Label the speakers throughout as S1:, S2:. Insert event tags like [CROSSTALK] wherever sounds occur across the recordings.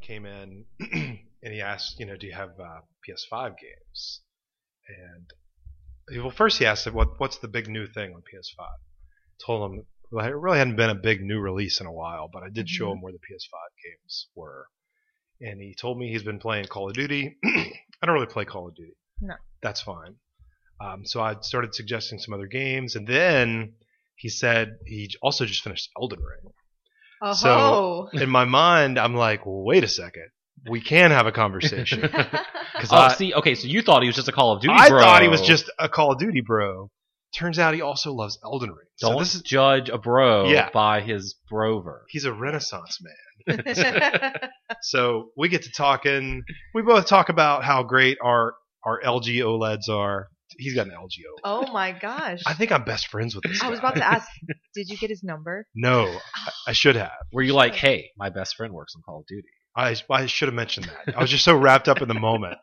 S1: came in [CLEARS THROAT] and he asked, you know, do you have uh, PS5 games? And well, first he asked, what what's the big new thing on PS5? Told him well, it really hadn't been a big new release in a while, but I did show him where the PS5 games were, and he told me he's been playing Call of Duty. [CLEARS THROAT] I don't really play Call of Duty.
S2: No.
S1: that's fine. Um, so I started suggesting some other games, and then he said he j- also just finished Elden Ring
S2: Oh,
S1: So- in my mind, I'm like, well, wait a second. We can have a [LAUGHS] conversation.
S2: [LAUGHS]
S1: Because
S3: Oh,
S1: I,
S3: see, okay, so you thought he was just a Call of Duty
S1: Uh, I
S3: bro.
S1: thought he was just a Call of Duty bro. Turns out he also loves Elden Ring.
S3: Don't
S1: So this is
S3: judge a bro
S1: Yeah.
S3: by his brover.
S1: he's a renaissance man. So we get to talking. We both talk about how great our our LG OLEDs E are. He's got an LG OLED.
S2: oh my gosh.
S1: E I think I'm best friends with this.
S2: I was
S1: guy.
S2: about to ask, did you get his number?
S1: [LAUGHS] No, I, I should have.
S3: Were you like, hey, my best friend works on Call of Duty?
S1: I, I should have mentioned that. I was just so wrapped up in the
S2: [LAUGHS]
S1: moment.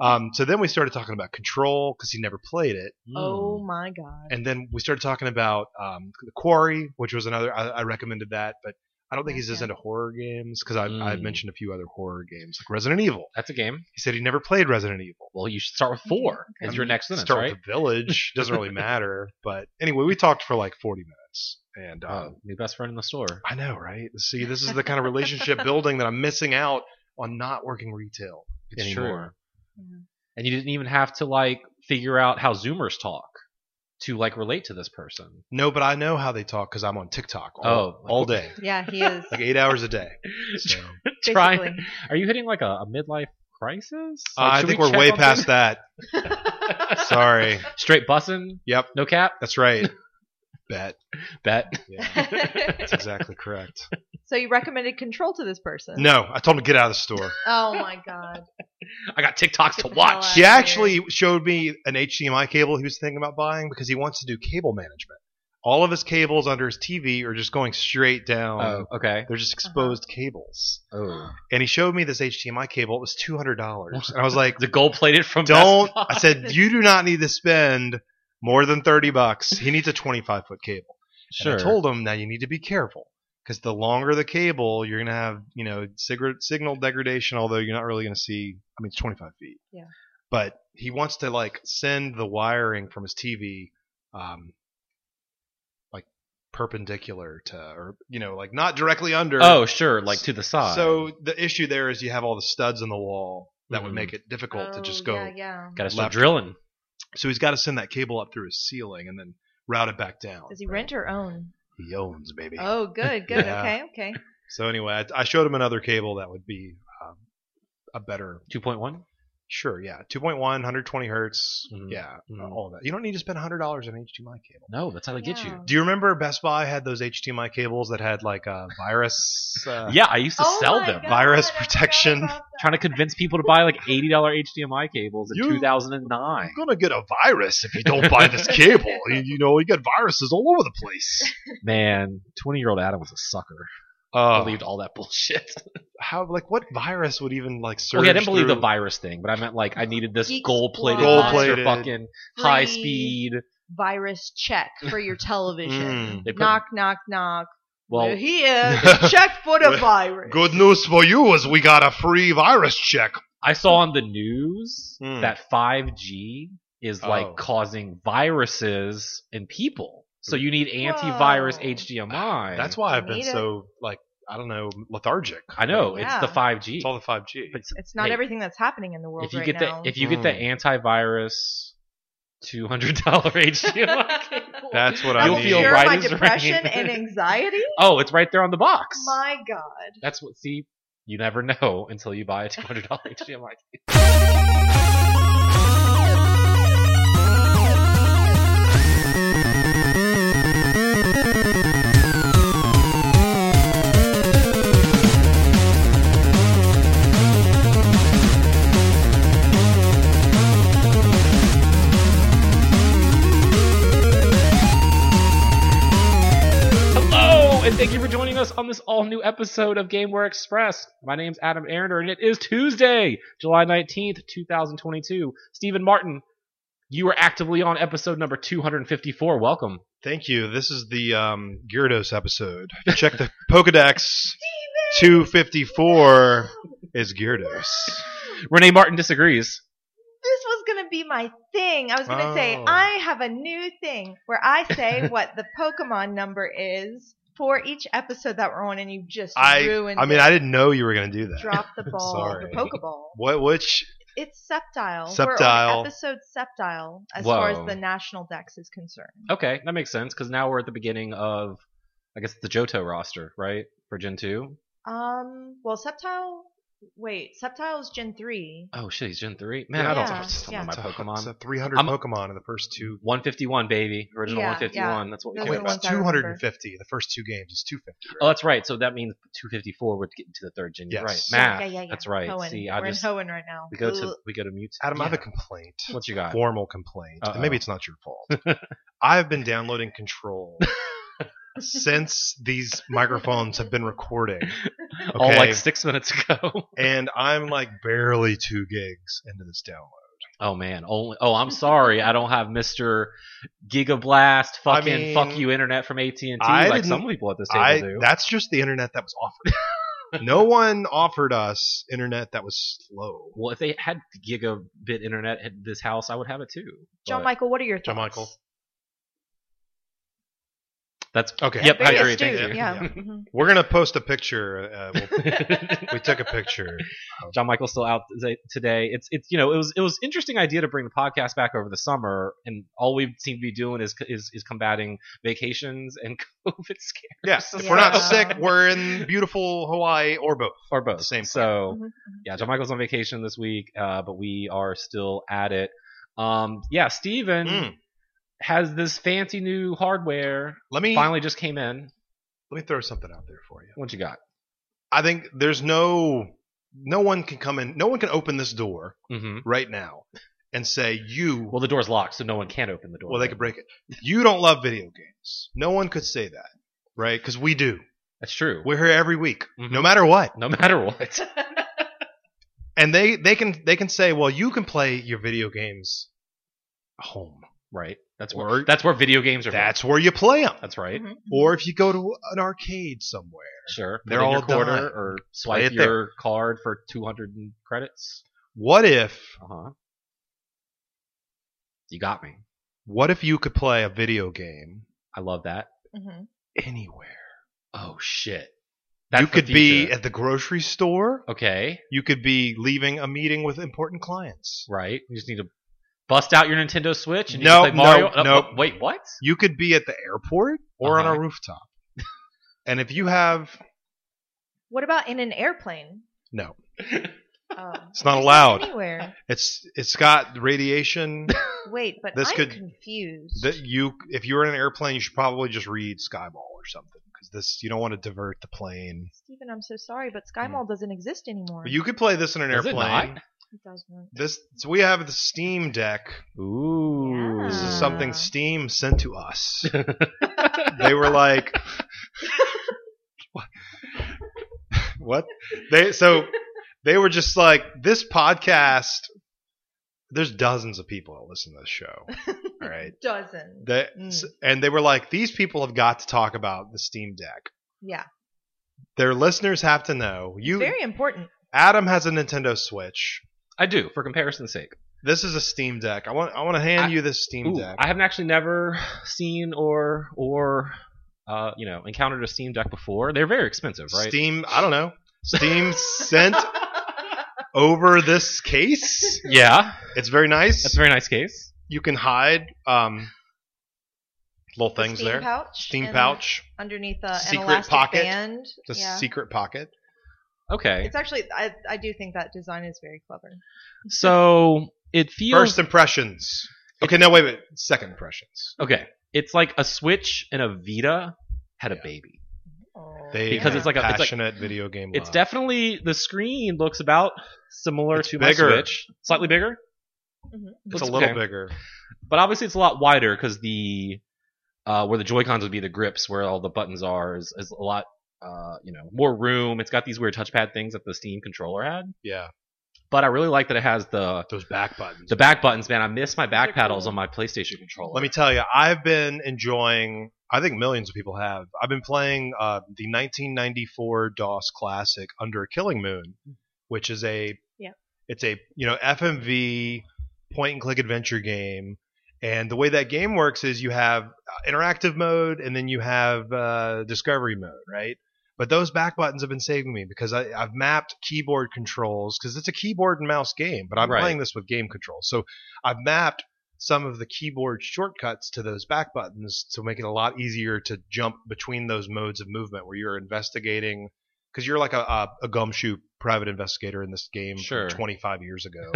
S1: Um, so then we started talking about Control because he never played it.
S3: Hmm,
S2: Oh my god.
S1: Mm. and then we started talking about um, the quarry which was another I, I recommended that but i don't think he's as
S2: Okay.
S1: into horror games because I, I
S3: Mm.
S1: mentioned a few other horror games like resident evil
S3: That's a game.
S1: he said he never played resident evil
S3: Well, you should start with four
S2: Okay.
S3: as your next sentence,
S1: start
S3: right?
S1: with the village doesn't really matter but anyway we talked for like 40 minutes and um,
S3: Oh, new best friend in the store.
S1: i know right see this is the
S3: [LAUGHS]
S1: kind of relationship building that i'm missing out on not working retail
S3: It's
S1: anymore.
S3: true.
S2: Yeah.
S3: And you didn't even have to like figure out how Zoomers talk to like relate to this
S1: [LAUGHS]
S3: person.
S1: no but i know how they talk because i'm on tiktok all,
S3: Oh.
S1: all day
S2: Yeah, he
S1: [LAUGHS]
S2: is.
S1: like eight hours a day so
S3: Trying. Are you hitting like a, a midlife crisis? Like,
S1: Uh, i
S3: should
S1: think
S3: we
S1: we're
S3: check
S1: way
S3: on
S1: past that
S3: that?
S1: sorry
S3: Straight bussing?
S1: Yep.
S3: No cap?
S1: That's right. [LAUGHS] Bet.
S3: Bet.
S1: [LAUGHS] Yeah,
S2: basically.
S1: that's exactly correct.
S2: [LAUGHS] so you recommended control to this person?
S1: [LAUGHS] No, I told him to get out of the store.
S2: Oh my god.
S3: I got TikToks to
S2: Get the
S3: watch.
S2: hell
S1: He
S2: Wow.
S1: actually showed me an HDMI cable he was thinking about buying because he wants to do cable management. All of his cables under his TV are just going straight down.
S3: Oh, okay.
S1: They're just exposed cables.
S3: Oh.
S1: And he showed me this HDMI cable. It was two hundred dollars, and I was [LAUGHS] like,
S3: The gold plated from Best
S1: "Don't!"
S3: [LAUGHS] Buy.
S1: I said, "You do not need to spend more than thirty bucks. He needs a twenty-five foot cable."
S3: Sure.
S1: And I told him now you need to be careful because the longer the cable, you're gonna have you know sig- signal degradation. Although you're not really gonna see. I mean, it's 25 feet.
S2: Yeah.
S1: But he wants to like send the wiring from his TV, um, like perpendicular to, or you know, like not directly under.
S3: Oh, sure. Like to the side.
S1: So the issue there is you have all the studs in the wall that
S3: Mhm.
S1: would make it [LAUGHS] difficult to
S2: Oh,
S1: just go.
S2: Yeah, yeah.
S3: gotta start
S1: left.
S3: drilling.
S1: So he's got to send that cable up through his ceiling and then route it back down.
S2: Does he rent or own?
S1: He owns, baby.
S2: Oh, good, good.
S1: Yeah.
S2: Okay, okay.
S1: So anyway, I, I showed him another cable that would be um, a better.
S3: Two point one.
S1: Sure, yeah, 2.1, 120 hertz,
S3: Mhm.
S1: yeah,
S3: Mhm.
S1: all that. You don't need to spend hundred dollars on an HDMI cable.
S3: No, that's how they get you.
S2: Yeah.
S1: Do you remember Best Buy had those HDMI cables that had like a virus?
S3: [LAUGHS]
S1: Uh,
S3: Yeah, I used to
S2: Oh
S3: sell
S2: my
S3: them.
S2: God,
S1: Virus
S2: I forgot
S1: protection.
S2: about that.
S3: Trying to convince people to buy
S2: [LAUGHS]
S3: like eighty dollar HDMI cables in
S1: You-
S3: two thousand and nine.
S1: You're gonna get a virus if you don't buy this cable.
S3: [LAUGHS]
S1: you, you know, you got viruses all over the place.
S3: Man, twenty year old Adam was a sucker.
S1: Uh,
S3: Believed all that bullshit.
S1: how like what virus would even like surge?
S3: [LAUGHS] Okay, I didn't believe
S1: through-
S3: the virus thing, but I meant like I needed this
S2: Geek
S3: gold plated,
S2: Squad.
S1: Gold-plated.
S3: fucking high
S2: Free
S3: speed.
S2: virus check
S1: [LAUGHS]
S2: for your television.
S1: Mm.
S3: They put-
S2: knock, knock, knock. We're
S3: Well,
S2: here
S3: [LAUGHS]
S2: to check for the virus.
S1: Good news for you is we got a free virus check.
S3: I saw on the news
S1: Hmm.
S3: that 5G is
S1: Oh.
S3: like causing viruses in people. So you need antivirus
S2: Whoa.
S3: HDMI.
S1: That's why I've been
S2: Need it.
S1: so like I don't know lethargic.
S3: I know
S2: Yeah.
S3: it's the 5G.
S1: It's all the five G.
S3: But s-
S2: It's not
S3: hey,
S2: everything that's happening in the world
S3: If you
S2: right
S3: get
S2: now.
S3: the if you get
S1: Hmm.
S3: the antivirus two hundred
S1: [LAUGHS]
S2: [LAUGHS]
S3: dollar HDMI,
S1: That's what I
S3: You'll
S2: That'll
S1: need.
S3: feel
S2: cure
S3: right
S2: my
S3: as rain.
S2: depression and
S3: [LAUGHS]
S2: anxiety.
S3: oh, it's right there on the box.
S2: My God.
S3: That's what. See, you never know until you buy a two hundred dollar HDMI. Hello, and thank you for joining us on this all new episode of Gameware Express. My name's Adam Arender, and it is Tuesday, July 19th, 2022. Stephen Martin, you are actively on episode number 254. Welcome.
S1: Thank you. This is the um,
S2: [LAUGHS]
S1: Gyarados episode. Check the Pokedex 254. is Gyarados.
S3: Renee Martin disagrees.
S2: This was gonna be my thing. I was gonna say
S1: Oh.
S2: I have a new thing where I
S3: [LAUGHS]
S2: say what the Pokemon number is for each episode that we're on, and you just
S1: I
S2: ruined.
S1: I mean
S2: it.
S1: I didn't know you were gonna do that.
S2: drop
S3: [LAUGHS]
S2: the ball,
S1: Sorry.
S2: the Pokeball.
S1: What which
S2: It's Sceptile. We're
S1: Sceptile.
S2: on episode Sceptile as far
S3: Whoa.
S2: as the national dex is concerned.
S3: Okay, that makes sense because now we're at the beginning of, I guess, the Johto roster, right? For Gen 2?
S2: Um, well, Sceptile. Wait, Sceptile is Gen three.
S3: Oh, shit, he's Gen 3? Man, I
S1: Yeah,
S3: don't,
S2: yeah,
S3: I just don't
S2: yeah.
S3: know my
S1: It's a
S3: Pokemon.
S1: 300
S3: I'm-
S1: Pokemon in the first two
S3: 151, baby. Original
S2: Yeah,
S3: 151. That's what we
S2: Those are
S3: care
S2: the
S3: about.
S1: Wait, it's
S2: ones I remember.
S1: 250. The first two games is 250.
S3: Oh, that's right. So that means 254 would get into the third gen. You're
S1: Yes.
S3: Right. Math.
S2: Yeah, yeah, yeah.
S3: That's right.
S2: Hoenn.
S3: See, I
S2: we're
S3: just-
S2: in Hoenn right now.
S3: We go to
S2: Ugh.
S3: we go to mute.
S1: Adam, I have a
S3: Yeah.
S1: complaint.
S3: What you got?
S1: Formal complaint. And
S3: Uh-oh.
S1: maybe it's not your
S3: [LAUGHS]
S1: fault. I've been downloading Control since these microphones have been recording,
S3: [LAUGHS] All
S1: okay?
S3: like six minutes
S1: [LAUGHS]
S3: ago.
S1: and I'm like barely two gigs into this download.
S3: Oh man. Only. Oh, I'm sorry. I don't have Mister Gigablast.
S1: I
S3: Fucking
S1: mean,
S3: fuck you, internet from AT and T.
S1: I
S3: Like
S1: didn't-
S3: some people at this table
S1: I,
S3: do.
S1: that's just the internet that was offered.
S3: [LAUGHS]
S1: no one offered us internet that was slow.
S3: well, if they had gigabit internet at this house, I would have it too.
S2: John
S3: But
S2: Michael, what are your thoughts?
S1: John Michael.
S3: That's
S1: Okay.
S3: Yep, I
S2: Very
S3: agree.
S2: astute,
S3: Thank you.
S2: Yeah.
S1: Yeah.
S2: mhm.
S1: We're going to post a picture. Uh, we'll, [LAUGHS] we took a picture.
S3: [LAUGHS] John Michael's still out th- today. It's it's you know it was it was interesting idea to bring the podcast back over the summer, and all we seem to be doing is is, is combating vacations and [LAUGHS] COVID scare
S1: Yes. If we're
S2: Yeah.
S1: not sick, we're in beautiful Hawaii or both.
S3: or both.
S1: Same.
S3: So
S2: Mhm.
S3: yeah, John Michael's on vacation this week, uh, but we are still at it. Um, yeah, Steven
S1: Mm.
S3: has this fancy new hardware.
S1: Let me
S3: Finally, just came in.
S1: let me throw something out there for you.
S3: What you got?
S1: I think there's no no one can come in. No one can open this door
S3: Mm-hmm.
S1: right now and say you.
S3: Well, the door's locked, so no one can open the door.
S1: Well, they could break it. You don't love video games. No one could say that, right? Because we do.
S3: That's true.
S1: We're here every week,
S3: Mhm.
S1: no matter what.
S3: no matter
S1: [LAUGHS]
S3: what.
S1: And they they can they can say, well, you can play your video games home.
S3: right. That's
S1: Or-
S3: where that's where video games are. made.
S1: That's where you play them.
S3: that's right.
S2: Mhm.
S1: Or if you go to an arcade somewhere.
S3: Sure.
S1: They're
S3: Put in
S1: all
S3: your quarter
S1: done.
S3: or
S1: Play
S3: swipe
S1: it
S3: your
S1: there.
S3: card for 200 and credits.
S1: What if
S3: Uh-huh. You got me.
S1: what if you could play a video game
S3: I love that.
S2: Mhm.
S1: anywhere?
S3: Oh shit. That's
S1: you
S3: the
S1: could be
S3: future.
S1: at the grocery store.
S3: Okay,
S1: You could be leaving a meeting with important clients.
S3: right. You just need to bust out your Nintendo Switch and you
S1: No,
S3: can play Mario.
S1: no, no.
S3: wh- Wait, what?
S1: You could be at the airport or on
S3: Uh-huh.
S1: a rooftop. and if you have
S2: What about in an airplane?
S1: no,
S3: [LAUGHS]
S2: Oh.
S1: it's not
S2: There's
S1: allowed.
S2: Anywhere.
S1: It's it's got
S3: [LAUGHS]
S1: radiation
S2: Wait, but
S1: This
S2: I'm
S1: could-
S2: confused.
S1: that you if you're in an airplane, you should probably just read Skyball or something because this you don't want to divert the plane.
S2: Stephen, I'm so sorry, but Sky Mall doesn't exist anymore.
S1: But Hmm. you could play this in an
S3: Is it
S1: airplane.
S3: not?
S2: It doesn't.
S1: This so we have the Steam Deck.
S3: Ooh.
S2: Yeah.
S1: This is
S2: Ah.
S1: something Steam sent to [LAUGHS] us. they were like, What? what? They so they were just like this podcast. There's dozens of people that listen to this show. All right.
S2: [LAUGHS] Doesn't.
S1: That
S2: Mm.
S1: and they were like, these people have got to talk about the Steam Deck.
S2: yeah.
S1: Their listeners have to know. You,
S2: Very important.
S1: Adam has a Nintendo Switch.
S3: I do, for comparison's sake.
S1: This is a Steam Deck. I want. I want to hand
S3: I-
S1: you this Steam
S3: Ooh,
S1: Deck.
S3: I haven't actually never seen or or uh, you know encountered a Steam Deck before. They're very expensive, right?
S1: Steam. I don't know. Steam
S2: [LAUGHS]
S1: sent over this case.
S3: Yeah,
S1: It's very nice.
S3: that's a very nice case.
S1: you can hide um, little
S2: The
S1: things
S2: steam
S1: there.
S2: Pouch
S1: Steam
S2: and
S1: pouch.
S2: Underneath a, an
S1: Secret
S2: elastic
S1: pocket.
S2: band.
S1: It's a
S2: yeah.
S1: secret pocket.
S3: Okay,
S2: It's actually, I, I do think that design is very clever.
S3: so it feels
S1: First impressions. Okay, no, wait, wait. Second impressions.
S3: okay. It's like a Switch and a Vita had a
S1: Yeah.
S3: baby.
S2: Oh,
S1: They
S3: Because
S1: have
S3: it's like a- it's like-
S1: passionate video game.
S3: It's
S1: love.
S3: definitely the screen looks about similar
S1: It's
S3: to
S1: bigger.
S3: my Switch, slightly bigger,
S1: It's
S2: Mhm.
S1: a
S3: looks-
S1: little
S3: okay.
S1: bigger.
S3: but obviously it's a lot wider because the uh, where the Joy Cons would be the grips where all the buttons are is, is a lot. Uh, you know, more room. It's got these weird touchpad things that the Steam controller had.
S1: Yeah,
S3: but I really like that it has the
S1: those back buttons.
S3: the back buttons, man. I miss my back
S2: They're cool.
S3: paddles on my PlayStation controller.
S1: Let me tell you, I've been enjoying. I think millions of people have. I've been playing uh, the 1994 DOS classic Under a Killing Moon, which is a
S2: Yeah.
S1: it's a you know FMV point and click adventure game. And the way that game works is you have uh, interactive mode and then you have uh, discovery mode, right? But those back buttons have been saving me because I, I've mapped keyboard controls because it's a keyboard and mouse game, but I'm
S3: Right.
S1: playing this with game controls. So I've mapped some of the keyboard shortcuts to those back buttons to make it a lot easier to jump between those modes of movement where you're investigating because you're like a, a, a gumshoe private investigator in this game from
S3: Sure.
S1: 25 years ago.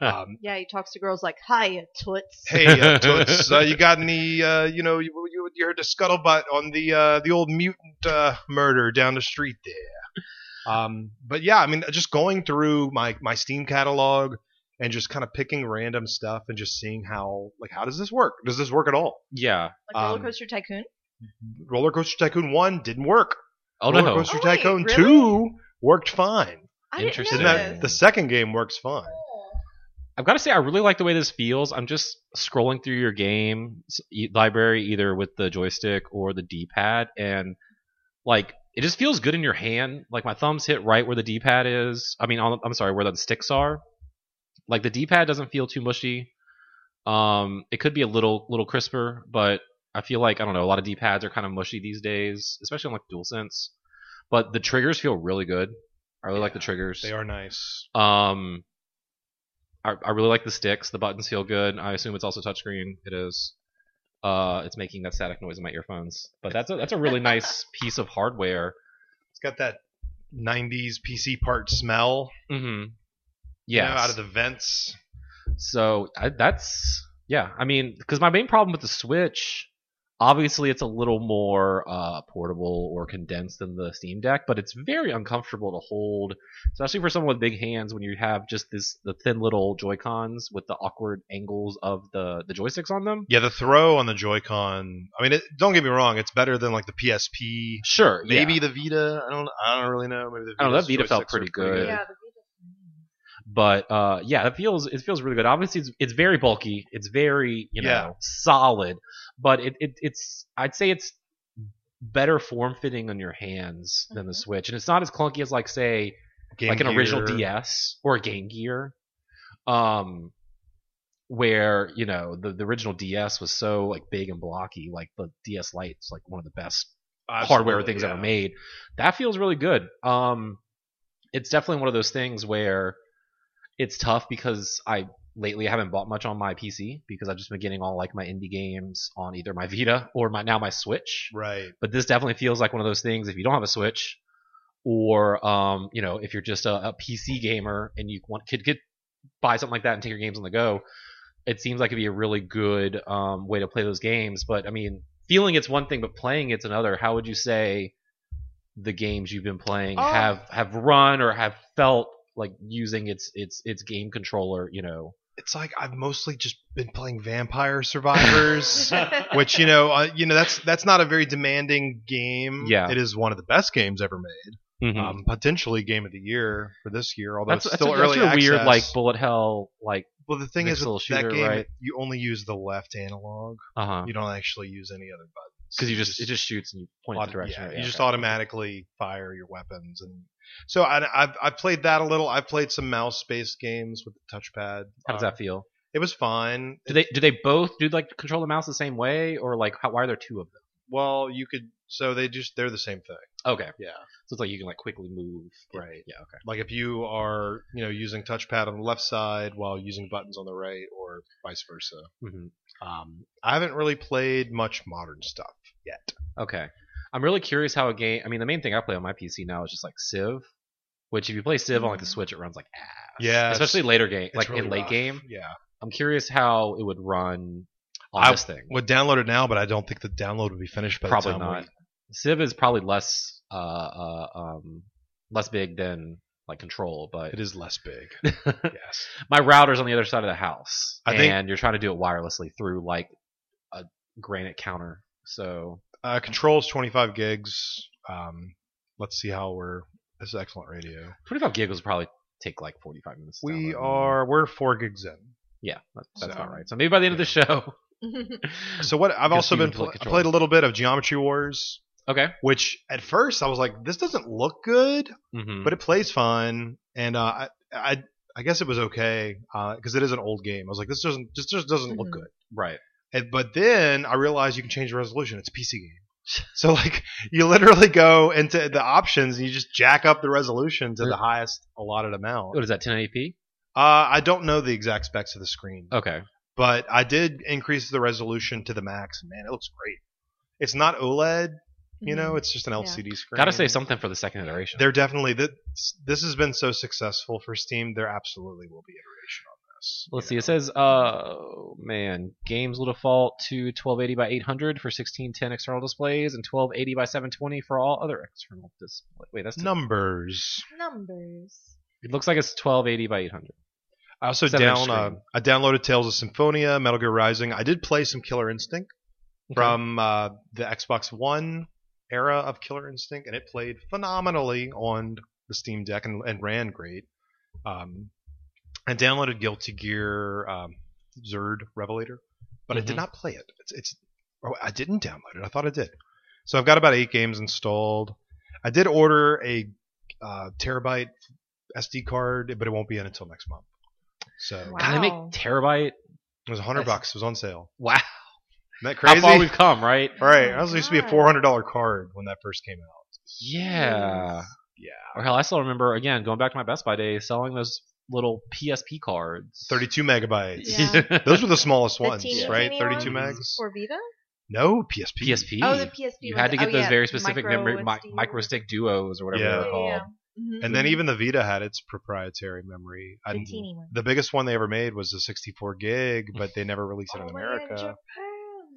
S1: um,
S2: Yeah, he talks to girls like, "Hiya, toots."
S1: hey, uh, Toots, uh, you got any? Uh, you know, you, you, you heard the scuttlebutt on the uh, the old mutant uh, murder down the street there. Um, but yeah, I mean, just going through my my Steam catalog and just kind of picking random stuff and just seeing how like how does this work? Does this work at all?
S3: [LAUGHS] yeah.
S2: like Roller
S1: um,
S2: Coaster Tycoon.
S1: Roller Coaster Tycoon One didn't work.
S3: Oh
S1: Roller
S3: no.
S1: Coaster
S2: Oh, wait,
S1: Tycoon
S2: really?
S1: Two worked fine.
S2: I didn't
S3: Interesting.
S2: know
S1: And
S3: Isn't
S1: that
S2: this.
S1: the second game works fine.
S3: I've got to say, I really like the way this feels. I'm just scrolling through your game s- e- library either with the joystick or the D-pad, and like it just feels good in your hand. Like my thumbs hit right where the D-pad is. I mean, on, I'm sorry, where the sticks are. Like the D-pad doesn't feel too mushy. Um, it could be a little little crisper, but I feel like I don't know. A lot of D-pads are kind of mushy these days, especially on like DualSense. But the triggers feel really good. I really like the
S1: Yeah,
S3: triggers.
S1: They are nice.
S3: Um, I, I really like the sticks. The buttons feel good. I assume it's also touchscreen. It is. Uh, it's making that static noise in my earphones. But that's a that's a really nice piece of hardware.
S1: It's got that 90s PC part smell.
S3: Mm-hmm.
S1: you
S3: Yeah.
S1: know, out of the vents.
S3: So I, that's yeah. I mean, because my main problem with the Switch, obviously, it's a little more uh, portable or condensed than the Steam Deck, but it's very uncomfortable to hold, especially for someone with big hands when you have just this the thin little Joy Cons with the awkward angles of the the joysticks on them.
S1: Yeah, the throw on the Joy-Con. I mean, it, don't get me wrong; it's better than like the PSP.
S3: Sure,
S1: Maybe
S3: yeah.
S1: the Vita. I don't. I don't really know. Maybe the Vita.
S3: I don't know, that Vita felt pretty good.
S2: Yeah,
S3: but uh, yeah, it feels it feels really good. Obviously, it's, it's very bulky. It's very you know
S1: Yeah.
S3: solid, but it, it it's I'd say it's better form fitting on your hands than the
S2: Mhm.
S3: Switch, and it's not as clunky as like say
S1: Game
S3: like an original
S1: Gear.
S3: DS or a Game Gear, um, where you know the, the original DS was so like big and blocky. Like the DS Lite is like one of the best hardware
S1: Absolutely,
S3: things
S1: yeah.
S3: ever made. That feels really good. Um, it's definitely one of those things where it's tough because I lately haven't bought much on my PC because I've just been getting all like my indie games on either my [LAUGHS] Vita or my now my Switch.
S1: Right.
S3: But this definitely feels like one of those things if you don't have a Switch or um, you know, if you're just a, a PC gamer and you want could get buy something like that and take your games on the go, it seems like it'd be a really good um, way to play those games. But I mean, feeling it's one thing, but playing it's another. How would you say the games you've been playing
S1: Oh.
S3: have have run or have felt like using its its its game controller? You know,
S1: It's like I've mostly just been playing Vampire
S3: [LAUGHS]
S1: Survivors,
S2: Vita.
S1: which you know, uh, you know that's that's not a very demanding game.
S3: Yeah. Mm-hmm.
S1: It is one of the best games ever made. Um, potentially game of the year for this year, although
S3: that's,
S1: it's
S3: that's
S1: still
S3: a,
S1: early
S3: that's a weird
S1: access.
S3: like bullet hell like
S1: well, the thing is
S3: pixel
S1: with
S3: shooter,
S1: that game,
S3: right?
S1: you only use the left analog.
S3: uh huh
S1: You don't actually use any other buttons
S3: because you just it just shoots and you point
S1: Auto-
S3: the direction.
S1: yeah,
S3: right?
S1: you just
S3: okay.
S1: automatically fire your weapons, and so I, I've I've played that a little. I've played some mouse-based games with the touchpad.
S3: How does
S1: Um,
S3: that feel?
S1: It was fine.
S3: Do they do they both do like control the mouse the same way, or like how, why are there two of
S1: well, you could. So they just they're the same thing.
S3: them? Okay,
S1: Yeah.
S3: so it's like you can like quickly move.
S1: Right.
S3: Yeah. Okay.
S1: Like if you are you know using touchpad on the left side while using buttons on the right, or vice versa.
S3: Mhm.
S1: Um, I haven't really played much modern stuff yet.
S3: Okay. I'm really curious how a game. I mean, the main thing I play on my PC now is just like Civ, which if you play Civ on like the Switch, it runs like ass.
S1: Yeah, it's-
S3: Especially later game,
S1: It's
S3: like
S1: really
S3: in late
S1: rough.
S3: game.
S1: Yeah.
S3: I'm curious how it would run on
S1: I
S3: this thing.
S1: Would download it now, but I don't think the download would be finished by
S3: Probably
S1: the time we-
S3: not. Civ is probably less uh, uh um less big than like Control, but
S1: It is less [LAUGHS] big. yes.
S3: [LAUGHS] my router's on the other side of the house,
S1: I
S3: and
S1: think-
S3: you're trying to do it wirelessly through like a granite counter. So
S1: Uh, controls 25 gigs. Um, let's see how we're. This is excellent radio.
S3: 25 gigs will probably take like 45 minutes. to
S1: We
S3: download.
S1: are we're four gigs in.
S3: yeah, that,
S1: So-
S3: that's about right. So maybe by the end of the show, [LAUGHS]
S1: So what I've
S3: Guess
S1: also
S3: you
S1: been
S3: can play
S1: pl- I
S3: controls.
S1: played a little bit of Geometry Wars.
S3: Okay.
S1: which at first I was like, this doesn't look good,
S3: Mm-hmm.
S1: but it plays fun, and uh, I, I, I guess it was okay because it is an old game. I was like, this doesn't just just doesn't look
S2: Mhm.
S1: good.
S3: Right.
S1: And, but then I realized you can change the resolution. It's a PC game, [LAUGHS] so like you literally go into the options and you just jack up the resolution to the highest allotted amount.
S3: What is that? 1080p.
S1: Uh, I don't know the exact specs of the screen,
S3: Okay.
S1: but I did increase the resolution to the max. and Man, it looks great. It's not OLED, you
S2: Mm-hmm.
S1: know. It's just an LCD screen.
S3: Got to say something for the second iteration.
S1: They're definitely that. This has been so successful for Steam. There absolutely will be iteration on this.
S3: Let's see.
S1: you
S3: It says, uh, man, games will default to 1280 by 800 for 1610 external displays and 1280 by 720 for all other external displays. Wait, that's
S1: know. numbers.
S2: [LAUGHS] numbers.
S3: It looks like it's 1280 by 800.
S1: I also
S3: Seven
S1: down. Uh,
S3: screen.
S1: I downloaded Tales of Symphonia, Metal Gear Rising. I did play some Killer Instinct
S3: Mm-hmm.
S1: from uh, the Xbox One era of Killer Instinct, and it played phenomenally on the Steam Deck and, and ran great. Um, I downloaded Guilty Gear um, Zerd Revelator, but I
S3: Mhm.
S1: did not play it. It's, it's oh, I didn't download it. I thought I did. So I've got about eight games installed. I did order a uh, terabyte SD card, but it won't be in until next month. So
S2: Wow.
S3: God, they make
S2: Wow.
S3: terabyte. [LAUGHS]
S1: it was hundred
S3: That's-
S1: bucks. It was on sale.
S3: Wow.
S1: Isn't that crazy?
S3: How far we've come, [LAUGHS] right?
S1: All right,
S2: Oh [LAUGHS]
S1: that was
S2: my
S1: used to be a
S2: God.
S1: four hundred dollar card when that first came out.
S3: Yeah.
S2: Jeez.
S1: Yeah,
S3: Or hell, I still remember, again, going back to my Best Buy days, selling those little PSP cards.
S2: [LAUGHS]
S1: thirty-two megabytes.
S2: Yeah.
S1: [LAUGHS]
S3: [LAUGHS]
S1: Those were the smallest
S2: The
S1: ones,
S2: teeny,
S1: right?
S2: teeny
S1: Thirty-two
S3: Mm-hmm.
S2: ones
S1: megs.
S2: for Vita.
S1: No PSP.
S3: PSP.
S2: Oh, the PSP.
S3: you
S2: ones.
S3: had to get
S2: Oh,
S3: those
S2: yeah,
S3: very specific
S2: micro
S3: memory, mi-
S2: SD.
S3: micro stick duos or whatever
S1: Yeah.
S3: they were
S2: Yeah,
S3: called.
S2: yeah, yeah. Mhm.
S1: And then even the Vita had its proprietary memory. I
S2: the
S1: didn't-
S2: teeny one.
S1: the biggest one they ever made was the 64 gig, but they never released it in
S2: Oh, we're
S1: America.
S2: Japan.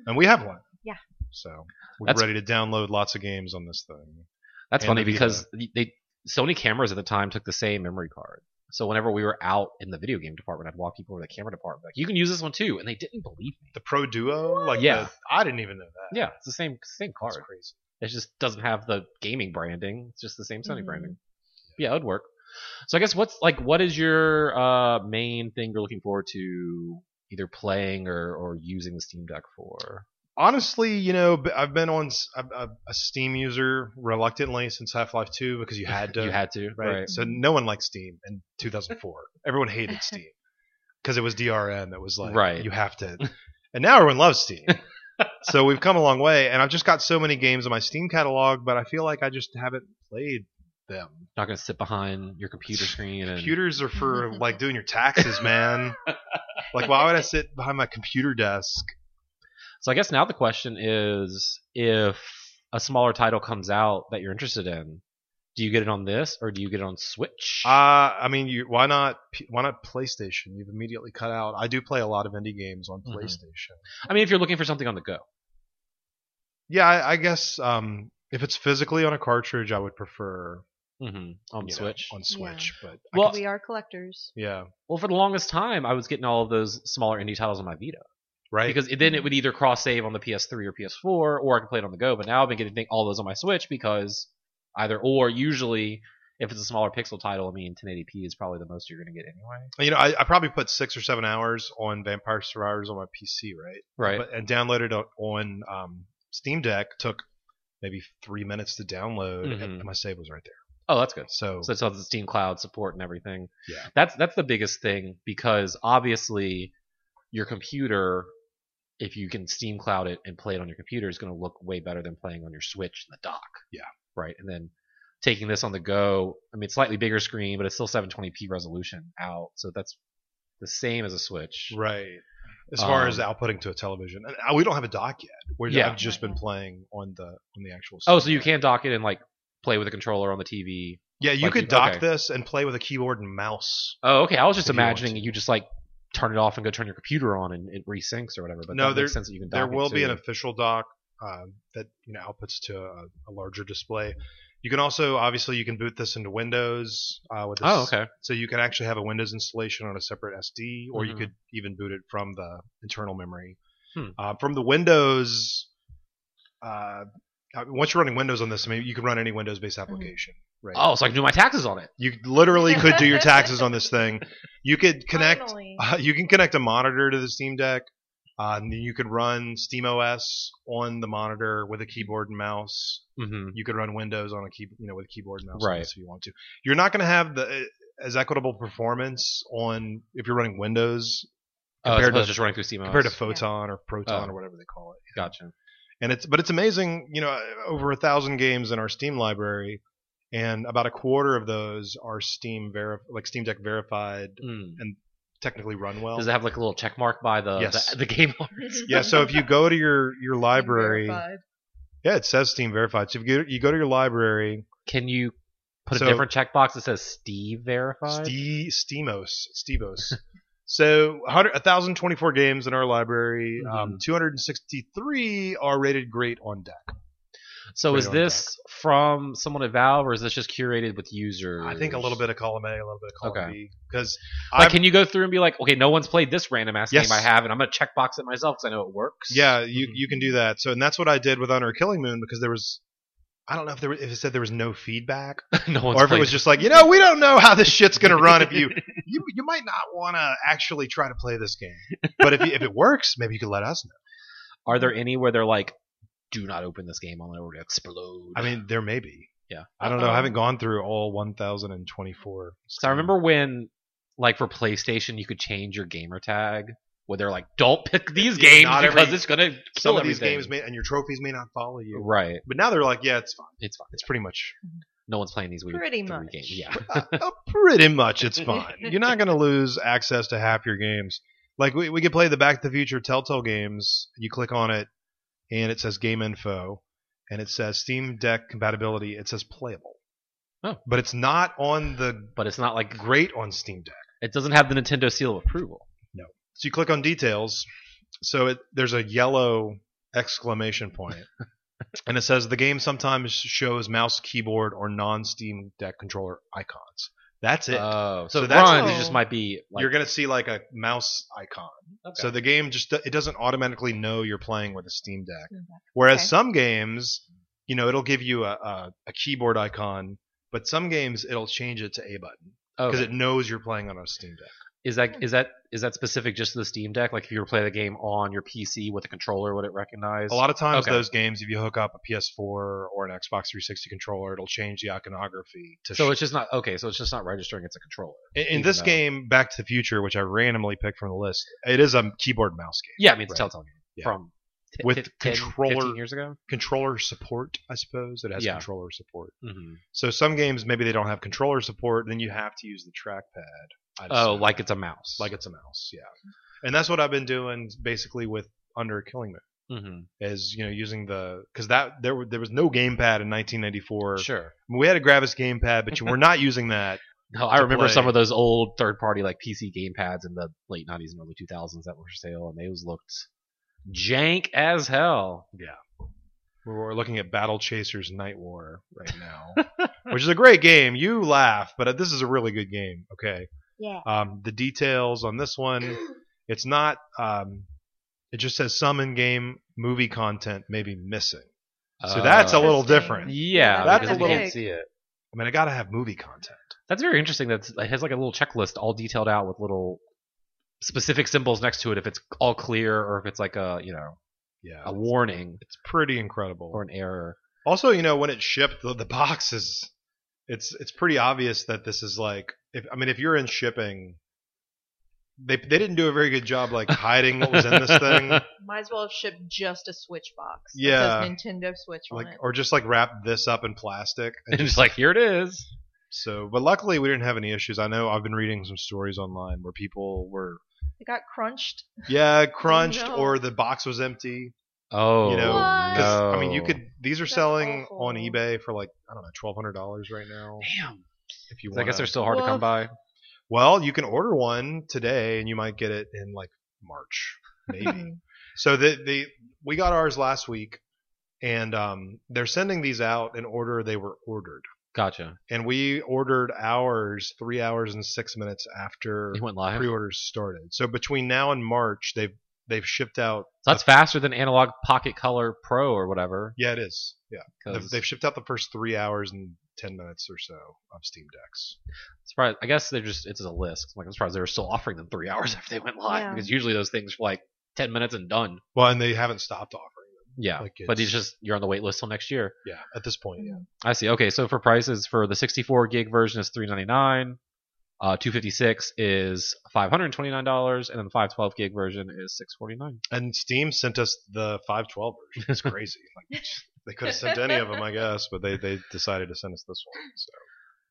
S1: and we have one.
S2: Yeah.
S1: So we're
S3: That's-
S1: ready to download lots of games on this thing.
S3: That's
S1: and
S3: funny
S1: the
S3: because they Sony cameras at the time took the same memory card. So whenever we were out in the video game department, I'd walk people over to the camera department, like, "You can use this one too," and they didn't believe me.
S1: The Pro Duo, like
S3: Yeah.
S1: the- I didn't even know that.
S3: Yeah, it's the same same card.
S1: That's crazy.
S3: It just doesn't have the gaming branding. It's just the same Sony
S2: Mhm.
S3: branding. Yeah, it would work. So I guess what's like, what is your uh, main thing you're looking forward to either playing or, or using the Steam Deck for?
S1: honestly, you know, b- I've been on s- a, a- a Steam user reluctantly since Half Life 2 because you had to,
S3: you had to,
S1: right?
S3: right?
S1: So no one liked Steam in
S3: [LAUGHS]
S1: 2004. Everyone hated Steam because it was DRM. It was like
S3: Right.
S1: you have to, and now everyone loves Steam.
S3: [LAUGHS]
S1: so we've come a long way, and I've just got so many games in my Steam catalog, but I feel like I just haven't played them.
S3: Not gonna sit behind
S1: [LAUGHS]
S3: your computer screen and
S1: Computers are
S3: [LAUGHS]
S1: for like doing your taxes, man. like, why would I sit behind my computer desk?
S3: So I guess now the question is if a smaller title comes out that you're interested in, do you get it on this or do you get it on Switch?
S1: Uh, I mean, you, why not? P- Why not PlayStation? You've immediately cut out. I do play a lot of indie games on
S3: Mhm.
S1: PlayStation.
S3: I mean, if you're looking for something on the go.
S1: Yeah, I, I guess um, if it's physically on a cartridge, I would prefer
S3: hmm On
S1: you know,
S3: Switch.
S1: on Switch. But I
S3: Well-
S1: could-
S2: we are collectors.
S1: yeah,
S3: well, for the longest time, I was getting all of those smaller indie titles on my Vita
S1: right.
S3: because it, then it would either cross save on the PS3 or PS4, or I could play it on the go. But now I've been getting all those on my Switch because either or usually, if it's a smaller pixel title, I mean, 1080p is probably the most you're going to get anyway.
S1: you know, I, I probably put six or seven hours on Vampire Survivors on my PC, right?
S3: Right.
S1: But, and downloaded it on um, Steam Deck took maybe three minutes to download,
S3: Mhm.
S1: and my save was right there.
S3: oh, that's good.
S1: So,
S3: So it's all the Steam Cloud support and everything.
S1: Yeah.
S3: That's that's the biggest thing because obviously your computer, if you can Steam Cloud it and play it on your computer, is going to look way better than playing on your Switch in the dock.
S1: Yeah.
S3: Right. And then taking this on the go, I mean, slightly bigger screen, but it's still 720p resolution out. So that's the same as a Switch.
S1: right. As far
S3: Um,
S1: as outputting to a television, and uh, we don't have a dock yet. We're,
S3: Yeah.
S1: I've just
S2: Right,
S1: been
S2: right.
S1: playing on the on the actual.
S3: Oh,
S1: Steam
S3: so you
S1: Deck.
S3: can dock it and like play with the controller on the TV.
S1: Yeah, you
S3: Like
S1: could
S3: you-
S1: dock
S3: okay.
S1: this and play with a keyboard and mouse.
S3: Oh, okay. I was just
S1: If you want
S3: imagining
S1: to.
S3: you, just like turn it off and go turn your computer on and it resyncs or whatever. But
S1: No,
S3: that
S1: there-
S3: makes sense that you can dock
S1: There
S3: it
S1: will be an
S3: too.
S1: official dock uh, that you know outputs to a, a larger display. You can also obviously you can boot this into Windows uh, with this,
S3: Oh, okay.
S1: so you can actually have a Windows installation on a separate SD, or you
S3: Mhm.
S1: could even boot it from the internal memory.
S3: Hmm.
S1: Uh, from the Windows, uh, uh, once you're running Windows on this, I mean, you can run any Windows-based application, right?
S3: Oh, so I can do my taxes on it.
S1: You literally could do
S3: [LAUGHS]
S1: your taxes on this thing. You could connect
S2: Finally.
S1: Uh, you can connect a monitor to the Steam Deck. Uh, and then you could run SteamOS on the monitor with a keyboard and mouse.
S3: Mm-hmm.
S1: You could run Windows on a key, you know, with a keyboard and mouse
S3: Right.
S1: if you want to. You're not going to have the uh, as equitable performance on if you're running Windows
S3: Uh,
S1: Compared
S3: compared
S1: to-
S3: to just running through CMOS.
S1: compared to Photon or Proton
S3: Oh.
S1: or whatever they call it.
S3: gotcha.
S1: And it's but it's amazing, you know, over a thousand games in our Steam library, and about a quarter of those are Steam verif- like Steam Deck verified,
S3: Mm.
S1: technically run well.
S3: Does it have like a little check mark by the
S1: Yes.
S3: the, the game [LAUGHS] art?
S1: [LAUGHS] yeah, so if you go to your your library,
S2: Verified.
S1: yeah, it says Steam verified. So if you go, you go to your library,
S3: Can you put
S1: So-
S3: a different checkbox that says Steve verified?
S1: Ste- Steamos, Steamos. [LAUGHS] so 100 1024 games in our library, um, 263 are rated great on deck.
S3: So
S1: Put
S3: is
S1: it on the
S3: this from someone at Valve, or is this just curated with users?
S1: I think a little bit of column A, a little bit of column
S3: Okay.
S1: B, because
S3: Like,
S1: I've-
S3: can you go through and be like, okay, no one's played this random ass
S1: Yes.
S3: game I have, and I'm gonna checkbox it myself because I know it works.
S1: Yeah, you
S3: Mhm.
S1: you can do that. So, and that's what I did with Honor of Killing Moon because there was, I don't know if there was, if it said there was no feedback
S3: [LAUGHS] no one's
S1: or if
S3: played.
S1: it was just like you know we don't know how this shit's gonna run if you you you might not want to actually try to play this game, but if you, if it works, maybe you could let us know.
S3: Are there any where they're like, do not open this game on it or it'll explode?
S1: I mean, there may be.
S3: Yeah.
S1: I don't know.
S2: Uh-oh.
S1: I haven't gone through all 1,024.
S3: So I remember when, like for PlayStation, you could change your gamer tag. Where they're like, don't pick these
S1: Yeah,
S3: games
S1: not
S3: because
S1: every-
S3: it's gonna kill
S1: some of these
S3: everything."
S1: games may, and your trophies may not follow you.
S3: right.
S1: But now they're like, yeah, it's fine.
S3: It's fine.
S1: It's pretty
S3: [LAUGHS]
S1: much,
S3: No one's playing these weird
S2: Pretty
S3: three
S2: much.
S3: games. Yeah.
S1: uh, uh, pretty much,
S3: [LAUGHS]
S1: it's fine. You're not going to lose access to half your games. Like we we could play the Back to the Future Telltale games. You click on it, and it says game info, and it says Steam Deck compatibility. It says playable.
S3: Oh.
S1: But it's not on the
S3: But it's not like
S1: great on Steam Deck.
S3: it doesn't have the Nintendo seal of approval.
S1: So you click on details. So it, there's a yellow exclamation
S3: [LAUGHS]
S1: point, and it says the game sometimes shows mouse, keyboard, or non-Steam Deck controller icons. That's it.
S3: Oh, so,
S1: So that's-
S3: run
S2: Oh.
S3: it just might be like
S1: you're gonna see like a mouse icon.
S3: Okay.
S1: So the game just it doesn't automatically know you're playing with a Steam Deck. Whereas
S2: Okay.
S1: some games, you know, it'll give you a, a, a keyboard icon, but some games it'll change it to a button because
S3: okay.
S1: it knows you're playing on a Steam Deck.
S3: Is
S2: Hmm.
S3: that is that is that specific just to the Steam Deck? Like if you were to play the game on your PC with a controller, would it recognize?
S1: A lot of times,
S3: Okay.
S1: those games, if you hook up a PS4 or an Xbox 360 controller, it'll change the iconography to.
S3: so
S1: sh-
S3: it's just not okay. So it's just not registering. It's a controller.
S1: in, in
S3: even
S1: this
S3: though-
S1: game, Back to the Future, which I randomly picked from the list, it is a keyboard and mouse game.
S3: Yeah, I mean it's
S1: Right.
S3: a Telltale game
S1: Yeah.
S3: from t-
S1: With
S3: 10,
S1: controller-
S3: 15 years ago.
S1: Controller support, I suppose. It has
S3: Yeah.
S1: controller support.
S3: Mm-hmm.
S1: So some games maybe they don't have controller support, then you have to use the trackpad. I'd
S3: Oh,
S1: assume.
S3: like it's a mouse.
S1: like it's a mouse, yeah. And that's what I've been doing basically with Under Killing Moon
S3: mm-hmm.
S1: is you know using the because that there were, there was no gamepad in 1994.
S3: sure.
S1: I mean, we had a Gravis gamepad, but you
S3: [LAUGHS]
S1: were not using that.
S3: No, I
S1: to
S3: remember
S1: play.
S3: some of those old third-party like PC game pads in the late '90s and early 2000s that were for sale, and those looked jank as hell.
S1: We We're looking at Battle Chasers Night War right now, which is a great game. You laugh, but this is a really good game. Okay.
S2: Yeah.
S1: Um, the details on this one, it's not. Um, it just says some in-game movie content may be missing. So that's a
S3: Uh,
S1: little
S2: Interesting.
S1: different.
S3: yeah.
S1: That's
S3: because
S1: a
S3: you
S1: little-
S3: can't see it.
S1: I mean, I gotta have movie content.
S3: That's very interesting. That's it has like a little checklist all detailed out with little specific symbols next to it if it's all clear or if it's like a you know
S1: Yeah,
S3: a warning
S1: it's pretty
S3: or
S1: incredible.
S3: an error. [LAUGHS]
S1: Also, you know, when it shipped, the, the box is, it's it's pretty obvious that this is like, if I mean, if you're in shipping, they they didn't do a very good job like hiding what was in this
S3: [LAUGHS]
S1: thing,
S2: Might as well have shipped just a Switch box. that
S1: Yeah.
S2: says Nintendo Switch on
S1: like
S2: it.
S1: or just like wrap this up in plastic. And
S3: and
S1: just,
S3: it's like here it is.
S1: so, but luckily we didn't have any issues. I know I've been reading some stories online where people were
S2: It got crunched. [LAUGHS]
S1: yeah crunched
S2: no.
S1: or the box was empty.
S3: Oh,
S1: know,
S2: What?
S1: 'Cause, I mean, you
S3: no.
S1: could these are
S2: That's
S1: selling
S2: awful.
S1: on eBay for like I don't know twelve hundred dollars right now.
S2: [LAUGHS]
S3: Damn.
S1: If you
S3: I
S1: want,
S3: guess they're still hard to
S2: Woof.
S3: come by.
S1: Well, you can order one today, and you might get it in like March,
S2: [LAUGHS]
S1: maybe.
S2: Mhm.
S1: so the the we got ours last week, and um, they're sending these out in order they were ordered,
S3: Gotcha.
S1: and we ordered ours three hours and six minutes after
S3: It went live. So
S1: pre-orders started. So between now and March, they've they've shipped out.
S3: that's faster than Analog Pocket Color Pro or whatever.
S1: Yeah, it is. Yeah, they've,
S3: 'cause
S1: they've shipped out the first three hours and ten minutes or so of Steam decks.
S3: surprised- I guess they're just it's a list. Like I'm surprised they were still offering them three [LAUGHS] hours after they went live
S2: Yeah.
S3: because usually those things are like ten minutes and done.
S1: Well, and they haven't stopped offering them.
S3: Yeah,
S1: Like
S3: but
S1: it's-
S3: it's just you're on the wait list till next year.
S1: Yeah, at this point, yeah.
S3: I see. Okay, so for prices for the 64 gig version is 399. Uh, 256 is $529 and then the 512 gig version is 649
S1: And Steam sent us the 512 version. It's crazy. [LAUGHS] like they could have sent any of them, I guess, but they they decided to send us this one. So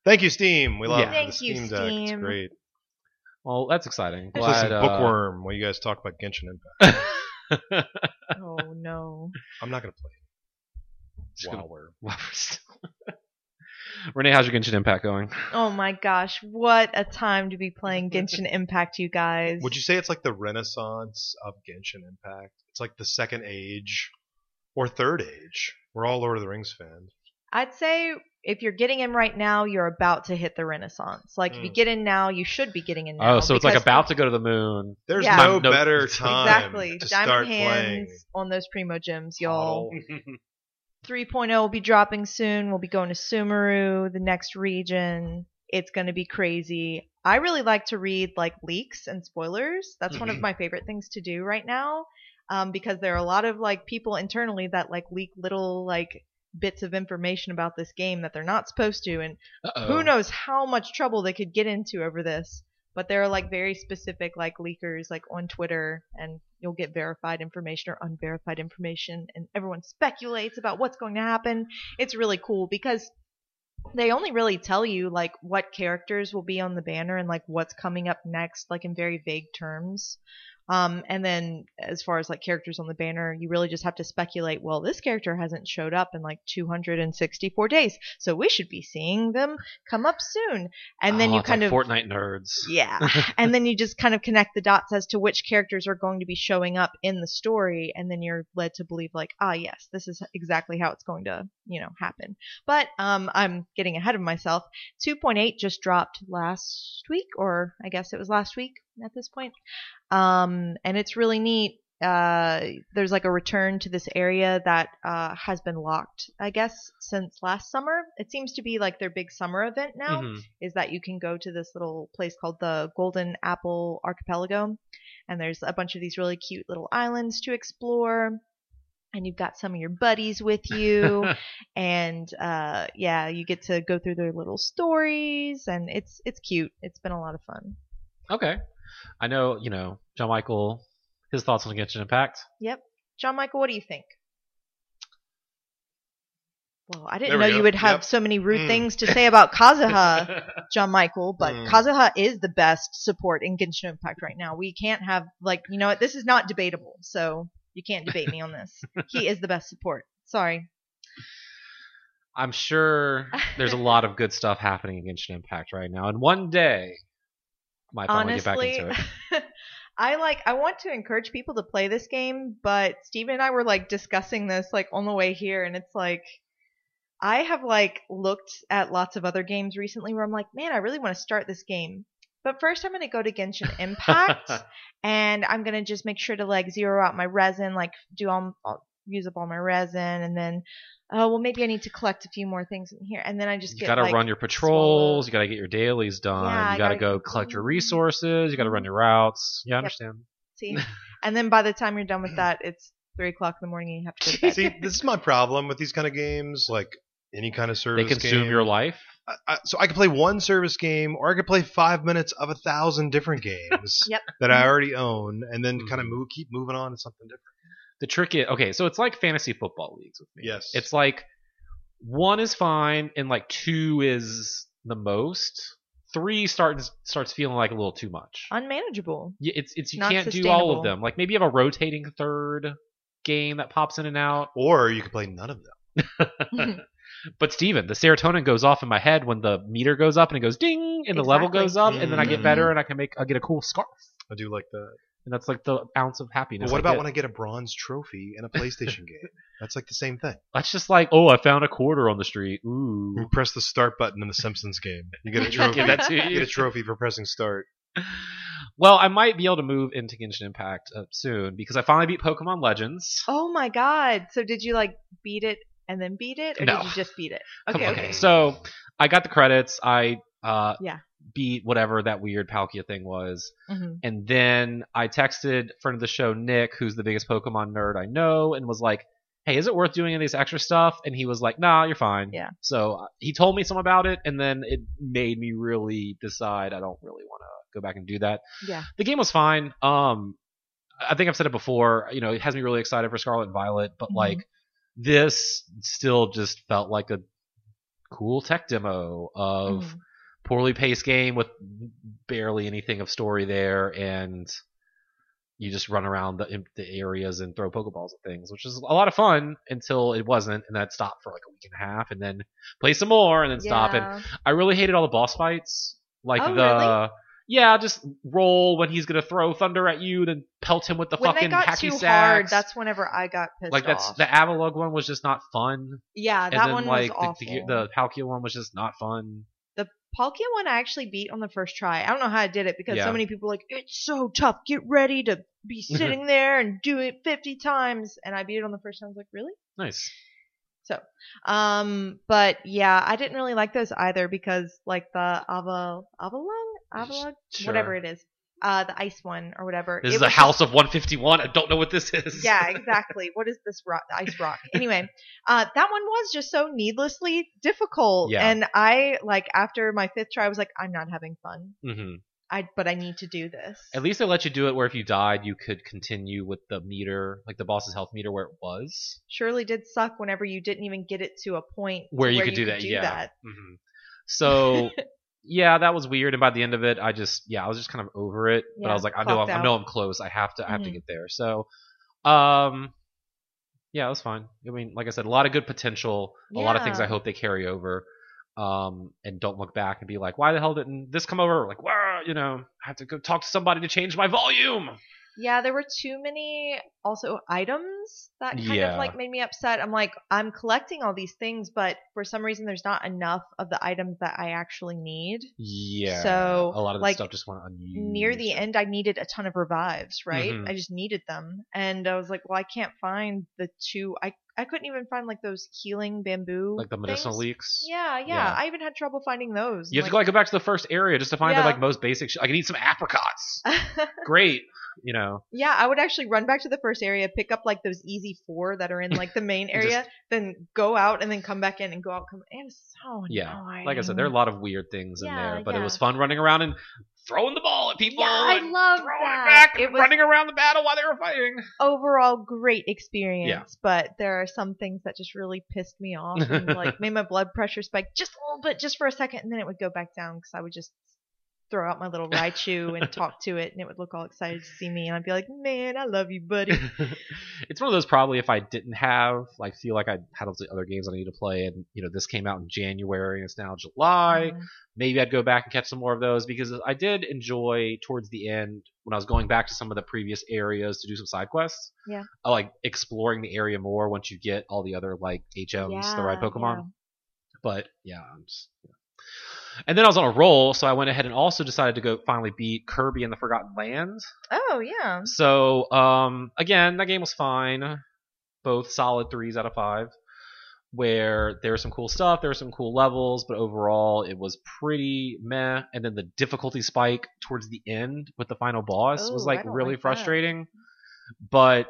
S1: thank you, Steam. We love
S3: Yeah.
S2: Thank
S1: the
S2: you,
S1: Steam Deck.
S2: Steam.
S1: It's great.
S3: well that's exciting
S1: Let's
S3: Glad,
S1: Listen,
S3: uh,
S1: Bookworm, while you guys talk about Genshin Impact,
S2: Oh no.
S1: I'm not gonna play.
S3: uh, Just
S1: It.
S3: gonna-
S1: Wow, we're
S3: Well, we're still- [LAUGHS] renee how's your genshin impact going
S2: Oh my gosh, what a time to be
S1: [LAUGHS]
S2: playing Genshin Impact, you guys.
S1: Would you say it's like the renaissance of Genshin Impact? It's like the second age or third age. We're all Lord of the Rings fans.
S2: I'd say if you're getting in right now, you're about to hit the renaissance. Like if you
S1: Mm.
S2: get in now, you should be getting in now.
S3: oh so it's like
S2: because-
S3: about to go to the [LAUGHS] moon
S1: There's
S2: Yeah.
S1: no
S3: No-
S1: better time
S2: Exactly.
S1: to
S2: Diamond
S1: start
S2: hands
S1: playing.
S2: on those primo gems, y'all.
S1: Huddle.
S2: 3.0 will be dropping soon. We'll be going to Sumeru, the next region. It's going to be crazy. I really like to read like leaks and spoilers. That's one of
S1: Mhm.
S2: my favorite things to do right now um, because there are a lot of like people internally that like leak little like bits of information about this game that they're not supposed to and
S3: Uh-oh.
S2: who knows how much trouble they could get into over this but there are like very specific like leakers like on twitter and you'll get verified information or unverified information and everyone speculates about what's going to happen it's really cool because they only really tell you like what characters will be on the banner and like what's coming up next like in very vague terms um, and then as far as like characters on the banner you really just have to speculate well this character hasn't showed up in like 264 days so we should be seeing them come up soon and then
S3: Oh,
S2: you
S3: it's
S2: kind
S3: like
S2: of
S3: fortnite nerds
S2: yeah. and then you just kind of connect the dots as to which characters are going to be showing up in the story. And then you're led to believe, like, ah, yes, this is exactly how it's going to, you know, happen. But um, I'm getting ahead of myself. 2.8 just dropped last week, or I guess it was last week at this point. Um, and it's really neat. Uh, there's like a return to this area that uh, has been locked, I guess, since last summer. It seems to be like their big summer event
S3: [LAUGHS]
S2: now
S3: Mhm.
S2: is that you can go to this little place called the Golden Apple Archipelago, and there's a bunch of these really cute little islands to explore. And you've got some of your
S1: [LAUGHS]
S2: buddies with you, and uh, yeah, you get to go through their little stories, and it's it's cute. It's been a lot of fun.
S3: [LAUGHS] okay i know you know john michael his thoughts on genshin impact
S2: John Michael, what do you think? Well, I didn't
S1: There we
S2: know
S1: go.
S2: you would have
S1: Yep.
S2: so many rude
S1: Mm.
S2: things to say
S1: [LAUGHS]
S2: about Kazuha. John Michael, but
S1: Mm.
S2: Kazuha is the best support in Genshin Impact right now. We can't have like you know what this is not debatable, so you can't debate me on this. He is the best support. Sorry.
S3: [LAUGHS] I'm sure there's a lot of good stuff happening in Genshin Impact right now, and one day I might finally
S2: Honestly,
S3: get back into it.
S2: I like I want to encourage people to play this game, but Steven and I were like discussing this like on the way here and it's like I have like looked at lots of other games recently where I'm like, man, I really want to start this game. But first I'm going to go to
S3: [LAUGHS]
S2: Genshin Impact and I'm gonna just make sure to like zero out my resin, like do all I'll use up all my resin, and then oh well maybe I need to collect a few more things in here, and then I just [LAUGHS]
S3: you
S2: get
S3: gotta
S2: like
S3: run your patrols. You gotta get your dailies done.
S2: Yeah,
S3: you
S2: I
S3: gotta,
S2: gotta- Mm-hmm.
S3: go collect your resources. You gotta run your routes. Yeah, I
S2: Yep.
S3: understand. [LAUGHS]
S2: see, and then by the time you're done with that, it's three o'clock in the morning and you have to
S3: [LAUGHS]
S2: go
S1: [LAUGHS]
S2: to
S1: See,
S2: bed.
S1: this is my problem with these kind of games, like any kind of
S3: They
S1: service.
S3: consume
S1: game.
S3: your life.
S1: I- I- so I could play one service game, or I could play five minutes of a thousand different games
S2: [LAUGHS] Yep.
S1: that I already own, and then
S3: Mhm.
S1: kind of move, keep moving on to something different.
S3: The trick is okay, so it's like fantasy football leagues with me.
S1: Yes.
S3: It's like one is fine, and like two is the most. Three starts starts feeling like a little too much.
S2: unmanageable.
S3: Y- it's it's you
S2: Not
S3: can't do all of
S2: sustainable.
S3: them. Like maybe you have a rotating third game that pops in
S2: [LAUGHS]
S3: and out. [LAUGHS]
S1: Or you could play none of them.
S3: But Steven, the serotonin goes off in my head when the meter goes up and it goes ding and the level
S2: Exactly.
S3: goes up and then I get
S1: Mhm.
S3: better and I can make I get a cool scarf.
S1: I do like that.
S3: And that's like the ounce of happiness.
S1: But what
S3: I
S1: about
S3: get.
S1: when I get a bronze trophy
S2: [LAUGHS]
S1: in a PlayStation game? That's like the same thing.
S3: that's just like, oh, I found a quarter on the street. Ooh.
S1: You press the start button in the Simpsons game. You
S2: [LAUGHS]
S1: get a
S2: Give
S1: trophy.
S3: Give that to
S1: you get
S3: you.
S1: a trophy for pressing start.
S3: [LAUGHS] Well, I might be able to move into Genshin Impact uh, soon because I finally beat Pokemon Legends.
S2: oh my god! So did you like beat it and then beat it, or
S3: No.
S2: did you just beat it?
S3: [LAUGHS] Come
S2: Okay,
S3: on.
S2: okay.
S3: So I got the credits. I uh,
S2: Yeah.
S3: beat whatever that weird Palkia thing was.
S2: Mhm.
S3: And then I texted friend of the show Nick, who's the biggest Pokemon nerd I know, and was like, "Hey, is it worth doing any of this extra stuff?" And he was like, "Nah, you're fine."
S2: Yeah.
S3: So uh, he told me some about it, and then it made me really decide I don't really want to go back and do that.
S2: Yeah.
S3: The game was fine. Um, I think I've said it before. You know, it has me really excited for Scarlet and Violet, but
S2: Mhm.
S3: like this still just felt like a cool tech demo of
S2: Mhm.
S3: poorly paced game with barely anything of story there, and you just run around the, the areas and throw pokeballs at things, which is a lot of fun until it wasn't, and then it stopped for like a week and a half, and then play some more, and then stop. And
S2: Yeah.
S3: I really hated all the boss fights, like
S2: Oh,
S3: the.
S2: really?
S3: Yeah, just roll when he's gonna throw thunder at you, then pelt him with the
S2: when they
S3: fucking
S2: got
S3: hacky
S2: too hard,
S3: sacks.
S2: that's whenever I got pissed
S3: like that's
S2: off.
S3: the Avalog one was just not fun,
S2: yeah,
S3: and
S2: that
S3: then
S2: one
S3: like
S2: was awful.
S3: the, the the Palkia one was just not fun.
S2: The Palkia one I actually beat on the first try. I don't know how I did it because
S3: Yeah.
S2: so many people were like, it's so tough. Get ready to
S3: [LAUGHS]
S2: be sitting there and do it 50 times. And I beat it on the first time. I was like, really?
S3: Nice.
S2: Um, but yeah, I didn't really like those either because like the Aval, Avalon? Avalon?
S3: Sure.
S2: Whatever it is. Uh, the ice one or whatever.
S3: This
S2: It
S3: is a
S2: was just-
S3: house of 151. I don't know what this is.
S2: [LAUGHS] yeah, exactly. What is this rock, ice rock? Anyway, uh, that one was just so needlessly difficult,
S3: Yeah.
S2: and I like after my fifth try, I was like, I'm not having fun.
S3: hmm
S2: I but I need to do this.
S3: At least they let you do it where if you died, you could continue with the meter, like the boss's health meter, where it was,
S2: surely did suck whenever you didn't even get it to a point to
S3: where, you could do that. yeah. hmm
S2: [LAUGHS]
S3: So. Yeah, that was weird. And by the end of it, I just yeah, I was just kind of over it. but I
S2: Yeah,
S3: was like, I know,
S2: clocked
S3: I'm, I
S2: out.
S3: know, I'm close. I have to, I have to
S2: Mhm.
S3: get there. So, um, yeah, it was fine. I mean, like I said, a lot of good potential. A lot of things
S2: Yeah.
S3: I hope they carry over, um, and don't look back and be like, why the hell didn't this come over? Like, wow, you know, I have to go talk to somebody to change my volume.
S2: Yeah, there were too many also items that kind
S3: Yeah.
S2: of like made me upset. I'm like, I'm collecting all these things, but for some reason, there's not enough of the items that I actually need.
S3: Yeah.
S2: So,
S3: a lot of the
S2: like,
S3: stuff just went unused.
S2: near the end i needed a ton of revives right
S3: Mhm.
S2: i just needed them and i was like well i can't find the two i i couldn't even find like those healing bamboo
S3: like the medicinal
S2: things.
S3: leaks.
S2: yeah, yeah
S3: Yeah.
S2: i even had trouble finding those
S3: You have
S2: I'm
S3: to go, like, go back to the first area just to find the
S2: Yeah.
S3: like most basic. Sh- I can eat some
S2: [LAUGHS]
S3: apricots.
S2: like-
S3: Great, you know.
S2: yeah i would actually run back to the first area pick up like those easy four that are in like the
S3: [LAUGHS]
S2: main
S3: And
S2: area then go out and then come back in and go out come it was so
S3: Yeah.
S2: annoying.
S3: Like I said, there are a lot of weird things in
S2: Mm. Yeah,
S3: there, but it
S2: yeah.
S3: was fun running around and throwing the ball at people.
S2: yeah, I
S3: and
S2: love
S3: throwing it
S2: that.
S3: back
S2: It
S3: and
S2: was
S3: running around the battle while they were
S2: [LAUGHS]
S3: fighting. [LAUGHS]
S2: overall great experience, but there are some things that just really pissed me off and
S3: [LAUGHS]
S2: like made my blood pressure spike just a little bit, just for a second, and then it would go back down because I would just throw out my little Raichu
S3: [LAUGHS]
S2: and talk to it, and it would look all excited to see me, and I'd be like, "Man, I love you, buddy."
S3: it's one of those probably if I didn't have like feel like I had all the other games I need to play and you know this came out in January and it's now July.
S2: Mm.
S3: Maybe I'd go back and catch some more of those because I did enjoy towards the end when I was going back to some of the previous areas to do some side quests.
S2: Yeah.
S3: I like exploring the area more once you get all the other like HMs, the right
S2: Yeah,
S3: Pokemon.
S2: yeah.
S3: But yeah, I'm just. yeah. And then I was on a roll, so I went ahead and also decided to go finally beat Kirby and the Forgotten Land.
S2: Oh yeah,
S3: So um, again, that game was fine. Both solid threes out of five. Where there was some cool stuff, there were some cool levels, but overall it was pretty meh. And then the difficulty spike towards the end with the final boss was
S2: Oh, I
S3: like
S2: don't
S3: really
S2: like that.
S3: frustrating. But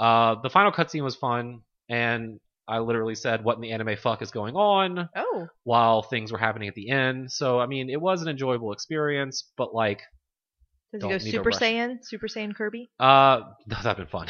S3: uh, the final cutscene was fun, and I literally said, "What in the anime fuck is going on?"
S2: oh
S3: while things were happening at the end. So I mean, it was an enjoyable experience, but like,
S2: does
S3: Don't
S2: he go
S3: need to
S2: Super
S3: rush.
S2: Saiyan, Super Saiyan
S3: [LAUGHS]
S2: Kirby? [LAUGHS]
S3: uh, that'd been fun.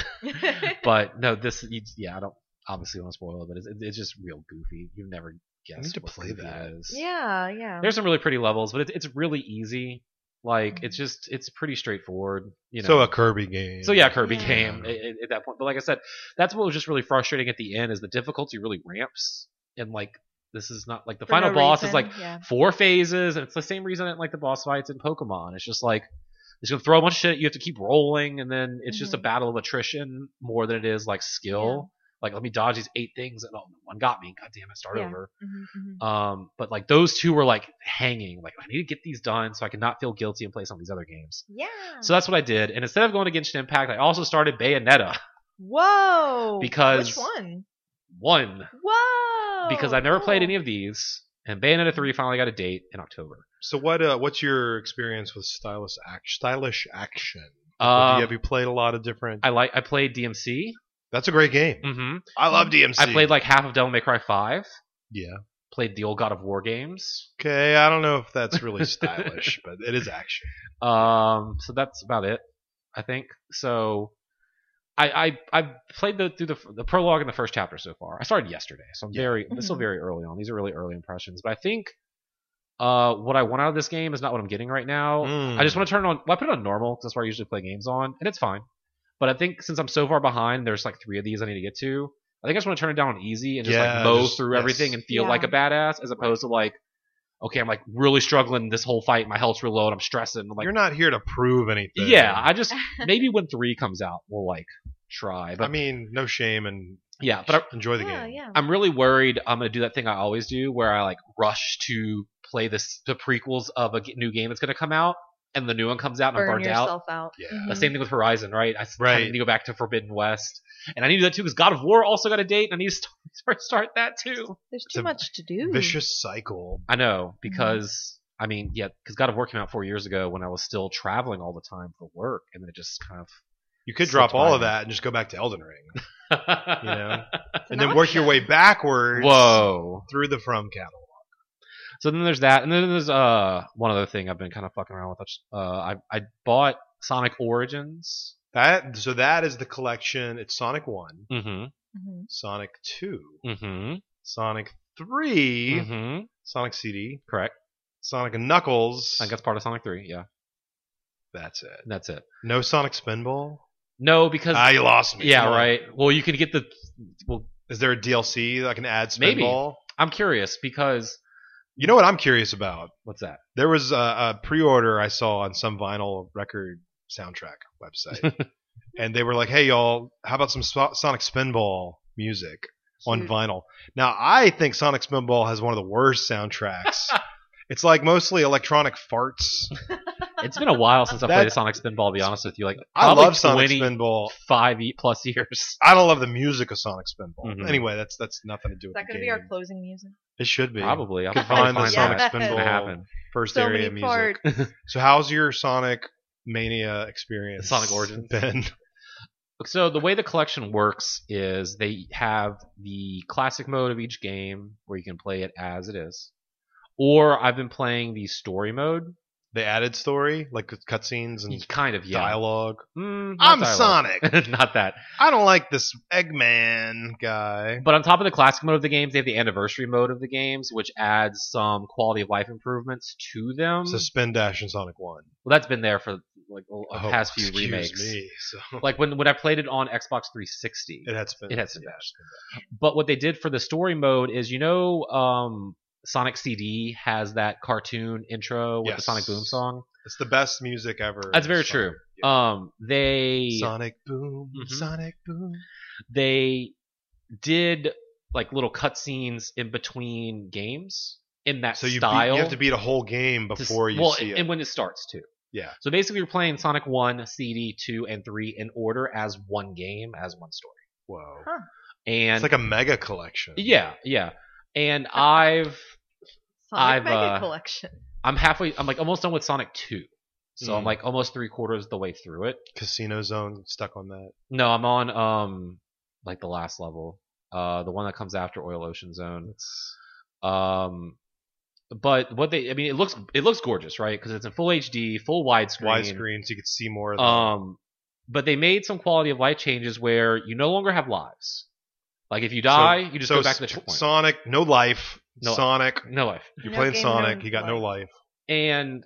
S3: but no, this, you- yeah, I don't obviously want to spoil it, but it's, it's just real goofy. You've never guessed.
S1: need to
S3: what
S1: play
S3: goofy
S1: that.
S3: is.
S2: yeah, yeah.
S3: there's some really pretty levels, but it's it's really easy. Like
S2: Mhm.
S3: it's just it's pretty straightforward. You know.
S1: So a Kirby game.
S3: So yeah, Kirby
S2: Yeah.
S3: came at, at- at that point. But like I said, that's what was just really frustrating at the end is the difficulty really ramps and like this is not like the
S2: For
S3: final
S2: no
S3: boss is
S2: reason.
S3: like
S2: yeah.
S3: four phases, and it's the same reason I didn't like the boss fights in Pokemon. It's just like it's gonna throw a bunch of shit. at You have to keep rolling, and then it's just a
S2: Mhm.
S3: battle of attrition more than it is like skill. Like let me dodge these eight things, and oh, one got me. God damn it, start
S2: Yeah.
S3: over.
S2: Mhm, mhm.
S3: Um, but like those two were like hanging. Like I need to get these done so I can not feel guilty and play some of these other games.
S2: yeah.
S3: So that's what I did. And instead of going to Genshin Impact, I also started Bayonetta
S2: Whoa.
S3: because-
S2: which one?
S3: one
S2: Whoa.
S3: because I've never played
S2: Oh, cool.
S3: any of these, and Bayonetta three finally got a date in October.
S1: So what? Uh, what's your experience with stylish act, stylish action? Have you-
S3: Um,
S1: have you played a lot of different?
S3: I like I played DMC.
S1: That's a great game.
S3: Mm-hmm.
S1: I love DMC.
S3: I played like half of Devil May Cry Five.
S1: Yeah.
S3: Played the old God of War games.
S1: Okay. I don't know if that's really
S3: [LAUGHS]
S1: stylish, but it is action.
S3: Um, so that's about it, I think. So, I I I played the through the the prologue and the first chapter so far. I started yesterday, so I'm
S1: Yeah.
S3: very I'm still
S2: Mhm.
S3: very early on. These are really early impressions, but I think uh what I want out of this game is not what I'm getting right now.
S1: Hmm.
S3: I just want to turn it on. Well, I put it on normal 'cause that's where I usually play games on, and it's fine. But I think since I'm so far behind, there's like three of these I need to get to. I think I just want to turn it down on easy and just
S1: Yeah,
S3: like mow
S1: just-
S3: through
S1: yes.
S3: everything and feel
S2: Yeah.
S3: like a badass, as opposed to like, okay, I'm like really struggling this whole fight. My health's real low, and I'm stressing. I'm, like,
S1: You're not here to prove anything.
S3: yeah,
S2: [LAUGHS]
S3: I just maybe when three comes out, we'll like try. But
S1: I mean, no shame and
S3: yeah, but I,
S1: enjoy the
S2: yeah,
S1: game.
S2: yeah.
S3: I'm really worried I'm gonna do that thing I always do, where I like rush to play this the prequels of a g- new game that's gonna come out, and the new one comes out and I'm
S2: Burn
S3: burned out.
S2: yourself out.
S1: Yeah.
S2: Mhm.
S3: The same thing with Horizon, right? I s- kinda
S1: Right.
S3: need to go back to Forbidden West, and I need to do that too because God of War also got a date, and I need to start, [LAUGHS] start that too.
S2: There's
S1: It's
S2: too
S1: a
S2: much to do.
S1: Vicious cycle.
S3: I know because
S1: Mm-hmm.
S3: I mean, yeah, because God of War came out four years ago when I was still traveling all the time for work, and then it just kind of [LAUGHS]
S1: You could
S3: So
S1: drop all of
S3: tiring.
S1: that and just go back to Elden Ring,
S3: [LAUGHS]
S1: you know,
S2: It's
S1: and
S2: an
S1: then work your way
S2: option.
S1: backwards.
S3: Whoa.
S1: Through the From catalog.
S3: So then there's that, and then there's uh one other thing I've been kind of fucking around with. Uh, I I bought Sonic Origins.
S1: That so that is the collection. It's Sonic One,
S3: Mm-hmm.
S2: Mhm.
S1: Sonic Two,
S3: Mm-hmm.
S1: Sonic 3
S3: Mm-hmm.
S1: Sonic CD,
S3: Correct.
S1: Sonic and Knuckles.
S3: I think that's part of Sonic Three. Yeah,
S1: that's it.
S3: and that's it.
S1: No Sonic Spinball.
S3: No, because
S1: Ah, you lost me.
S3: yeah,
S1: Come on.
S3: right. Well, you can get the. Well,
S1: Is there a DLC that I can add Spinball?
S3: Maybe. I'm curious because
S1: You know what I'm curious about?
S3: what's that?
S1: There was a, a pre-order I saw on some vinyl record soundtrack
S3: [LAUGHS]
S1: website, and they were like, "Hey, y'all, how about some so- Sonic Spinball music on
S2: Cute.
S1: vinyl?" Now, I think Sonic Spinball has one of the worst
S3: [LAUGHS]
S1: soundtracks. it's like mostly electronic farts.
S3: It's been a while since I played a
S1: That's-
S3: Sonic Spinball. To be honest with you, like
S1: I
S3: probably
S1: love Sonic
S3: 20
S1: Spinball.
S3: five e-
S1: [LAUGHS]
S3: plus years.
S1: I don't love the music of Sonic Spinball.
S3: Mhm.
S1: Anyway, that's that's nothing to do
S2: Is
S1: with
S2: that
S1: the
S2: going to
S1: game.
S2: be our closing music?
S1: it should be
S3: Probably. I'm
S1: Could
S3: probably
S1: find the
S3: find
S1: Sonic
S3: that.
S2: that.
S1: Spinball
S3: It's gonna happen.
S1: first
S2: so
S1: area
S2: many
S1: of music.
S2: parts.
S3: [LAUGHS]
S1: So, how's your Sonic Mania experience?
S3: Sonic Origins.
S1: been?
S3: So the way the collection works is they have the classic mode of each game where you can play it as it is, or I've been playing the story mode.
S1: They added story, like with cutscenes and
S3: Kind of yeah.
S1: dialogue. Mm.
S3: Mm, not
S1: I'm
S3: dialogue.
S1: Sonic.
S3: [LAUGHS] not that.
S1: [LAUGHS] I don't like this Eggman guy.
S3: But on top of the classic mode of the games, they have the anniversary mode of the games, which adds some quality of life improvements to them.
S1: So Spin Dash and Sonic One.
S3: well, that's been there for like the
S1: Oh,
S3: past few
S1: excuse
S3: remakes.
S1: me. So- [LAUGHS]
S3: Like when when I played it on Xbox 360,
S1: it had Spin.
S3: It had Spin
S1: yeah,
S3: Dash. But what they did for the story mode is, you know, um, Sonic CD has that cartoon intro with the
S1: Yes.
S3: Sonic Boom song.
S1: It's the best music ever.
S3: That's very
S1: It's Sonic.
S3: true.
S1: Yeah.
S3: Um, they
S1: Sonic Boom,
S3: Mhm.
S1: Sonic Boom.
S3: they did like little cutscenes in between games in that
S1: So you, beat,
S3: style.
S1: you have to beat a whole game
S3: to s-
S1: before you
S3: well,
S1: see it.
S3: and when it starts too.
S1: Yeah.
S3: So basically, you're playing Sonic One, CD two, and three in order as one game, as one story.
S1: Whoa.
S2: Huh.
S3: And
S1: it's like a mega collection.
S3: yeah, yeah. And I've
S2: Sonic
S3: I've,
S2: Mega
S3: uh,
S2: Collection.
S3: I'm halfway. I'm like almost done with Sonic Two, so I'm
S1: Mm.
S3: like almost three quarters the way through it.
S1: Casino Zone stuck on that.
S3: No, I'm on um like the last level, uh the one that comes after Oil Ocean Zone.
S1: It's
S3: Um, but what they, I mean, it looks it looks gorgeous, right? Because it's in full HD, full widescreen.
S1: widescreen, so you could see more. Of them.
S3: Um, but they made some quality of life changes where you no longer have lives. Like if you die, you just
S1: so
S3: go back to the
S1: S-
S3: checkpoint.
S1: Sonic, no life.
S3: No life.
S1: Sonic,
S3: no life.
S1: you're
S2: No
S1: playing
S2: game,
S1: Sonic.
S2: no
S1: You got no life.
S3: and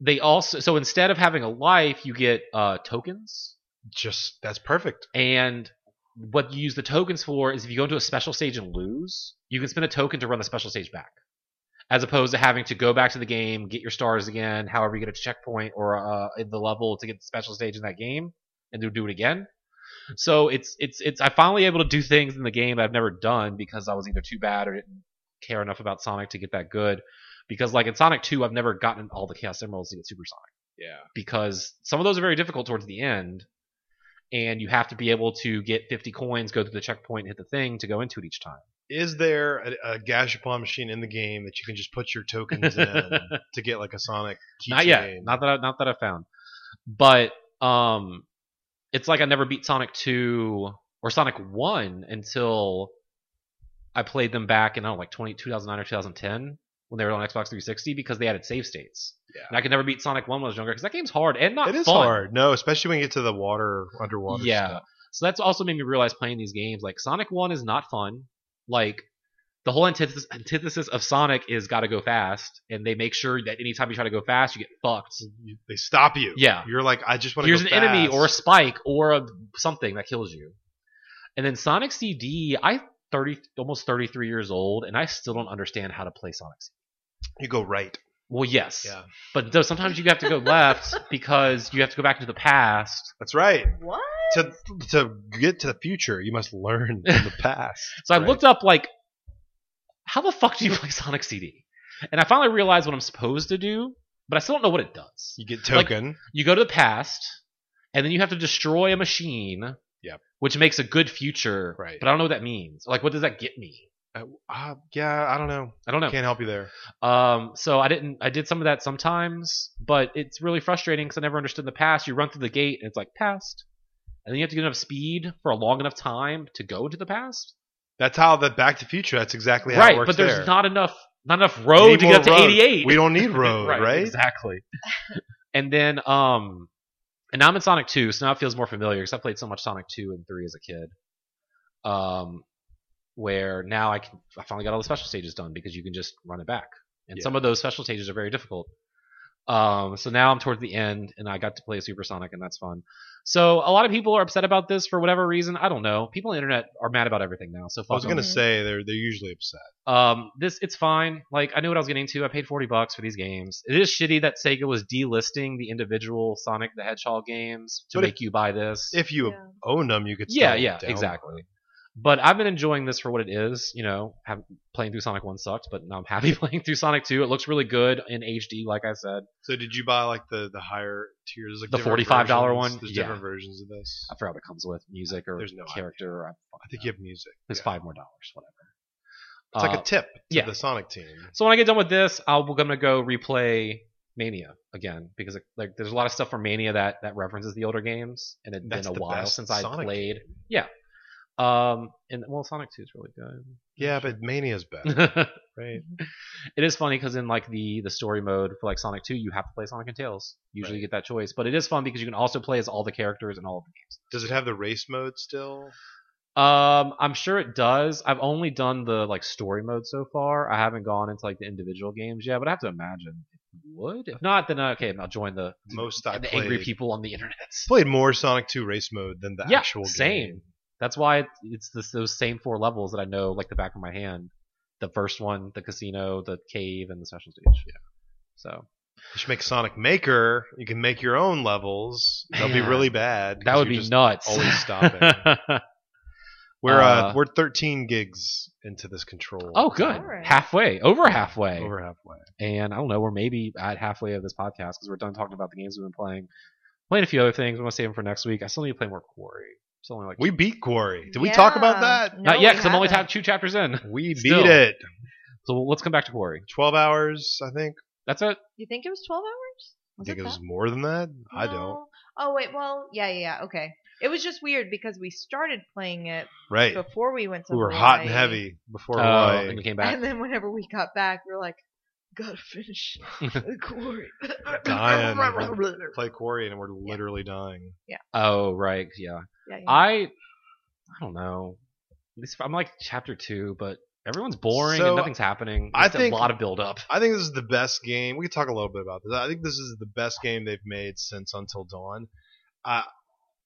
S3: they also so instead of having a life you get uh, tokens
S1: Just that's perfect.
S3: and what you use the tokens for is if you go into a special stage and lose you can spend a token to run the special stage back as opposed to having to go back to the game get your stars again however you get a checkpoint or uh, in the level to get the special stage in that game and to do it again so it's it's it's i finally able to do things in the game that i've never done because i was either too bad or didn't care enough about sonic to get that good because like in sonic 2 i've never gotten all the chaos emeralds to get super sonic
S1: Yeah.
S3: because some of those are very difficult towards the end, and you have to be able to get 50 coins, go through the checkpoint, and hit the thing to go into it each time.
S1: Is there a, a Gashapon machine in the game that you can just put your tokens in
S3: [LAUGHS]
S1: to get like a Sonic keychain?
S3: not yet. Not that I, not that I found. But um, it's like I never beat Sonic two or Sonic one until I played them back in I don't know, like 20, 2009 or two thousand ten when they were on Xbox three sixty because they added save states.
S1: Yeah.
S3: And I could never beat Sonic one when I was younger because that game's hard and not
S1: it is
S3: fun.
S1: hard. No, especially when you get to the water underwater.
S3: Yeah.
S1: stuff.
S3: So that's also made me realize playing these games like Sonic one is not fun. Like the whole antithesis, antithesis of Sonic is gotta go fast, and they make sure that anytime you try to go fast, you get fucked.
S1: You- they stop you.
S3: Yeah.
S1: you're like I just want to.
S3: Here's
S1: go
S3: an enemy
S1: fast.
S3: or a spike or a something that kills you. And then Sonic CD, I 30 almost 33 years old, and I still don't understand how to play Sonic CD.
S1: you go right.
S3: Well, yes,
S1: Yeah.
S3: but though sometimes you have to go
S1: [LAUGHS]
S3: left because you have to go back into the past.
S1: That's right.
S2: What?
S1: To to get to the future, you must learn from
S3: [LAUGHS]
S1: the past.
S3: So I
S1: right?
S3: looked up like, how the fuck do you [LAUGHS] play Sonic CD? And I finally realized what I'm supposed to do, but I still don't know what it does.
S1: You get
S3: like-
S1: token.
S3: You go to the past, and then you have to destroy a machine.
S1: Yep.
S3: Which makes a good future.
S1: Right.
S3: But I don't know what that means. Like, what does that get me?
S1: Uh, uh, yeah, I don't know.
S3: I don't know.
S1: Can't help you there.
S3: Um, so I didn't. I did some of that sometimes, but it's really frustrating because I never understood the past. You run through the gate and it's like past, and then you have to get enough speed for a long enough time to go to the past.
S1: That's how the Back to the Future. That's exactly how it
S3: right,
S1: works
S3: but there's
S1: there.
S3: not enough not enough
S1: We
S3: road
S1: need
S3: to get up
S1: more
S3: to
S1: road.
S3: 88.
S1: We don't
S3: [LAUGHS]
S1: need road, right?
S3: Exactly. [LAUGHS] and then um, and now I'm in Sonic 2, so now it feels more familiar because I played so much Sonic 2 and 3 as a kid. Um, where now I can I finally got all the special stages done because you can just run it back, and
S1: Yeah.
S3: some of those special stages are very difficult. Um, so now I'm towards the end, and I got to play Super Sonic, and that's fun. So a lot of people are upset about this for whatever reason. I don't know. People on the internet are mad about everything now. So
S1: I
S3: fuck
S1: was
S3: 'em.
S1: gonna say they're they're usually upset.
S3: Um, this it's fine. Like I knew what I was getting into. I paid forty bucks for these games. It is shitty that Sega was delisting the individual Sonic the Hedgehog games to
S1: But if-
S3: make you buy this.
S1: If you
S2: Yeah.
S1: own them, you could.
S3: yeah,
S1: still
S3: yeah,
S1: download
S3: exactly. But I've been enjoying this for what it is. You know, have, playing through Sonic One sucked, but now I'm [LAUGHS] happy playing through Sonic Two. It looks really good in HD, like I said.
S1: So did you buy like the the higher tiers, like
S3: The
S1: different
S3: $45
S1: versions?
S3: one?
S1: There's
S3: Yeah. Uh,
S1: different versions of this.
S3: I forgot what comes with music or
S1: There's no idea.
S3: character. Or,
S1: I think you have music.
S3: it's
S1: Yeah.
S3: five more dollars, whatever.
S1: It's like
S3: Uh,
S1: a tip to
S3: yeah.
S1: the Sonic team.
S3: So when I get done with this, I'll, I'm gonna go replay Mania again because like there's a lot of stuff from Mania that that references the older games, and it's
S1: That's
S3: been a
S1: the
S3: while
S1: best
S3: since I
S1: Sonic
S3: played. Yeah. Um, and well, Sonic Two is really good.
S1: Yeah, but Mania's
S3: [LAUGHS]
S1: better, right?
S3: it is funny because in like the the story mode for like Sonic Two, you have to play Sonic and Tails. Usually,
S1: Right.
S3: you get that choice, but it is fun because you can also play as all the characters in all of the games.
S1: Does it have the race mode still?
S3: Um, I'm sure it does. I've only done the like story mode so far. I haven't gone into like the individual games yet, but I have to imagine it would. If not, then okay, I'll join the
S1: Most I
S3: the
S1: played
S3: angry people on the internet.
S1: played more Sonic Two race mode than the
S3: yeah,
S1: actual game.
S3: same. That's why it- it's this, those same four levels that I know like the back of my hand. The first one, the casino, the cave, and the special stage. Yeah. So
S1: You should make Sonic Maker. You can make your own levels. They'll be
S3: Man.
S1: really bad.
S3: that
S1: 'cause
S3: would
S1: you're
S3: be
S1: just
S3: nuts. [LAUGHS]
S1: Always stopping. We're uh,
S3: Uh,
S1: we're 13 gigs into this control.
S3: oh, good.
S2: Alright.
S3: Halfway, over halfway.
S1: Over halfway.
S3: and I don't know, we're maybe at halfway of this podcast because we're done talking about the games we've been playing. Playing a few other things. I'm gonna save them for next week. I still need to play more Quarry. Still only like
S1: We beat Quarry. Did we talk about
S2: Yeah.
S1: that?
S2: No,
S3: not yet
S2: we
S3: because I'm only
S2: haven't.
S3: top two chapters in.
S1: We beat
S3: Still.
S1: it.
S3: So let's come back to Quarry.
S1: 12 hours, I think.
S3: That's it.
S2: You think it was 12 hours?
S1: I
S2: Was
S1: think
S2: it
S1: it was
S2: that?
S1: more than that. I don't.
S2: No. Oh wait, well, yeah, yeah, yeah. Okay. It was just weird because we started playing it
S1: Right.
S2: before we went to
S1: We were
S2: Hawaii.
S1: hot and heavy before
S3: Uh,
S1: Hawaii.
S3: and we came back.
S2: And then whenever we got back, we were like, gotta finish the
S1: [LAUGHS]
S2: quarry. [LAUGHS]
S1: Dying.
S2: yeah,
S1: Play Quarry and we're literally dying.
S3: Oh right, yeah.
S2: yeah.
S3: I I don't know. At least I'm like chapter two, but everyone's boring
S1: So,
S3: and nothing's happening.
S1: I
S3: It's
S1: think-
S3: a lot of build up.
S1: I think this is the best game. We can talk a little bit about this. I think this is the best game they've made since Until Dawn. I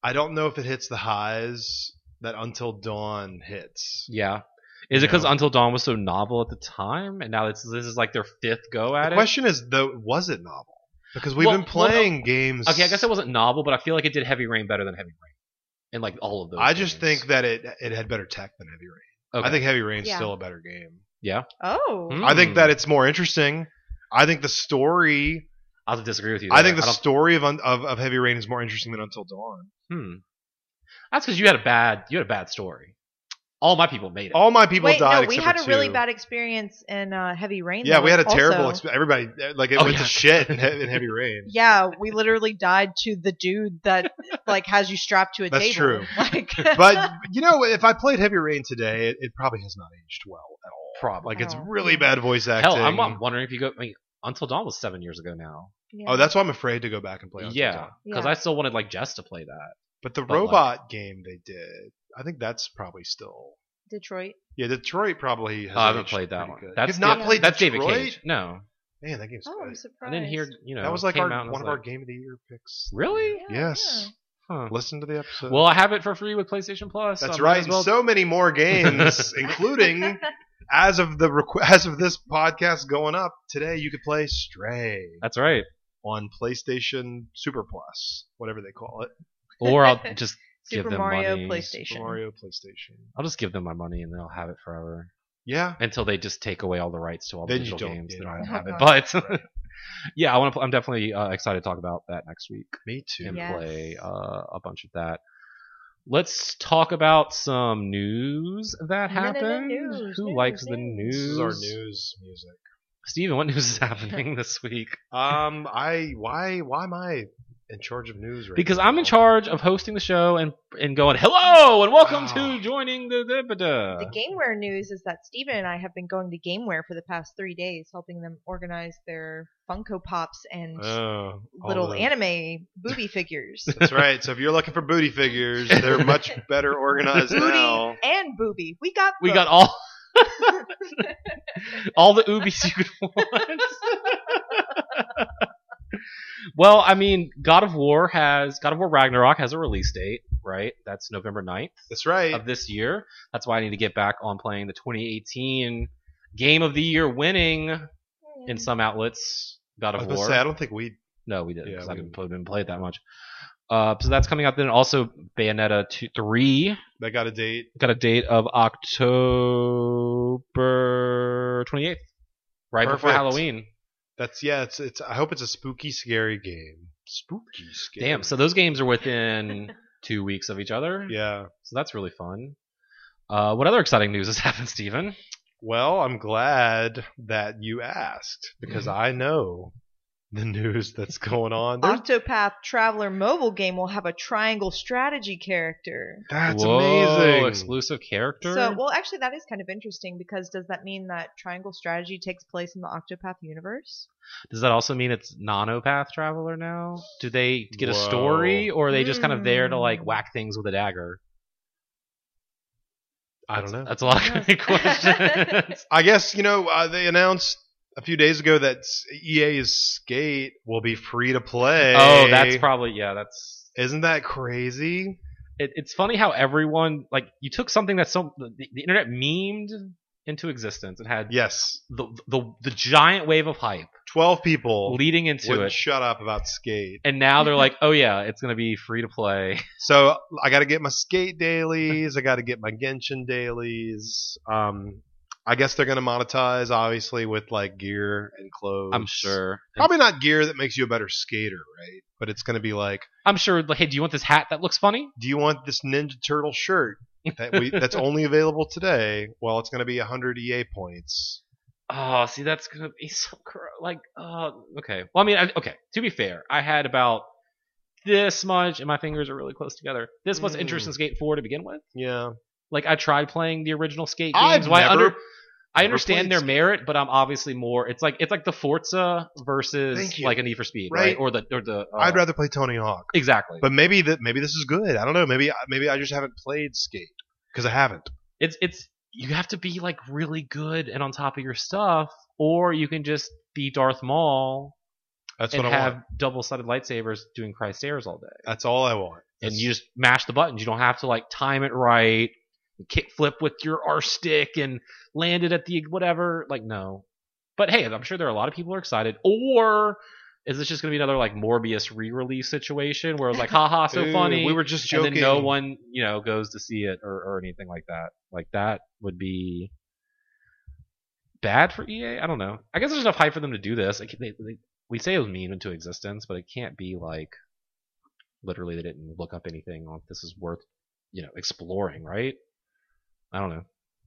S1: I don't know if it hits the highs that Until Dawn hits.
S3: Yeah. Is it because
S1: Yeah.
S3: Until Dawn was so novel at the time, and now this this is like their fifth go at
S1: The
S3: it?
S1: question is though, was it novel? Because we've
S3: Well-
S1: been
S3: well, no.
S1: playing games.
S3: Okay, I guess it wasn't novel, but I feel like it did Heavy Rain better than Heavy Rain, and like all of those.
S1: I just
S3: games.
S1: think that it it had better tech than Heavy Rain.
S3: Okay.
S1: I think Heavy Rain's
S2: Yeah.
S1: still a better game.
S2: oh.
S3: Hmm?
S1: I think that it's more interesting. I think the story.
S3: I'll have to disagree with you.
S1: I
S3: there.
S1: think the
S3: don't-
S1: story of, Un- of of Heavy Rain is more interesting than Until Dawn.
S3: hmm. That's because you had a bad you had a bad story. All my people made it.
S1: All my people
S2: Wait,
S1: died.
S2: no, we
S1: except
S2: had
S1: for
S2: a really
S1: two.
S2: bad experience in uh, heavy rain.
S1: Yeah,
S2: though,
S1: we had a terrible.
S2: also.
S1: Exp- everybody like it
S3: Oh,
S1: went
S3: yeah.
S1: to shit in, he- in heavy
S2: [LAUGHS]
S1: rain.
S2: Yeah, we literally died to the dude that like has you strapped to a
S1: That's
S2: table.
S1: true.
S2: [LAUGHS] Like,
S1: But you know, if I played Heavy Rain today, it, it probably has not aged well at all.
S3: Probably.
S1: Like it's
S2: No.
S1: really bad voice acting.
S3: Hell, I'm, I'm wondering if you go. I mean, Until Dawn was seven years ago now.
S2: Yeah.
S1: Oh, that's why I'm afraid to go back and play. Until
S3: Yeah,
S1: Dawn.
S3: because
S2: Yeah.
S3: I still wanted like Jess to play that.
S1: But the
S3: But, like-
S1: robot game they did, I think that's probably still.
S2: Detroit.
S1: Yeah, Detroit probably. Has
S3: Oh, I haven't
S1: aged
S3: played that
S1: pretty
S3: one.
S1: good.
S3: That's
S1: You've not
S3: David-
S1: played
S3: that's
S1: Detroit?
S3: David Cage. No,
S1: Man, that game's.
S2: Oh,
S1: good.
S2: I'm surprised.
S3: I didn't hear. You know,
S1: that was like
S3: came
S1: our
S3: out and I
S1: one of
S3: was
S1: our
S3: like,
S1: game of the year picks.
S3: Really?
S2: Yeah,
S1: Yes.
S3: Huh.
S1: Listen to the episode.
S3: Well, I have it for free with PlayStation Plus. so
S1: that's
S3: I might
S1: right.
S3: as
S1: and
S3: well-
S1: So many more games,
S3: [LAUGHS]
S1: including as of the requ- as of this podcast going up today, you could play Stray
S3: that's right.
S1: on PlayStation Super Plus, whatever they call it,
S2: [LAUGHS]
S3: Or I'll just give
S2: Super
S3: them
S2: Mario
S3: money.
S1: Super
S2: PlayStation.
S1: Mario PlayStation.
S3: I'll just give them my money and then I'll have it forever
S1: Yeah,
S3: until they just take away all the rights to all the
S1: Then you
S3: digital
S1: don't
S3: games.
S1: get
S3: Then
S1: it.
S3: I don't
S2: Oh, [LAUGHS]
S3: have it.
S2: God.
S3: But [LAUGHS] yeah, I want to. I'm definitely uh, excited to talk about that next week
S1: me too.
S3: and
S2: Yeah. Yes.
S3: play uh, a bunch of that. Let's talk about some news
S2: Minute
S3: that
S2: of
S3: happened.
S2: news,
S3: Who
S2: news,
S3: likes the
S2: news.
S3: news?
S1: This is our news music.
S3: Steven, what news is [LAUGHS]
S2: [LAUGHS]
S3: happening this week?
S1: Um, I why why am I in charge of news right
S3: Because
S1: now?
S3: I'm in charge of hosting the show and and going, hello and welcome to
S1: Ah.
S3: joining the
S2: The
S3: the- the
S2: GameWare news is that Steven and I have been going to GameWare for the past three days, helping them organize their Funko Pops and
S3: Uh,
S1: Oh, all
S2: little
S1: the-
S2: anime
S3: [LAUGHS]
S2: booby figures.
S1: That's right. So if you're looking for booty figures, they're
S2: [LAUGHS]
S1: much better organized
S2: Booty
S1: now.
S2: and booby. We got
S3: We
S2: both.
S3: got all all the oobies you could want. [LAUGHS] well, I mean, God of War has God of War Ragnarok has a release date, right? That's November 9th
S1: That's right.
S3: of this year. That's why I need to get back on playing the 2018 Game of the Year winning in some outlets. God
S1: I was
S3: of
S1: gonna
S3: War.
S1: say I don't think we
S3: No, we didn't
S1: Yeah,
S3: because I
S1: we
S3: haven't
S1: didn't.
S3: played, been played that much. Uh, so that's coming out then. Also, Bayonetta 2, 3
S1: that got a date.
S3: got a date of October 28th, right before
S1: Perfect.
S3: Halloween.
S1: That's yeah. It's it's. I hope it's a spooky, scary game. Spooky, scary.
S3: Damn, so those games
S1: [LAUGHS]
S3: are within two weeks of each other.
S1: yeah.
S3: So that's really fun. Uh, what other exciting news has [LAUGHS] happened, Steven?
S1: Well, I'm glad that you asked because
S3: Mm-hmm.
S1: I know the news that's going on. There's-
S2: Mm-hmm. Octopath Traveler mobile game will have a triangle strategy character.
S1: that's
S3: Whoa,
S1: amazing.
S3: Exclusive character?
S2: So, well, actually, that is kind of interesting because does that mean that triangle strategy takes place in the Octopath universe?
S3: Does that also mean it's Nonopath Traveler now? Do they get a
S1: Whoa.
S3: story, or are they just kind of there to like
S2: Hmm.
S3: whack things with a dagger?
S1: I don't know.
S3: That's a lot
S2: I don't [LAUGHS]
S3: of [LAUGHS] good
S2: know.
S3: questions.
S1: I guess you know uh, they announced a few days ago that EA's Skate will be free to play.
S3: Oh, that's probably yeah. That's
S1: Isn't that crazy?
S3: it, it's funny how everyone like you took something that's so the, the internet memed into existence and had
S1: Yes.
S3: the, the the giant wave of hype
S1: Twelve people
S3: leading into
S1: wouldn't
S3: it,
S1: shut up about Skate.
S3: and now
S1: [LAUGHS]
S3: they're like, oh yeah, it's gonna be free to play.
S1: So I got to get my skate dailies. I got to get my Genshin dailies. Um, I guess they're gonna monetize obviously with like gear and clothes.
S3: I'm sure.
S1: Probably not gear that makes you a better skater, right? But it's gonna be like,
S3: I'm sure. like, Hey, do you want this hat that looks funny?
S1: do you want this Ninja Turtle shirt that we that's only available today? Well, it's gonna be 100 EA points.
S3: Oh, see, that's gonna be so gross. Like, oh, okay. Well, I mean, I, okay. To be fair, I had about this much, and my fingers are really close together. This much interest
S1: Mm.
S3: in Skate Four to begin with.
S1: Yeah,
S3: Like, I tried playing the original Skate
S1: I've
S3: games. Why I,
S1: never-
S3: under, I
S1: never
S3: understand
S1: played
S3: their
S1: Skate.
S3: merit, but I'm obviously more. It's like it's like the Forza versus
S1: Thank you.
S3: like a Need for Speed, right?
S1: Right.
S3: Or the or the. uh,
S1: I'd rather play Tony Hawk.
S3: exactly.
S1: But maybe that maybe this is good. I don't know. Maybe maybe I just haven't played skate because I haven't.
S3: it's it's you have to be like really good and on top of your stuff, or you can just be Darth Maul
S1: That's
S3: and
S1: what I
S3: have
S1: want.
S3: double-sided lightsabers doing Christ airs all day.
S1: That's all I want.
S3: and
S1: That's-
S3: you just mash the buttons. You don't have to like time it right, kick flip with your R stick and land it at the whatever. Like no, but hey, I'm sure there are a lot of people who are excited. Or is this just gonna be another like Morbius re-release situation where it's like, haha, so
S1: Ooh,
S3: funny,
S1: We were just
S3: and
S1: joking.
S3: then no one you know goes to see it or, or anything like that. Like that would be bad for EA. I don't know. I guess there's enough hype for them to do this. Like, they, they, we say it was mean into existence, but it can't be like literally they didn't look up anything. Like this is worth you know exploring, right? I don't know.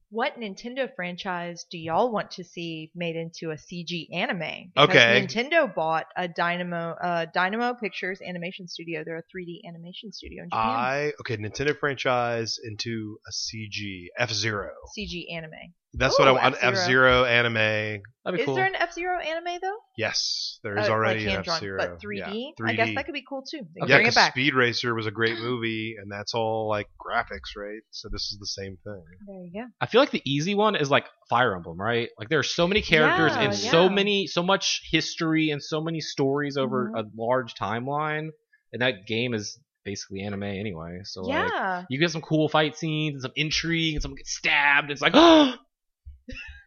S2: What Nintendo franchise do y'all want to see made into a CG anime?
S1: Okay.
S2: Nintendo bought a Dynamo uh, Dynamo Pictures animation studio. They're a 3D animation studio in Japan.
S1: I okay Nintendo franchise into a CG F Zero.
S2: CG anime.
S1: That's what I
S2: Ooh,
S1: want. F Zero
S2: F-Zero.
S1: anime.
S3: That'd be
S2: Is
S3: cool.
S2: there an F Zero anime though?
S1: Yes, there is
S2: Uh,
S1: already
S2: like
S1: an F
S2: hand-drawn,
S1: Zero.
S2: But 3D?
S1: Yeah, 3D.
S2: I guess that could be cool too. They could
S1: yeah,
S2: bring it
S1: 'cause
S2: back.
S1: Speed Racer was a
S2: [GASPS]
S1: great movie, and that's all like graphics, right? So this is the same thing.
S2: There you go.
S3: I feel like the easy one is like Fire Emblem, right? Like there are so many characters
S2: Yeah,
S3: and so
S2: yeah.
S3: many, so much history and so many stories over
S2: Mm-hmm.
S3: a large timeline, and that game is basically anime anyway. So like,
S2: yeah.
S3: you get some cool fight scenes and some intrigue and someone gets stabbed. It's like, [GASPS] oh,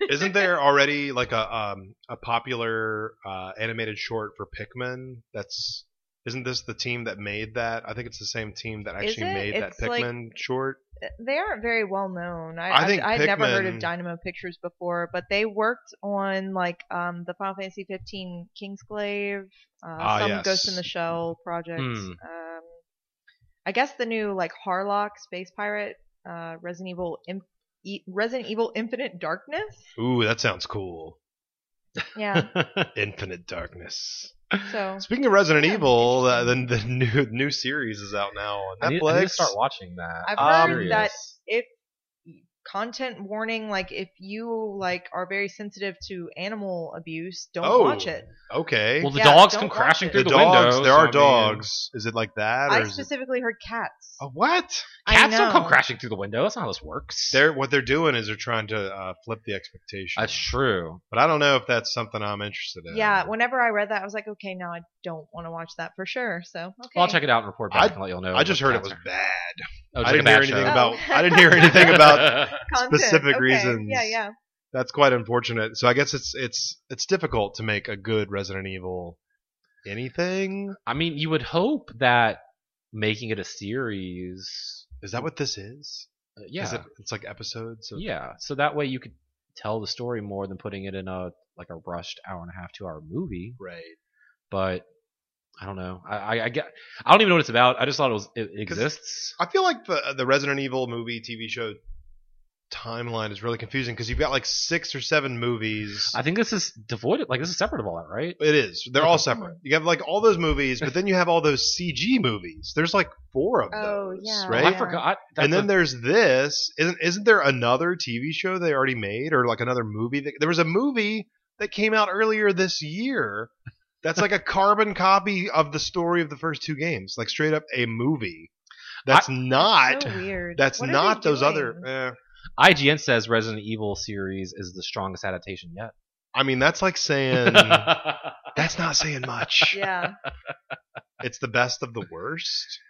S1: Isn't there already like a um a popular uh, animated short for Pikmin? That's isn't this the team that made that? I think it's the same team that
S2: Is
S1: actually
S2: it?
S1: made that
S2: It's like-
S1: Pikmin short.
S2: they aren't very well known. I,
S1: I
S2: I
S1: think
S2: think I'd never heard of
S1: Pikmin-
S2: Dynamo Pictures before, but they worked on like um, the Final Fantasy 15 Kingsglaive, uh,
S1: Ah,
S2: some
S1: yes.
S2: Ghost in the Shell projects.
S3: Hmm.
S2: Um, I guess the new like Harlock Space Pirate, uh, Resident Evil, Im- e- Resident Evil Infinite Darkness.
S1: Ooh, that sounds cool. [LAUGHS]
S2: Yeah,
S1: Infinite Darkness.
S2: so
S1: Speaking of Resident
S2: Yeah,
S1: Evil, uh, the, the [LAUGHS] new new series is out now on Netflix. Um,
S3: I need, I need to start watching that.
S2: I've
S3: I'm
S1: heard
S2: that-
S3: curious.
S2: if content warning, like if you like are very sensitive to animal abuse, don't
S1: Oh.
S2: watch it.
S1: okay.
S3: Well, the
S2: Yeah,
S3: dogs
S2: don't
S3: come
S2: watch
S3: crashing
S2: it.
S3: through
S1: the
S3: the,
S1: dogs.
S3: window.
S1: there
S3: so, I
S1: are
S3: mean,
S1: dogs. is it like that? Or
S2: I
S1: is it-
S2: specifically heard cats.
S1: Oh, what?
S2: I
S3: cats don't come
S2: know.
S3: crashing through the window. That's not how this works.
S1: They're what they're doing is they're trying to uh, flip the expectation.
S3: That's true.
S1: but I don't know if that's something I'm interested in.
S2: Yeah, whenever I read that, I was like, okay, no, I don't want to watch that for sure. So, okay.
S3: Well, I'll check it out and report back and let y'all know.
S1: I just
S3: what
S1: heard it
S3: cats
S1: was
S3: are.
S1: bad.
S3: Oh, it's
S1: I
S3: like a
S1: didn't hear
S3: bad
S1: anything
S3: show.
S1: about.
S2: Oh.
S1: I didn't hear anything about.
S3: [LAUGHS]
S2: Content,
S1: specific
S2: okay.
S1: reasons.
S2: Yeah, yeah.
S1: That's quite unfortunate. So I guess it's it's it's difficult to make a good Resident Evil anything.
S3: I mean, you would hope that making it a series.
S1: Is that what this is?
S3: uh, yeah.
S1: Is it, it's like episodes. Of,
S3: yeah. So that way you could tell the story more than putting it in a like a rushed hour and a half, two hour movie.
S1: Right.
S3: But I don't know. I, I, I get. I don't even know what it's about. I just thought it was it exists.
S1: I feel like the the Resident Evil movie TV show timeline is really confusing because you've got like six or seven movies.
S3: I think this is devoid. Of, like this is separate of all that, right?
S1: It is. They're all
S3: Okay.
S1: separate. You have like all those movies, but then you have all those CG movies. There's like four of
S2: Oh,
S1: those,
S2: yeah.
S1: right?
S3: I forgot.
S1: and then
S3: a,
S1: there's this. Isn't isn't there another TV show they already made or like another movie? That, there was a movie that came out earlier this year. That's like a carbon copy of the story of the first two games, like straight up a movie. That's not.
S2: So weird.
S1: that's
S2: Oh, What are
S1: not
S2: they
S1: those other.
S2: doing?
S1: eh.
S3: IGN says Resident Evil series is the strongest adaptation yet.
S1: I mean, that's like
S3: [LAUGHS]
S1: saying that's not saying much.
S2: Yeah.
S1: It's the best of the worst.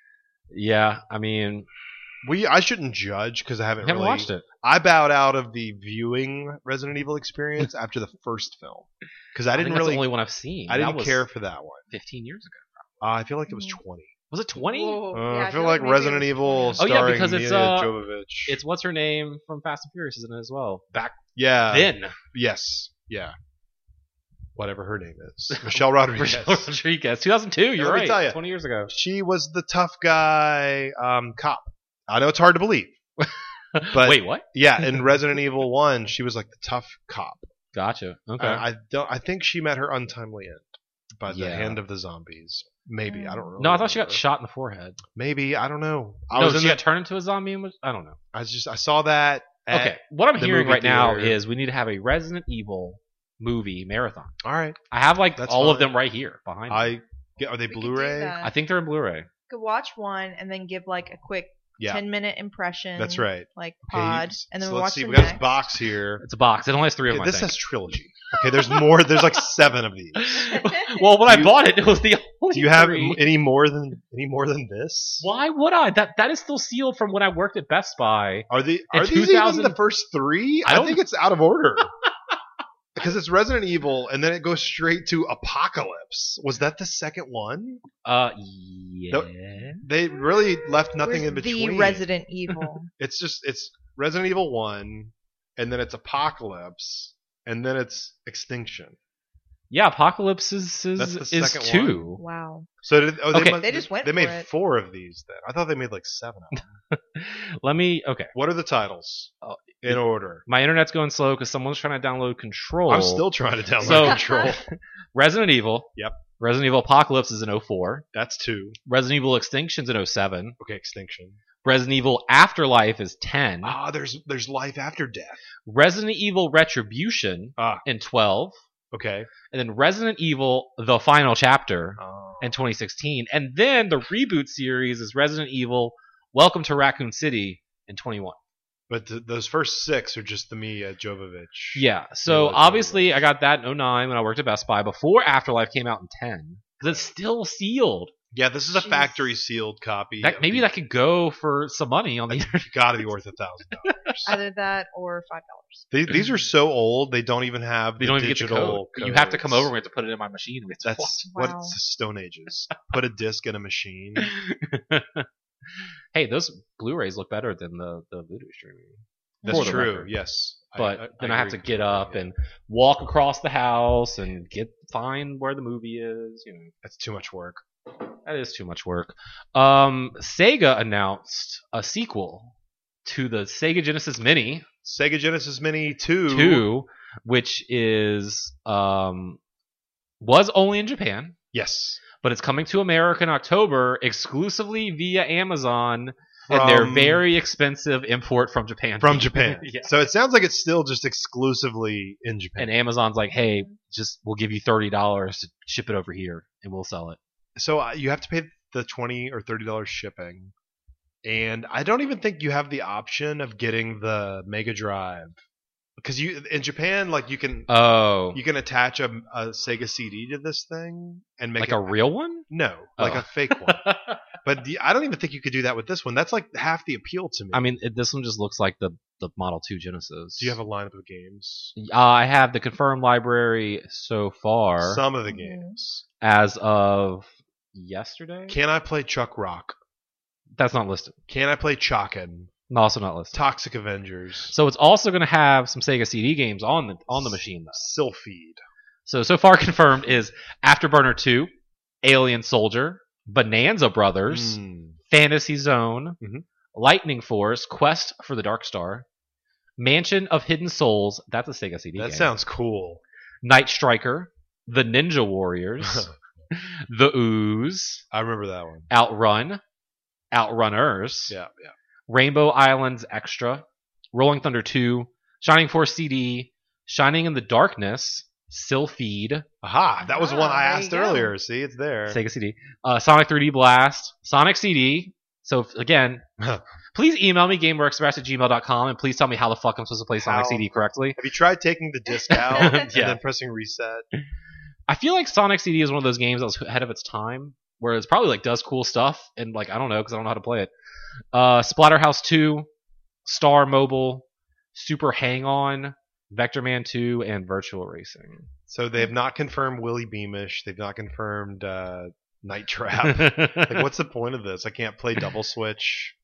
S3: yeah, I mean,
S1: We I shouldn't judge because I
S3: I
S1: haven't
S3: haven't
S1: really
S3: watched it.
S1: I bowed out of the viewing Resident Evil
S3: [LAUGHS]
S1: experience after the first film because I
S3: I
S1: didn't
S3: think that's
S1: really
S3: the only one I've seen.
S1: I
S3: That
S1: didn't
S3: was
S1: care for that one.
S3: 15 years ago.
S1: Uh, I feel like it was
S2: Mhm.
S1: twenty.
S3: Was it 20?
S2: Whoa.
S1: Uh,
S2: Oh, Yeah,
S1: I feel like
S2: maybe it
S1: Resident
S2: was
S1: Evil
S2: 20.
S3: Oh, yeah,
S1: starring
S3: because it's,
S1: Mila
S3: uh,
S1: Jovovich.
S3: It's what's her name from Fast and Furious, isn't it as well? Back
S1: yeah. [LAUGHS]
S3: then,
S1: Yes. Yeah. Whatever her name
S3: [LAUGHS]
S1: is, Michelle Rodriguez.
S3: Michelle Rodriguez, 2002. You're
S1: Let me
S3: right.
S1: tell ya.
S3: 20 years ago.
S1: She was the tough guy um, cop. I know it's hard to believe. But-
S3: Wait, what?
S1: Yeah,
S3: [LAUGHS]
S1: in Resident Evil One, she was like the tough cop.
S3: Gotcha. Okay.
S1: Uh, I, I don't. I think she met her untimely end by the
S3: Yeah. Mm.
S1: hand of the zombies. Maybe I don't know.
S3: no, I thought she got shot in the forehead.
S1: Maybe I don't know. I
S3: no,
S1: was.
S3: she
S1: In the,
S3: got turned into a zombie. And was, I don't know.
S1: I just. I saw that. at-
S3: okay. What I'm
S1: Eh, the
S3: hearing
S1: movie
S3: right now
S1: theater.
S3: is we need to have a Resident Evil movie marathon.
S1: All right.
S3: I have like
S1: That's
S3: all of
S1: fine.
S3: them right here behind. me.
S1: I get. Are they
S2: We could do
S1: Blu-ray?
S2: that.
S3: I think they're in Blu-ray.
S2: Could watch one and then give like a quick
S1: Yeah.
S2: 10 minute impression.
S1: That's right.
S2: Like
S1: Okay,
S2: pod. and then
S1: so
S2: we
S1: let's
S2: watch
S1: see.
S2: the
S1: We got this
S2: next.
S1: box here.
S3: It's a box. It only has [LAUGHS] three of
S1: Okay,
S3: them.
S1: this
S3: I
S1: says trilogy. Okay. There's more. There's like seven of
S3: [LAUGHS]
S1: these.
S3: think. well, when
S1: Do
S3: I
S1: you-
S3: bought it, it was the [LAUGHS] only.
S1: Do you have
S3: three.
S1: any more than any more than this?
S3: Why would I? That that is still sealed from when I worked at Best Buy.
S1: Are the
S3: In
S1: are these even
S3: 2000
S1: the first three?
S3: I
S1: I,
S3: don't-
S1: think it's out of
S3: [LAUGHS]
S1: order. because it's Resident Evil and then it goes straight to Apocalypse. Was that the second one?
S3: Uh, yeah.
S1: They really left nothing
S2: Where's
S1: in between.
S2: The Resident
S1: [LAUGHS]
S2: Evil.
S1: it's just it's Resident Evil 1 and then it's Apocalypse and then it's Extinction.
S3: Yeah, Apocalypse is
S1: That's the
S3: is, is
S1: second
S3: two.
S2: Wow.
S1: So did, oh, they,
S3: Okay.
S1: must-
S2: They just went
S1: They
S2: for
S1: made
S2: it.
S1: four of these. Then I thought they made like seven. Of them.
S3: Let me. Okay,
S1: what are the titles
S3: Oh,
S1: in order?
S3: my internet's going slow because someone's trying to download Control.
S1: I'm still trying to download
S3: Oh.
S2: [LAUGHS]
S3: So-
S1: Control.
S3: Resident Evil.
S1: Yep.
S3: Resident Evil Apocalypse is in 04.
S1: That's two.
S3: Resident Evil Extinction's in 07.
S1: Okay, Extinction.
S3: Resident Evil Afterlife is 10.
S1: Ah, there's there's life after death.
S3: Resident Evil Retribution
S1: Ah.
S3: in 12.
S1: Okay.
S3: And then Resident Evil The Final Chapter
S1: Oh.
S3: in 2016. And then the reboot series is Resident Evil Welcome to Raccoon City in 21.
S1: But th- those first six are just the Mia Jovovich.
S3: Yeah. So
S1: that's
S3: obviously,
S1: right.
S3: I got that in 09 when I worked at Best Buy before Afterlife came out in 10. Because it's still sealed.
S1: Yeah, this is a
S2: Jeez.
S1: factory sealed copy.
S3: That, maybe that could go for some money on the [LAUGHS] internet.
S1: got to be worth a
S3: [LAUGHS]
S1: thousand dollars.
S2: Either that or five dollars.
S1: These, these are so old; they don't even have the
S3: They don't even get the
S1: digital
S3: code. You have to come
S1: codes.
S3: over. We have to put it in my machine. We have to
S1: That's
S2: Wow.
S1: what it's the Stone
S3: [LAUGHS]
S1: Ages. Put a disc in a machine.
S3: watch. [LAUGHS] hey, those Blu-rays look better than the the Voodoo streaming.
S1: That's
S3: For the
S1: true.
S3: record.
S1: Yes,
S3: But then I, have to
S1: agree
S3: get
S1: completely,
S3: up
S1: yeah.
S3: and walk across the house and get find where the movie is. You know,
S1: that's too much work.
S3: that is too much work. Um, Sega announced a sequel to the Sega Genesis Mini
S1: Sega Genesis Mini Two.
S3: Two, which is um was only in Japan. [LAUGHS]
S1: Yes,
S3: but it's coming to America in October exclusively via Amazon and their
S1: From-
S3: very expensive import from Japan. [LAUGHS]
S1: from Japan.
S3: Yeah.
S1: So it sounds like it's still just exclusively in Japan.
S3: And Amazon's like, hey, just we'll give you thirty dollars to ship it over here, and we'll sell it.
S1: so uh, you have to pay the twenty or thirty dollars shipping, and I don't even think you have the option of getting the Mega Drive because you in Japan like you can
S3: Oh,
S1: you can attach a, a Sega CD to this thing and make
S3: like
S1: it,
S3: a real
S1: [LAUGHS]
S3: one?
S1: no like
S3: Oh.
S1: a fake
S3: [LAUGHS]
S1: one. but the, I don't even think you could do that with this one. That's like half the appeal to me.
S3: I mean, it, this one just looks like the the Model Two Genesis.
S1: do you have a lineup of games?
S3: Uh, I have the confirmed library so far
S1: Some of the
S2: Mhm.
S1: games.
S3: as of yesterday.
S1: Can I play Chuck Rock?
S3: That's not listed.
S1: Can I play Chokin?
S3: Also not listed.
S1: Toxic Avengers.
S3: So it's also going to have some Sega CD games on the on the machine though.
S1: Sylphied.
S3: So so far [LAUGHS] confirmed is Afterburner 2, Alien Soldier, Bonanza Brothers,
S1: Mm.
S3: Fantasy Zone,
S1: Mhm.
S3: Lightning Force, Quest for the Dark Star, Mansion of Hidden Souls. That's a Sega CD
S1: That
S3: game.
S1: sounds cool.
S3: Night Striker, The Ninja
S1: [LAUGHS]
S3: Warriors, The Ooze,
S1: I remember that one.
S3: Outrun, Outrunners,
S1: Yeah, yeah.
S3: Rainbow Islands Extra, Rolling Thunder 2, Shining Force CD, Shining in the Darkness, Sylphid,
S1: Aha, that was
S2: Ah,
S1: one I
S2: there you
S1: asked
S2: go.
S1: earlier. See, it's there.
S3: Sega CD, uh, Sonic 3D Blast, Sonic CD. So
S1: [LAUGHS]
S3: if- again, please email me gameworkexpress at gmail.com and please tell me how the fuck I'm supposed to play Sonic
S1: How?
S3: CD correctly.
S1: Have you tried taking the
S2: [LAUGHS]
S1: disc out and
S3: Yeah.
S1: then pressing reset?
S3: I feel like Sonic CD is one of those games that was ahead of its time, where it's probably like does cool stuff and like I don't know because I don't know how to play it. Uh, Splatterhouse 2, Star Mobile, Super Hang On, Vector Man 2, and Virtual Racing.
S1: So they have not confirmed Willie Beamish. They've not confirmed uh, Night Trap.
S3: [LAUGHS]
S1: like
S3: like
S1: what's the point of this? I can't play Double Switch.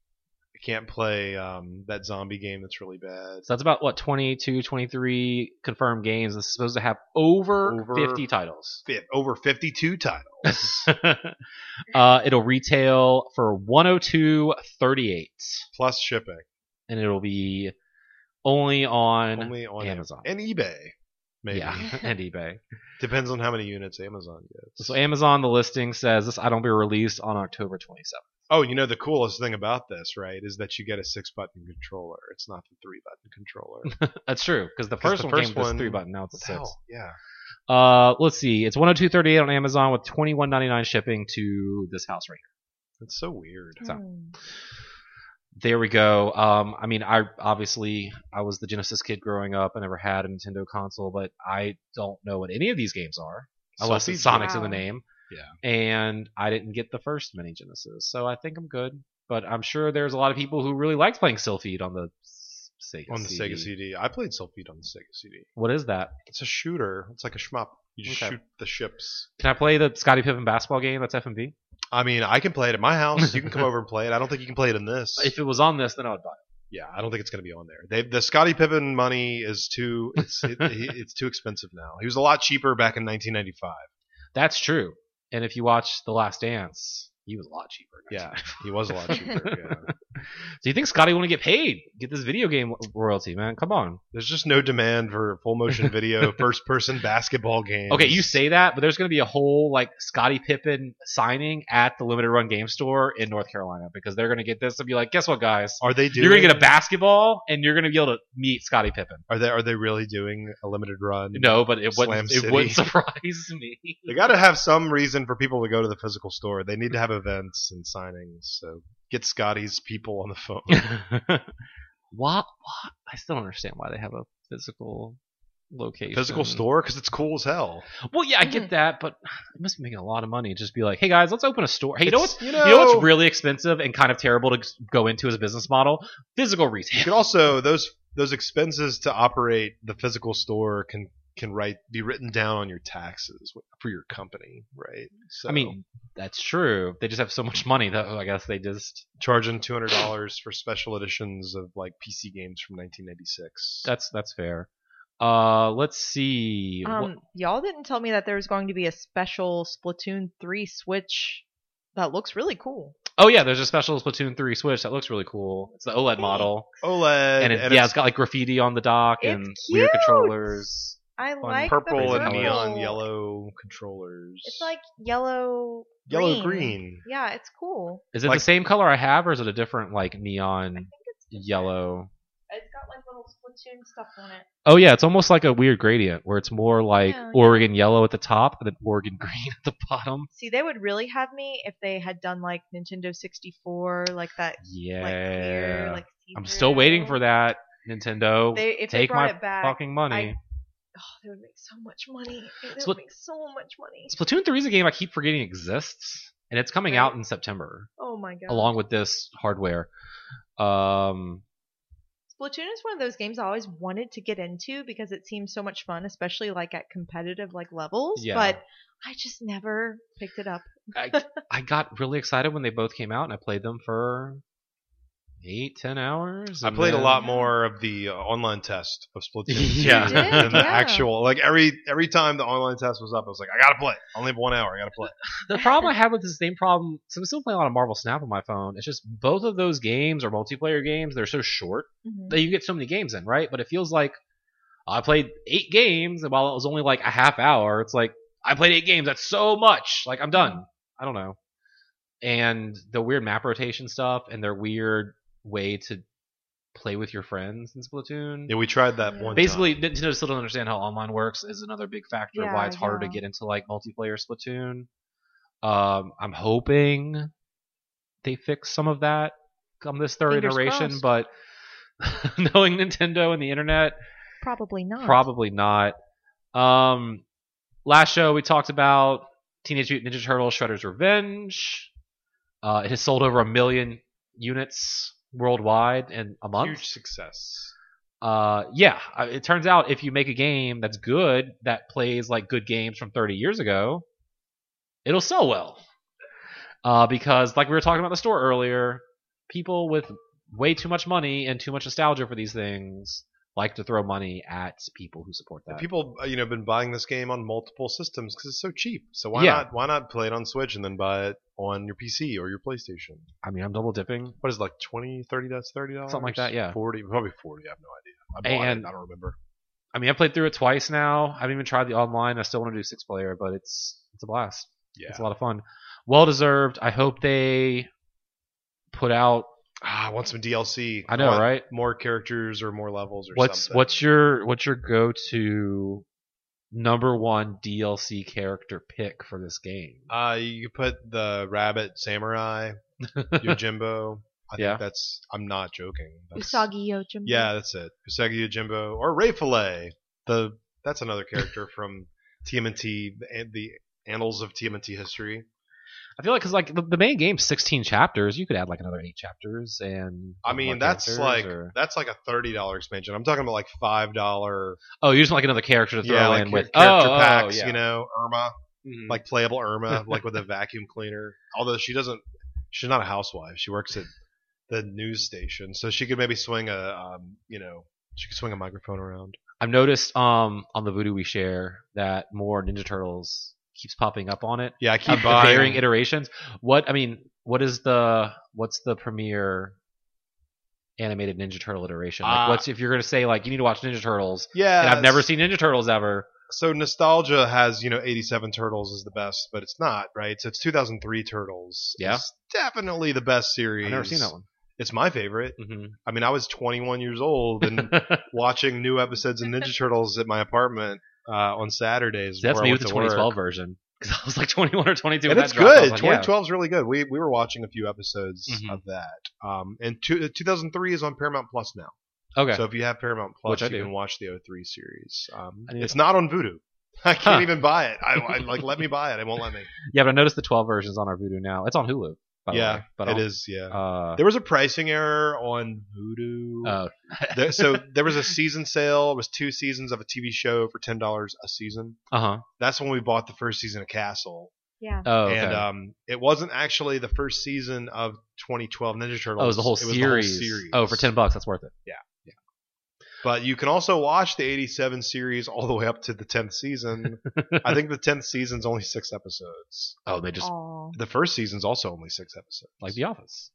S1: I can't play um, that zombie game that's really bad.
S3: So that's about what 22, 23 confirmed games. This is supposed to have over,
S1: Over
S3: 50 titles.
S1: Fif- over 52 titles
S3: [LAUGHS] uh, it'll retail for 102.38
S1: plus shipping
S3: and it'll be only on
S1: only on
S3: Amazon.
S1: and eBay. Maybe
S3: [LAUGHS] yeah, and eBay.
S1: depends on how many units Amazon gets.
S3: So Amazon the listing says this item will be released on October 27th.
S1: oh, you know the coolest thing about this, right, is that you get a six button controller. It's not the three button controller.
S3: That's true because the
S1: 'Cause
S3: first
S1: the
S3: one came
S1: first
S3: with
S1: one-
S3: this three button, now it's a six.
S1: Hell, yeah.
S3: Uh, let's see. It's 102.38 on Amazon with 21.99 shipping to this house right here.
S1: That's so weird.
S3: So-
S2: Hmm.
S3: there we go. Um, I mean, I obviously I was the Genesis kid growing up. I never had a Nintendo console, but I don't know what any of these games are unless it's
S1: Selfie?
S3: Sonic's
S2: Wow.
S3: in the name.
S1: Yeah.
S3: And I didn't get the first mini Genesis, so I think I'm good. But I'm sure there's a lot of people who really liked playing Sylphid on the S- Sega.
S1: on the
S3: CD.
S1: Sega E. CD. I played Sylphid on the Sega CD.
S3: What is that?
S1: It's a shooter. It's like a shmup. You just
S3: Okay.
S1: shoot the ships.
S3: Can I play the Scotty Pippen basketball game? That's FMV.
S1: I mean, I can play it at my house. You can come over and play it. I don't think you can play it in this.
S3: If it was on this, then I would buy it.
S1: Yeah, I don't think it's going to be on there. They, the Scottie Pippen money is too it's it, he- it's too expensive now. He was a lot cheaper back in 1995.
S3: That's true. And if you watch The Last Dance, he was a lot cheaper.
S1: Yeah,
S3: [LAUGHS]
S1: he was a lot cheaper. yeah.
S3: Do you think Scotty want to get paid? Get this video game royalty, man. Come on.
S1: There's just no demand for full
S3: [LAUGHS]
S1: motion video, first person basketball games.
S3: Okay, you say that, but there's going to be a whole like Scotty Pippen signing at the limited run game store in North Carolina because they're going to get this and be like, guess what, guys?
S1: are they doing?
S3: You're going to get a basketball and you're going to be able to meet Scotty Pippen.
S1: Are they are they really doing a limited run?
S3: No, but it
S1: Slam
S3: wouldn't,
S1: City.
S3: it wouldn't [LAUGHS] surprise me.
S1: They got to have some reason for people to go to the physical store. They need to have events and signings. So get Scotty's people on the
S3: [LAUGHS]
S1: phone. [LAUGHS]
S3: what? What? I still don't understand why they have a physical location.
S1: physical store because it's cool as hell.
S3: Well, yeah, I get that, but it must be making a lot of money. Just be like, hey guys, let's open a store. Hey, you know what's
S1: It's- you
S3: you know what's
S1: know-
S3: really expensive and kind of terrible to go into as a business model? Physical
S1: You
S3: retail.
S1: can also those those expenses to operate the physical store can can write be written down on your taxes for your company, right? So
S3: I mean, that's true. They just have so much money that I guess they just.
S1: charging two hundred dollars for special editions of like PC games from nineteen ninety six.
S3: That's that's fair. Uh, let's see. What-
S2: Um, y'all didn't tell me that there was going to be a special Splatoon 3 Switch that looks really cool.
S3: oh yeah, there's a special Splatoon three Switch that looks really cool. It's the OLED model,
S1: OLED
S3: and, it, yeah, it's got like graffiti on the dock
S2: It's
S3: and
S2: cute.
S3: weird controllers.
S2: I like the
S1: purple and
S3: purple.
S1: neon yellow controllers.
S2: It's like yellow.
S1: yellow green.
S2: Yeah, it's cool.
S3: Is it
S1: Like-
S3: the same color I have, or is it a different like
S2: I
S3: neon
S2: think it's different.
S3: Mm, yellow?
S2: It's got like little Splatoon stuff on it.
S3: Oh yeah, it's almost like a weird gradient where it's more like
S2: Yeah, yeah.
S3: Oregon yellow at the top and then Oregon [LAUGHS] green at the bottom.
S2: See, they would really have me if they had done like Nintendo 64, like that,
S3: Yeah.
S2: like clear, like.
S3: I'm still waiting for
S2: see-through.
S3: that Nintendo.
S2: They, if they
S3: Take
S2: brought
S3: my
S2: it back,
S3: fucking money.
S2: oh, they would make so much money. They
S3: Splat-
S2: would make so much money.
S3: Splatoon 3 is a game I keep forgetting exists, and it's coming out in September
S2: Oh my god.
S3: along with this hardware. Um,
S2: Splatoon is one of those games I always wanted to get into because it seems so much fun, especially like at competitive like levels.
S3: Yeah.
S2: But I just never picked it up.
S3: I, I got really excited when they both came out, and I played them for eight, ten hours.
S1: I
S3: and
S1: played a
S3: then-
S1: lot more of the uh, online test of Splatoon [LAUGHS]
S3: Yeah. You
S1: than
S2: did?
S1: the
S2: Yeah.
S1: actual. Like every every time the online test was up, I was like, I gotta play. I only have one hour. I gotta play.
S3: the problem I have with this same problem, so I'm still playing a lot of Marvel Snap on my phone. It's just both of those games are multiplayer games. They're so short
S2: Mhm.
S3: that you get so many games in, right? But it feels like oh, I played eight games, and while it was only like a half hour, it's like I played eight games. That's so much. Like I'm done. I don't know. And the weird map rotation stuff, and their weird way to play with your friends in Splatoon.
S1: Yeah, we tried that one.
S3: Basically, Nintendo still doesn't understand how online works is another big factor of why
S2: Yeah,
S3: it's harder to
S2: yeah.
S3: get into like multiplayer Splatoon. Um, I'm hoping they fix some of that come this third
S2: Fingers
S3: iteration, but [LAUGHS] knowing Nintendo and the internet,
S2: Probably not.
S3: probably not. Um, last show we talked about Teenage Mutant Ninja Turtles: Shredder's Revenge. Uh, it has sold over a million units worldwide in a month.
S1: huge success.
S3: Uh, yeah, I- it turns out if you make a game that's good that plays like good games from 30 years ago, it'll sell well. Uh, because like we were talking about the store earlier, people with way too much money and too much nostalgia for these things like to throw money at people who support that.
S1: People, uh, you know, been buying this game on multiple systems because it's so cheap. So why
S3: Yeah.
S1: not? Why not play it on Switch and then buy it on your PC or your PlayStation?
S3: I mean, I'm double dipping.
S1: What is it, like 20 30 That's thirty dollars,
S3: Something like that, yeah.
S1: forty, probably forty. I have no idea. I bought
S3: And-
S1: it. I don't remember.
S3: I mean, I played through it twice now. I haven't even tried the online. I still want to do six player, but it's it's a blast.
S1: Yeah,
S3: It's a lot of fun. Well deserved. I hope they put out.
S1: ah, I want some DLC.
S3: I know,
S1: want
S3: right?
S1: More characters or more levels or
S3: what's
S1: something.
S3: what's your what's your go to number one DLC character pick for this game?
S1: Uh, you could put the rabbit
S3: [LAUGHS]
S1: samurai, Yojimbo. I
S3: Yeah.
S1: think that's. I'm not joking. That's,
S2: Usagi Yojimbo.
S1: Yeah, that's it. Usagi Yojimbo or Ray Fillet. The that's another character [LAUGHS] from TMNT and the annals of TMNT history.
S3: I feel like because like the, the main game's sixteen chapters, you could add like another eight chapters, and
S1: I
S3: more
S1: mean, that's
S3: characters,
S1: like
S3: or-
S1: that's like a thirty dollar expansion. I'm talking about like five dollar
S3: oh, you just want like another character to throw
S1: yeah, like
S3: in
S1: char-
S3: with
S1: character
S3: oh, oh,
S1: packs.
S3: yeah.
S1: You know, Irma,
S3: Mhm.
S1: like
S3: [LAUGHS]
S1: playable Irma, like with a vacuum cleaner. Although she doesn't, she's not a housewife. She works at the news station, so she could maybe swing a, um, you know, she could swing a microphone around.
S3: I've noticed um on the Voodoo we share that more Ninja Turtles keeps popping up on it.
S1: Yeah, I
S3: [LAUGHS]
S1: keep
S3: of
S1: buying.
S3: varying iterations. What I mean, what is the what's the premiere animated Ninja Turtle iteration? Like,
S1: Ah.
S3: what's if you're gonna say like you need to watch Ninja Turtles
S1: yeah,
S3: and I've never
S1: s-
S3: seen Ninja Turtles ever?
S1: So nostalgia has you know '87 Turtles is the best, but it's not right. So it's 2003 Turtles.
S3: Yeah.
S1: is definitely the best series.
S3: I've never seen that one.
S1: It's my favorite.
S3: Mm-hmm.
S1: I mean, I was 21 years old
S3: [LAUGHS]
S1: and watching new episodes of Ninja Turtles at my apartment uh, on Saturdays.
S3: That's
S1: before I
S3: me
S1: went
S3: with the
S1: to work.
S3: 2012 version because I was like 21 or 22. when
S1: and
S3: that
S1: it's
S3: dropped. I
S1: good.
S3: was like, yeah.
S1: 2012 is really good. We we were watching a few episodes
S3: Mhm.
S1: of that. Um, and two, 2003 is on Paramount Plus now.
S3: Okay.
S1: So if you have Paramount Plus,
S3: Which I
S1: you
S3: do.
S1: can watch the 03 series. Um,
S3: I need
S1: it's not on Vudu. [LAUGHS] I can't
S3: Huh.
S1: even buy it. I, I like let me buy it. It won't let me.
S3: yeah, but I noticed the 12 version's on our Voodoo now. It's on Hulu. By
S1: Yeah,
S3: the way. but
S1: it
S3: I'll-
S1: is. Yeah.
S3: Uh,
S1: there was a pricing error on Vudu.
S3: uh,
S1: [LAUGHS] There- so there was a season sale. It was two seasons of a TV show for ten dollars a season.
S3: huh.
S1: That's when we bought the first season of Castle,
S2: Yeah.
S3: uh-huh. Oh, okay.
S1: and um, it wasn't actually the first season of 2012 Ninja Turtles.
S3: oh, it was the whole series.
S1: series.
S3: Oh, for 10 bucks, that's worth it.
S1: But you can also watch the 87 series all the way up to the 10th
S3: [LAUGHS]
S1: season. I think the 10th season's only six episodes.
S3: Oh, they just
S2: Aw.
S1: The first season's also only six episodes.
S3: like The Office.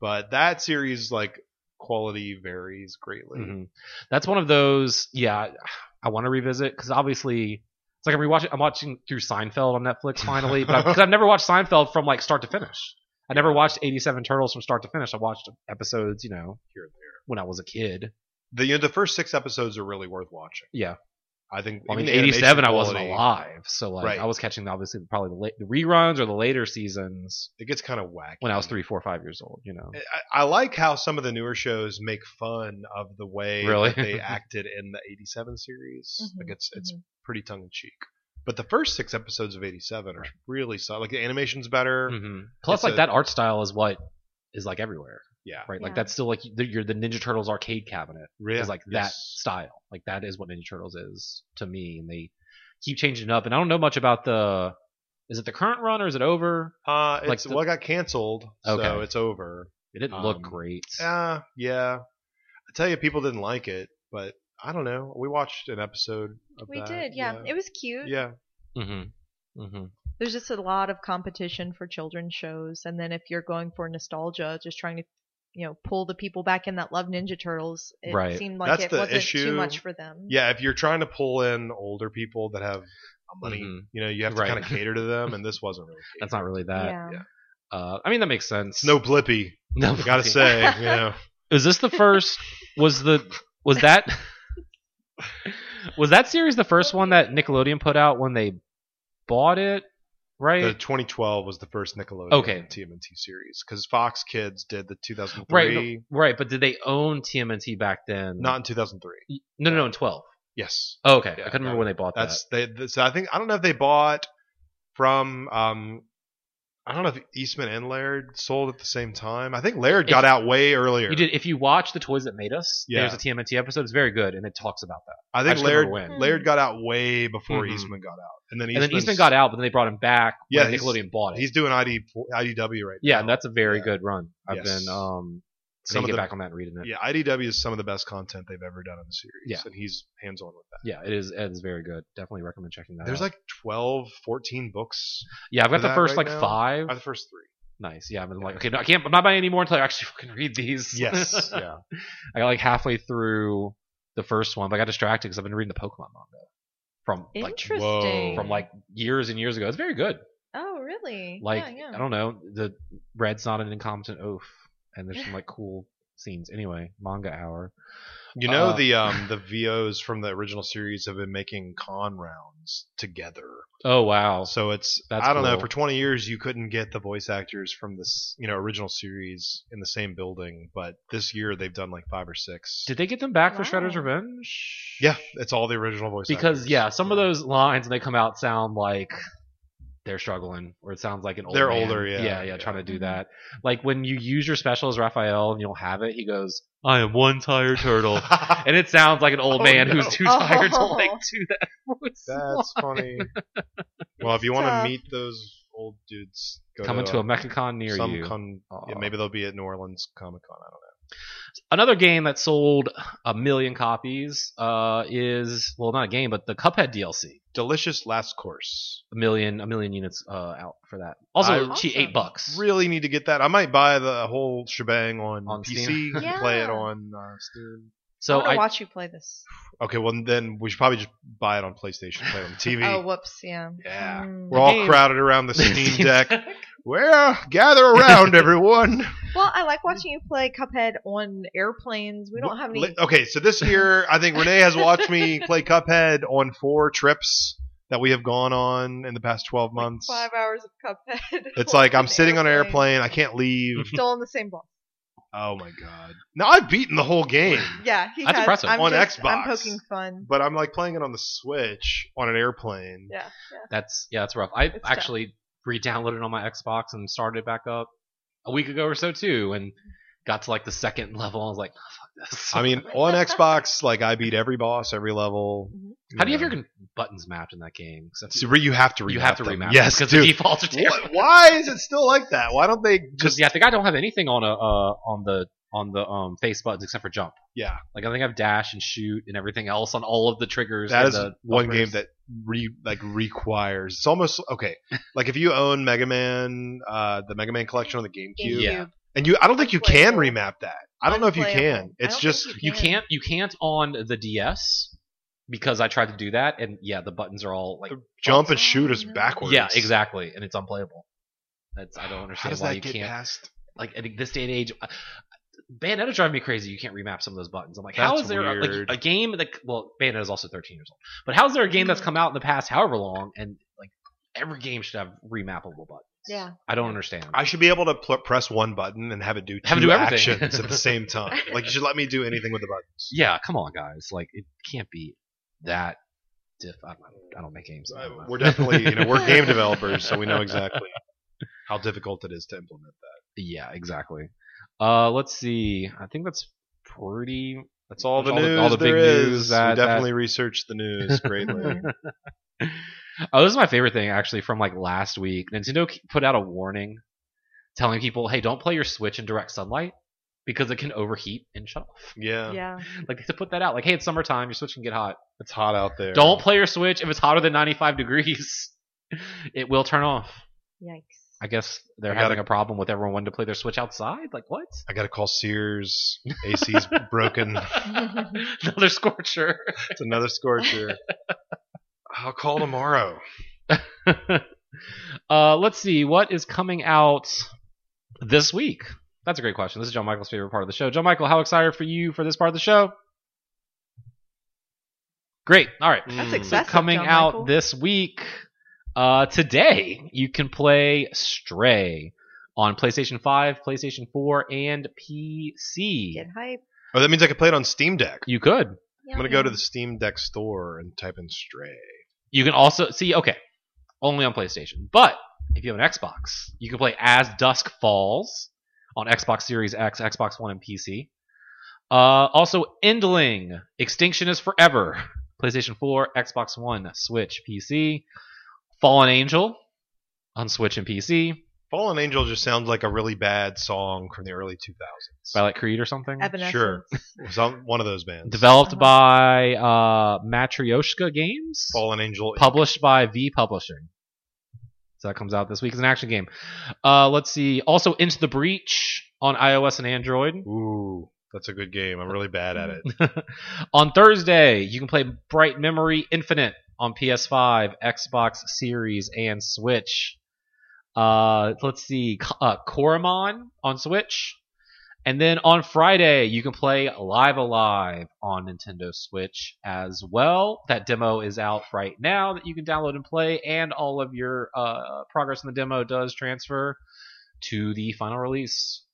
S1: but that series like quality varies greatly.
S3: Mhm. That's one of those. Yeah, I- I want to revisit because obviously it's like I'm rewatching. I'm watching through Seinfeld
S1: [LAUGHS]
S3: on Netflix finally, but because I've never watched Seinfeld from like start to finish. I never watched 87 Turtles from start to finish. I watched episodes, you know,
S1: Here and there.
S3: when I was a kid.
S1: The you know, the first six episodes are really worth watching.
S3: Yeah.
S1: I think.
S3: Well, I
S1: even
S3: mean,
S1: the animation
S3: 87, I wasn't
S1: quality,
S3: alive, so like
S1: Right.
S3: I was catching obviously probably the, late, the reruns or the later seasons
S1: It gets kind of wacky
S3: when I was three, four, five years old. You know,
S1: I, I like how some of the newer shows make fun of the way
S3: Really?
S1: that
S3: [LAUGHS]
S1: they acted in the 87 series.
S2: Mhm,
S1: Like it's it's
S2: mhm.
S1: pretty tongue in cheek. But the first six episodes of 87 are really solid. Like the animation's better.
S3: hmm plus
S1: It's
S3: like
S1: a-
S3: that art style is what is like everywhere,
S1: Yeah.
S3: right? Like
S2: Yeah.
S3: that's still like the, you're the Ninja Turtles arcade cabinet.
S1: Really.
S3: is like that style. Like that is what Ninja Turtles is to me, and they keep changing it up. And I don't know much about the. Is it the current run or is it over?
S1: Uh, it's,
S3: like the-
S1: well, it got canceled, so
S3: Okay.
S1: it's over.
S3: It didn't look
S1: Um,
S3: great.
S1: Uh, yeah. I tell you, people didn't like it, but I don't know. We watched an episode of
S2: We
S1: that,
S2: did, yeah. It was cute.
S1: yeah.
S3: Mm-hmm. Mm-hmm.
S2: There's just a lot of competition for children's shows, and then if you're going for nostalgia, just trying to, you know, pull the people back in that love Ninja Turtles, it
S3: Right.
S2: seemed like
S1: That's
S2: it
S1: the
S2: wasn't
S1: issue.
S2: too much for them.
S1: Yeah, if you're trying to pull in older people that have money,
S3: Mhm.
S1: you know, you have to
S3: Right.
S1: kind of cater to
S3: [LAUGHS]
S1: them, and this wasn't really.
S3: That's not really that.
S2: Yeah.
S1: yeah.
S3: Uh, I mean, that makes sense.
S1: No blippy.
S3: [LAUGHS] no.
S1: I
S3: [LAUGHS]
S1: gotta say, you know,
S3: is this the first? Was the was that was that series the first one that Nickelodeon put out when they bought it? Right.
S1: the 2012 was the first Nickelodeon
S3: Okay.
S1: TMNT series because Fox Kids did the 2003,
S3: Right, no, right, but did they own TMNT back then?
S1: not in 2003.
S3: no, no, no, in twelve.
S1: Yes,
S3: Oh, okay,
S1: Yeah,
S3: I couldn't remember
S1: no,
S3: when they bought that.
S1: that's they. th- So I think I don't know if they bought from. um I don't know if Eastman and Laird sold at the same time. I think Laird
S3: If-
S1: got out way earlier.
S3: You did. If you watch the toys that made us,
S1: Yeah.
S3: there's a TMNT episode. It's very good, and it talks about that.
S1: I
S3: I
S1: think
S3: just don't
S1: Laird
S3: remember when.
S1: Laird got out way before
S3: Mhm.
S1: Eastman got out, and then
S3: And
S1: Eastman's,
S3: then Eastman got out, but then they brought him back.
S1: Yeah,
S3: when
S1: he's-
S3: Nickelodeon bought it.
S1: He's doing ID for- IDW right now.
S3: yeah, and that's a very
S1: Yeah.
S3: good run. I've
S1: Yes.
S3: been um,
S1: Some
S3: some
S1: of
S3: get
S1: the-
S3: back on that and reading it.
S1: yeah. IDW is some of the best content they've ever done in the series,
S3: Yeah.
S1: and he's hands on with that.
S3: Yeah, it is. It is very good. Definitely recommend checking that.
S1: There's
S3: out.
S1: like 12, 14 books.
S3: yeah, I've got the
S1: that
S3: first
S1: right
S3: like
S1: now.
S3: five.
S1: Are the first three?
S3: Nice. Yeah, I've been like, okay, no, I can't. I'm not buying any more until I actually [LAUGHS] fucking read these.
S1: [LAUGHS]
S3: [LAUGHS]
S1: Yes. yeah.
S3: I got like halfway through the first one, but I got distracted because I've been reading the Pokemon manga from like
S2: Interesting.
S1: whoa.
S3: from like years and years ago. It's very good.
S2: Oh, really?
S3: like
S2: yeah,
S3: I
S2: yeah.
S3: don't know, the Red's not an incompetent oaf, and there's
S2: [LAUGHS]
S3: some like cool scenes. Anyway, manga hour.
S1: You know
S3: Uh,
S1: the um the VOs from the original series have been making con rounds together.
S3: Oh wow,
S1: So it's
S3: That's
S1: I don't know
S3: cool.
S1: for 20 years you couldn't get the voice actors from this you know original series in the same building, but this year they've done like five or six.
S3: did they get them back for
S2: Wow.
S3: Shredder's Revenge?
S1: yeah, it's all the original voice
S3: because
S1: actors.
S3: yeah, some of
S1: Yeah. [LAUGHS]
S3: those lines when they come out sound like they're struggling, or it sounds like an old.
S1: They're
S3: man.
S1: older, yeah,
S3: yeah,
S1: yeah.
S3: trying to do
S2: Mhm.
S3: that. Like when you use your special as Raphael and you don't have it, he goes, "I am one tired
S1: [LAUGHS]
S3: turtle." And it sounds like an old
S1: Oh,
S3: man
S1: no.
S3: who's too tired to
S2: Oh.
S3: like do that. [LAUGHS] voice. [LAUGHS]
S1: That's funny. Well, if you want
S2: Tough.
S1: to meet those old dudes, Go
S3: coming to a MechaCon near
S1: some
S3: you.
S1: Con, yeah,
S3: Aw.
S1: maybe they'll be at New Orleans Comic Con. I don't know.
S3: Another game that sold a million copies uh, is well, not a game, but the Cuphead DLC.
S1: Delicious Last Course.
S3: A million, a million units uh, out for that. Also,
S2: I- Awesome.
S3: cheap eight bucks.
S1: Really need to get that. I might buy the whole shebang on,
S3: On
S1: PC
S3: Steam.
S1: and
S2: [LAUGHS]
S1: play it
S2: Yeah.
S1: on uh, Steam.
S3: so
S2: I'm gonna
S3: I, [LAUGHS]
S2: watch you play this.
S1: Okay, well then we should probably just buy it on PlayStation, play it on TV.
S2: [LAUGHS] Oh, whoops, yeah.
S1: Yeah.
S2: Mm.
S1: We're all
S3: Game.
S1: crowded around the Steam
S2: [LAUGHS]
S3: Steam
S1: Deck. Well, gather [LAUGHS] around, everyone.
S2: Well, I like watching you play Cuphead on airplanes. We don't have any.
S1: Okay, so this year I think Renee has watched
S2: [LAUGHS]
S1: me play Cuphead on four trips that we have gone on in the past twelve months.
S2: Five hours of Cuphead.
S1: It's like
S2: [LAUGHS]
S1: I'm sitting on an airplane. I can't leave.
S2: Still on the same block.
S1: [LAUGHS] Oh my god! Now I've beaten the whole game,
S2: Yeah, he
S3: That's
S2: has.
S3: impressive.
S2: I'm
S1: On
S2: just-
S1: Xbox.
S2: I'm poking fun.
S1: but I'm like playing it on the Switch on an airplane.
S2: Yeah, yeah.
S3: That's yeah, that's rough. I
S2: tough.
S3: actually re-downloaded it on my Xbox and started it back up a week ago or so too, and got to like the second [LAUGHS] level. I was like, oh, fuck this.
S1: I mean, on Xbox, like I beat every boss, every level.
S2: Mhm.
S3: how do you have
S1: know.
S3: your con- buttons mapped in that game? 'Cause that's-
S1: So re- you have to remap
S3: you have to
S1: them.
S3: remap.
S1: Yes,
S3: because the
S1: dude.
S3: defaults are terrible.
S1: Wh- Why is it still like that? Why don't they
S3: Because
S1: just?
S3: yeah, I think I don't have anything on a uh, on the on the um, face buttons except for jump.
S1: yeah.
S3: Like I think I have dash and shoot and everything else on all of the triggers.
S1: That
S3: and
S1: is
S3: the
S1: one
S3: bumpers.
S1: game that re like requires. It's almost
S3: [LAUGHS]
S1: okay. Like if you own Mega Man, uh, the Mega Man collection on the GameCube,
S3: Yeah.
S1: and you, I don't think you can
S2: Unplayable.
S1: remap that. I don't know if you can.
S2: Unplayable. I
S1: It's
S2: don't
S1: just
S2: think
S3: you can't you can't on the DS because I tried to do that and yeah, the buttons are all like
S1: jump and shoot is
S2: Oh, no.
S1: backwards.
S3: Yeah, exactly, and it's unplayable. That's I don't
S1: How
S3: understand
S1: does
S3: why
S1: that
S3: you
S1: get
S3: can't.
S1: past?
S3: Like in this day and age, uh, Bayonetta drive me crazy. You can't remap some of those buttons. I'm like, how
S1: That's
S3: is there a,
S1: weird.
S3: like a game that well, Bayonetta is also 13 years old, but how is there a game that's come out in the past however long and like every game should have remappable buttons?
S1: [LAUGHS]
S2: Yeah.
S3: I don't understand.
S1: I should be able to pl- press one button and have it do two
S3: Have it do everything.
S1: actions at the same
S3: [LAUGHS]
S1: time. Like you should let me do anything with the buttons.
S3: yeah, come on, guys. Like it can't be that. Diff- I, don't, know. I don't make games. I
S1: Uh,
S3: don't know.
S1: we're definitely you know [LAUGHS] we're game developers, so we know exactly how difficult it is to implement that.
S3: Yeah, exactly. Uh, let's see. I think that's pretty. That's
S1: All the news,
S3: all the
S1: there
S3: big news.
S1: is. we
S3: that- that-
S1: definitely researched the news greatly.
S3: [LAUGHS] oh, this is my favorite thing actually from like last week. Nintendo k- put out a warning telling people, "Hey, don't play your Switch in direct sunlight because it can overheat and shut off." [LAUGHS]
S1: Yeah.
S2: [LAUGHS] Yeah.
S3: Like to put that out, like, "Hey, it's summertime. Your Switch can get hot.
S1: It's hot out there.
S3: Don't play your Switch if it's hotter than 95 degrees. [LAUGHS] it will turn off."
S2: Yikes.
S3: I guess they're
S1: I gotta-
S3: having a problem with everyone wanting to play their Switch outside. Like what? [LAUGHS]
S1: I gotta call Sears. AC's broken.
S3: Another scorcher.
S1: It's another scorcher. I'll call tomorrow.
S3: [LAUGHS] uh, let's see what is coming out this week. That's a great question. This is John Michael's favorite part of the show. John Michael, how excited for you for this part of the show? Great. All right.
S2: That's
S1: Mm.
S2: exciting. That's
S3: coming
S2: John
S3: out
S2: Michael.
S3: this week. Uh, today, you can play Stray on PlayStation 5, PlayStation 4, and PC.
S2: Get hype.
S1: Oh, that means I can play it on Steam Deck.
S3: You could.
S1: I'm gonna go to the Steam Deck store and type in Stray.
S3: You can also see. Okay, only on PlayStation. But if you have an Xbox, you can play As Dusk Falls on Xbox Series X, Xbox One, and PC. Uh, also, Endling, Extinction is Forever, [LAUGHS] PlayStation 4, Xbox One, Switch, PC. Fallen Angel on Switch and PC
S1: Fallen Angel just sounds like a really bad song from the early 2000s.
S3: by like Creed or something.
S2: Evanescence.
S1: Sure. Some, one of those bands.
S3: Developed
S2: Uh-huh.
S3: by uh, Matryoshka Games.
S1: Fallen Angel.
S3: published by V Publishing. So that comes out this week. It's an action game. Uh, let's see. Also, Into the Breach on iOS and Android.
S1: Ooh, that's a good game. I'm really bad
S3: [LAUGHS]
S1: at it.
S3: on Thursday, you can play Bright Memory Infinite on PS5, Xbox Series, and Switch. Uh, let's see. K- Uh, Koromon on Switch. And then on Friday, you can play Live Alive on Nintendo Switch as well. That demo is out right now that you can download and play, and all of your uh, progress in the demo does transfer to the final release.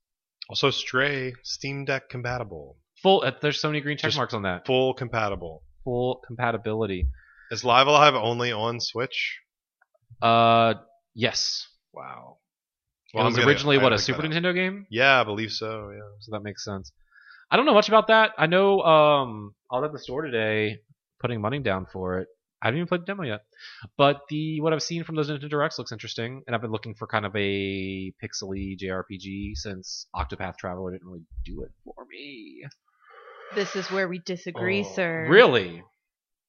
S1: Also, Stray Steam Deck compatible,
S3: Full. Uh, there's so many green check
S1: Just
S3: marks on that.
S1: full compatible.
S3: Full compatibility.
S1: Is Live Alive only on Switch?
S3: Uh, yes.
S1: Wow.
S3: it
S1: I'm
S3: was
S1: gonna-
S3: originally
S1: I
S3: what a
S1: looked
S3: Super
S1: that up.
S3: Nintendo game,
S1: Yeah, I believe so. Yeah.
S3: so that makes sense. I don't know much about that. I know um, I was at the store today putting money down for it. I haven't even played the demo yet, but the what I've seen from those Nintendo Directs looks interesting, and I've been looking for kind of a pixely JRPG since Octopath Traveler didn't really do it for me.
S2: This is where we disagree,
S1: Oh,
S2: sir.
S3: Really,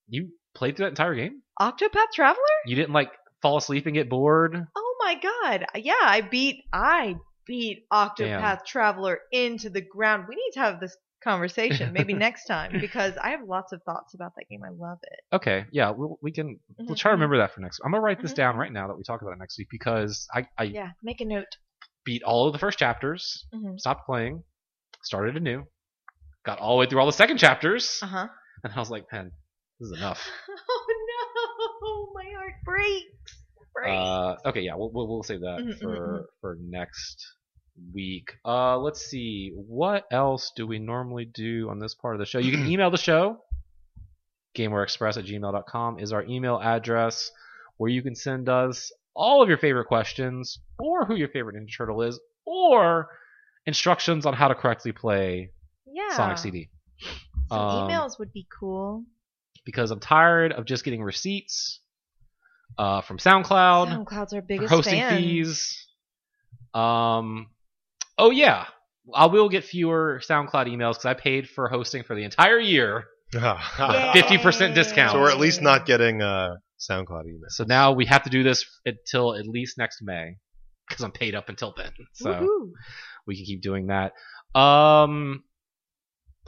S3: you played through that entire game?
S2: Octopath Traveler?
S3: You didn't like fall asleep and get bored?
S2: Oh my god. Yeah, I beat I beat Octopath
S3: Damn.
S2: Traveler into the ground. We need to have this conversation maybe
S3: [LAUGHS]
S2: next time because I have lots of thoughts about that game. I love it.
S3: Okay, yeah, we'll, we can. We'll
S2: Mhm,
S3: try to
S2: mhm.
S3: remember that for next. I'm gonna write this
S2: Mhm.
S3: down right now that we talk about it next week because I, I
S2: Mm-hmm. Yeah, make a note.
S3: beat all of the first chapters,
S2: Mhm.
S3: stopped playing, started anew, got all the way through all the second chapters,
S2: Uh huh.
S3: and I was like, man, this is enough.
S2: [LAUGHS] Oh no, my heart breaks. Breaks.
S3: Uh, okay, yeah, we'll, we'll, we'll save that
S2: Mhm, mhm,
S3: for for next week. Uh, let's see, what else do we normally do on this part of the show? You can email the show. GameWareExpress at gmail.com is our email address where you can send us all of your favorite questions or who your favorite Ninja Turtle is or instructions on how to correctly play
S2: yeah.
S3: Sonic CD.
S2: Some
S3: um,
S2: emails would be cool.
S3: because I'm tired of just getting receipts uh, from SoundCloud
S2: SoundCloud's our
S3: for
S2: biggest
S3: hosting
S1: [LAUGHS]
S2: fan.
S3: fees. Um, oh yeah, I will get fewer SoundCloud emails because I paid for hosting for the entire year.
S1: [LAUGHS]
S2: Yay.
S3: 50% discount.
S1: so we're at least not getting uh, SoundCloud email.
S3: So now we have to do this until at least next May because I'm paid up until then. So
S2: Woohoo.
S3: we can keep doing that. Um,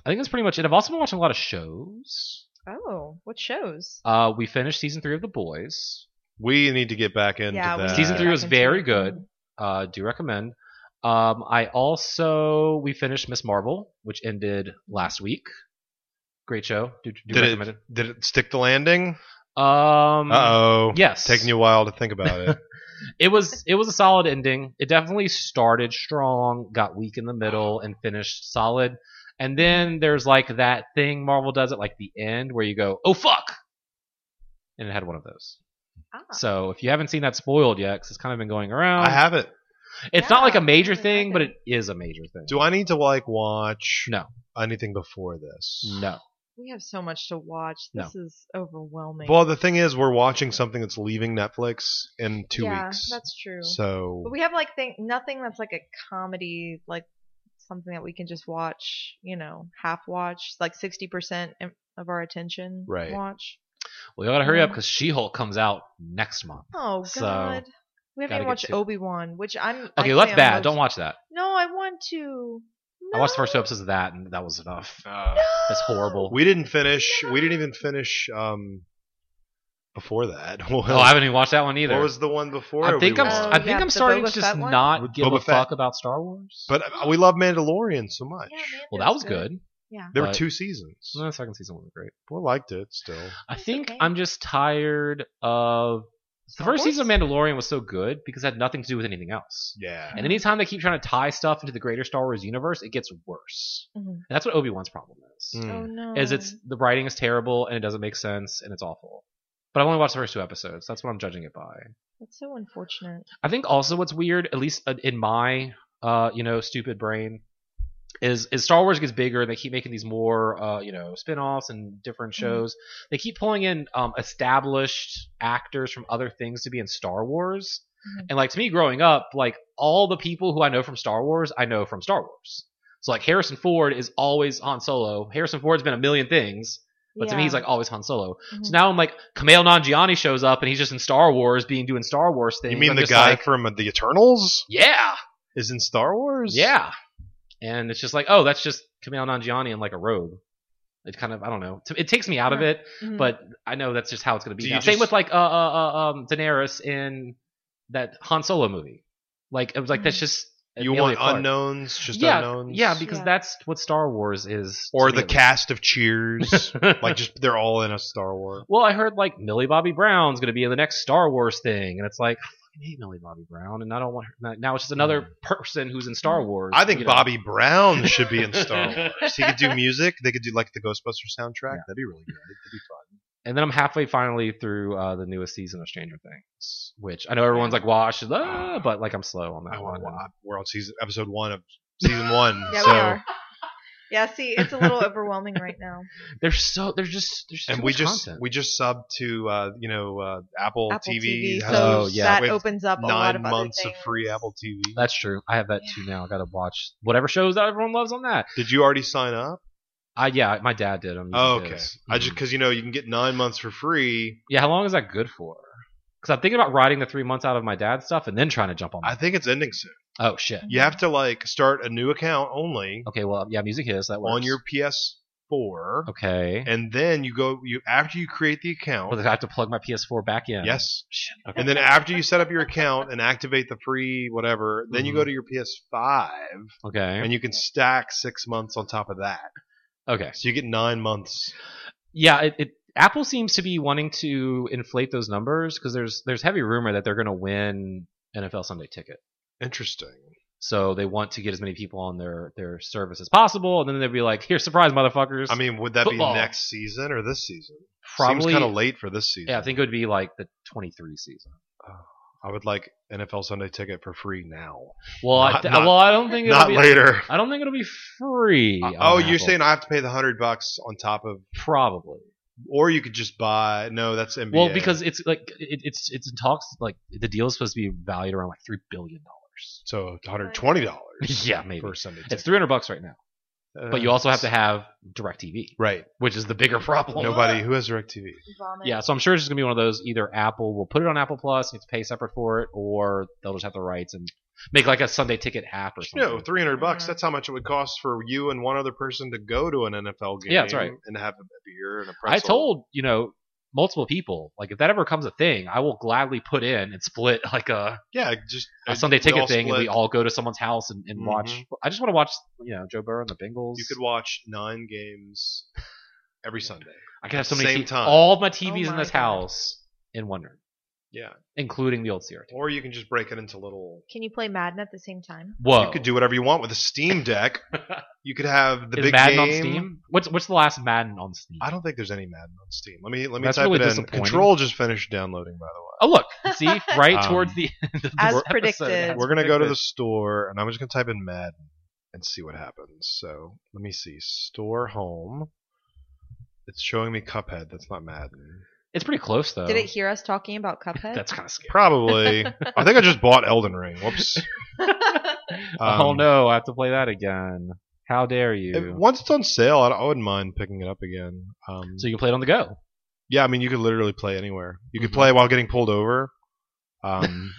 S3: I think that's pretty much it. I've also been watching a lot of shows.
S2: Oh, what shows?
S3: Uh, we finished season three of The Boys.
S1: we need to get back into
S2: yeah, we
S1: that.
S2: should
S3: Season
S2: get
S3: three
S2: back
S3: was
S2: into
S3: very
S2: it.
S3: good. uh, do recommend. Um, I also we finished Miss Marvel, which ended last week. Great show. Do, do
S1: Did
S3: recommend
S1: it, did it stick the landing?
S3: it. Um,
S1: Uh oh.
S3: yes,
S1: Taking you a while to think about
S3: [LAUGHS]
S1: it.
S3: It was it was a solid ending. It definitely started strong, got weak in the middle, and finished solid. And then there's like that thing Marvel does at like the end where you go, "Oh fuck," and it had one of those.
S2: Ah.
S3: So if you haven't seen that spoiled yet, because it's kind of been going around,
S1: I have it.
S3: it's not
S2: Yeah,
S3: like a major
S2: it
S3: thing, but it
S2: happened.
S3: is a major thing.
S1: Do I need to like watch
S3: No.
S1: anything before this?
S3: no.
S2: We have so much to watch.
S3: No.
S2: This is overwhelming.
S1: Well, the thing is, we're watching something that's leaving Netflix in two
S2: yeah,
S1: weeks.
S2: that's true.
S1: so
S2: but we have like thing, nothing that's like a comedy, like something that we can just watch, you know, half watch, like sixty percent of our attention.
S1: Right.
S2: Watch.
S3: We gotta hurry up
S2: Mhm.
S3: because She Hulk comes out next month.
S2: Oh
S3: So,
S2: God. we haven't
S3: gotta
S2: even
S3: get
S2: watched
S3: to-
S2: Obi Wan, which I'm
S3: Okay,
S2: I'd
S3: well,
S2: say
S3: that's
S2: I'm
S3: bad.
S2: most-
S3: Don't watch that.
S2: No, I want to.
S3: I watched the
S2: No.
S3: first two episodes of that, and that was enough.
S1: uh,
S2: No.
S3: That's horrible.
S1: we didn't finish. We didn't even finish um, before that. [LAUGHS] Well,
S3: Oh, I haven't even watched that one either.
S1: What was the one before?
S3: I think I'm.
S1: Obi-Wan?
S2: Oh,
S3: I think
S2: yeah,
S3: I'm
S2: the
S3: starting
S2: Boba
S3: to just
S2: Fett one?
S3: not
S1: With
S3: give
S1: Boba
S3: a fuck
S1: Fett.
S3: about Star Wars.
S1: but uh, we love Mandalorian so much.
S2: Yeah, man,
S3: well, that was good.
S1: there were
S3: but- Mm.
S1: two seasons.
S3: No, the second season wasn't great.
S1: We liked it still.
S3: I
S2: It's
S3: think
S2: okay.
S3: I'm just tired of the
S2: Star
S3: first
S2: Wars?
S3: season of Mandalorian was so good because it had nothing to do with anything else.
S1: Yeah.
S3: And anytime they keep trying to tie stuff into the greater Star Wars universe, it gets worse.
S2: Mhm.
S3: And that's what Obi Wan's problem is.
S1: Mm.
S2: Oh no.
S3: is it's the writing is terrible and it doesn't make sense and it's awful. But I've only watched the first two episodes. That's what I'm judging it by.
S2: That's so unfortunate.
S3: I think also what's weird, at least uh, in my uh, you know stupid brain, is is Star Wars gets bigger and they keep making these more uh, you know spin-offs and different shows. They keep pulling in um, established actors from other things to be in Star Wars.
S2: Mhm.
S3: And like to me, growing up, like all the people who I know from Star Wars, I know from Star Wars. So like Harrison Ford is always Han Solo. Harrison Ford's been a million things, but to me, he's
S2: Yeah.
S3: like always Han Solo.
S2: Mhm.
S3: So now I'm like, Kamel Nanjiani shows up and he's just in Star Wars, being doing Star Wars things.
S1: You mean
S3: I'm
S1: the
S3: just
S1: guy
S3: like,
S1: from the Eternals
S3: yeah,
S1: is in Star Wars?
S3: yeah. And it's just like, oh, that's just Kamel Nanjiani in like a robe. It kind of, I don't know. T- It takes me out of
S2: Huh.
S3: it,
S2: Mhm.
S3: but I know that's just how it's going to
S1: Do
S3: be.
S1: you
S3: Now.
S1: just-
S3: Same with like uh, uh, uh, um, Daenerys in that Han Solo movie. Like it was like that's
S2: Mhm.
S3: just
S1: You
S3: Amelia
S1: want
S3: Clarke.
S1: unknowns, just
S3: yeah,
S1: unknowns.
S3: yeah, because
S2: Yeah.
S3: that's what Star Wars is.
S1: or
S3: to me
S1: the
S3: at
S1: cast of Cheers. [LAUGHS]
S3: [LAUGHS] least.
S1: like just they're all in a Star Wars.
S3: well, I heard like Millie Bobby Brown's gonna be in the next Star Wars thing, and it's like I fucking hate Millie Bobby Brown, and I don't want her. Now it's just another person who's in Star Wars.
S1: Mm. I think
S3: you know.
S1: Bobby Brown should be in
S2: [LAUGHS]
S3: [LAUGHS]
S1: Star Wars. He could do music. They could do like the Ghostbusters soundtrack.
S3: Yeah.
S1: That'd be really good. That'd be fun.
S3: And then I'm halfway finally through uh, the newest season of Stranger Things, which I know everyone's like, "Watch," ah, but like I'm slow on that
S1: I
S3: one.
S1: want to. We're on season episode one of season one.
S2: yeah,
S1: so
S2: we are. Yeah, see, it's a little overwhelming right now.
S3: There's so there's just there's so
S1: and we
S3: much
S1: just
S3: content.
S1: we just subbed to uh, you know uh, [LAUGHS] Apple,
S2: Apple TV,
S1: TV. has
S2: so
S3: Oh, yeah.
S2: that
S1: With
S2: opens up a lot
S1: nine
S2: of
S1: months
S2: other
S1: of
S2: things.
S1: free Apple TV.
S3: That's true. I have that too now. I gotta watch whatever shows that everyone loves on that.
S1: Did you already sign up?
S3: I yeah, my dad did. I'm using
S1: Oh, okay.
S3: his.
S1: I just because you know you can get nine months for free.
S3: yeah. How long is that good for? Because I'm thinking about riding the three months out of my dad's stuff and then trying to jump on.
S1: I think it's ending soon.
S3: oh shit.
S1: You have to like start a new account only
S3: Okay. Well, yeah. Music his that works.
S1: on your PS4,
S3: okay.
S1: and then you go you after you create the account.
S3: Well, I have to plug my PS4 back in.
S1: Yes.
S3: Shit. Okay.
S1: And then after you set up your account and activate the free whatever, then you
S3: Mhm.
S1: go to your PS5
S3: Okay.
S1: and you can stack six months on top of that.
S3: okay.
S1: So you get nine months.
S3: Yeah. It, it, Apple seems to be wanting to inflate those numbers because there's there's heavy rumor that they're going to win NFL Sunday Ticket.
S1: Interesting.
S3: So they want to get as many people on their their service as possible, and then they'll be like, "Here, surprise, motherfuckers!"
S1: I mean, would that
S3: Football.
S1: be next season or this season?
S3: probably
S1: Seems kind of late for this season.
S3: Yeah, I think it would be like the 23 season.
S1: I would like NFL Sunday ticket for free now,
S3: Well, I
S1: Not-
S3: th-
S1: not-
S3: well, I don't think it'll
S1: not
S3: be, [LAUGHS]
S1: later.
S3: I don't think it'll be free.
S1: Uh,
S3: on
S1: oh, you're
S3: Apple.
S1: saying I have to pay the hundred bucks on top of,
S3: probably?
S1: or you could just buy. No, that's NBA.
S3: Well, because it's like it, it's it's in talks. Like the deal is supposed to be valued around like three billion dollars.
S1: so one hundred twenty dollars.
S3: [LAUGHS] Yeah, maybe.
S1: for Sunday ticket.
S3: It's 300 bucks right now, but you also have to have DirecTV,
S1: right.
S3: [LAUGHS] which is the bigger problem.
S1: Nobody who has
S3: [LAUGHS]
S1: DirecTV.
S2: Vomit.
S3: Yeah, so I'm sure it's just gonna be one of those. Either Apple will put it on Apple Plus, you have to pay separate for it, or they'll just have the rights and make like a Sunday ticket app or
S1: You
S3: something.
S1: know, three hundred bucks.
S2: Yeah.
S1: That's how much it would cost for you and one other person to go to an NFL game.
S3: Yeah, that's right.
S1: And have a beer and a pretzel.
S3: I told you know multiple people like if that ever comes a thing, I will gladly put in and split like a,
S1: Yeah, just
S3: a Sunday
S1: we all
S3: ticket thing, and we
S1: split.
S3: all go to someone's house and, and watch.
S1: Mhm.
S3: I just want to watch you know Joe Burrow and the Bengals.
S1: You could watch nine games every Sunday.
S3: I could have so many
S1: same
S3: T-
S1: time.
S3: all of my TVs
S2: Oh
S3: in
S2: my
S3: this
S2: God.
S3: house in one room,
S1: Yeah,
S3: including the old CRT.
S1: or you can just break it into little.
S2: Can you play Madden at the same time?
S3: Whoa,
S1: You could do whatever you want with a
S3: [LAUGHS]
S1: Steam Deck. you could have the
S3: Is
S1: big
S3: Madden
S1: game.
S3: on Steam? What's what's the last Madden on Steam?
S1: I don't think there's any Madden on Steam. Let me let me
S3: That's
S1: type
S3: really
S1: it in.
S3: disappointing.
S1: Control just finished downloading, by the way.
S3: Oh
S2: [LAUGHS]
S3: look, see right
S1: Um,
S3: towards the [LAUGHS] end of
S2: As
S3: this episode,
S2: predicted.
S1: [LAUGHS]
S3: as
S1: We're gonna go to the
S3: predicted.
S1: store, and I'm just gonna type in Madden and see what happens. So let me see. Store home. It's showing me Cuphead. That's not Madden.
S3: It's pretty close though.
S2: Did it hear us
S1: [LAUGHS]
S2: talking about Cuphead?
S3: That's kind of scary.
S1: Probably.
S2: [LAUGHS]
S1: I think I just bought Elden Ring. Whoops.
S3: oh
S1: Um,
S3: no, I have to play that again. How dare you?
S1: If- once it's on sale, I, I wouldn't mind picking it up again. Um,
S3: so you can play it on
S2: [LAUGHS]
S3: the go.
S1: yeah, I mean, you could literally play anywhere. You could
S3: Mhm.
S1: play while getting pulled over.
S2: [LAUGHS]
S1: Um,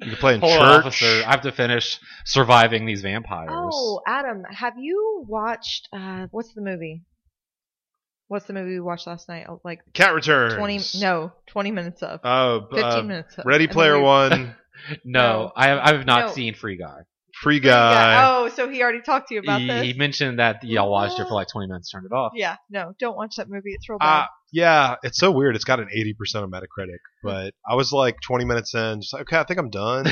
S1: you could play in
S3: Hold
S1: church.
S3: on, officer. I have to finish surviving these vampires.
S2: oh, Adam, have you watched uh, what's the movie? What's the movie we watched last night? Oh, Like
S1: Cat returns.
S2: twenty? No, twenty minutes of.
S1: Oh, b-
S2: Fifteen
S1: uh,
S2: minutes. Of.
S1: Ready
S2: And then
S1: Player
S2: we- [LAUGHS]
S1: One,
S3: no, I have, I have not
S2: No.
S3: seen Free Guy.
S1: Free Guy.
S2: Yeah. Oh, so he already talked to you about
S3: He,
S2: this.
S3: he mentioned that y'all watched it for like 20 minutes, turned it off.
S2: yeah, no, don't watch that movie. It's real
S1: Uh,
S2: bad.
S1: yeah, it's so weird. It's got an 80% on Metacritic, but I was like 20 minutes in, just like, okay, I think I'm
S3: [LAUGHS]
S1: done.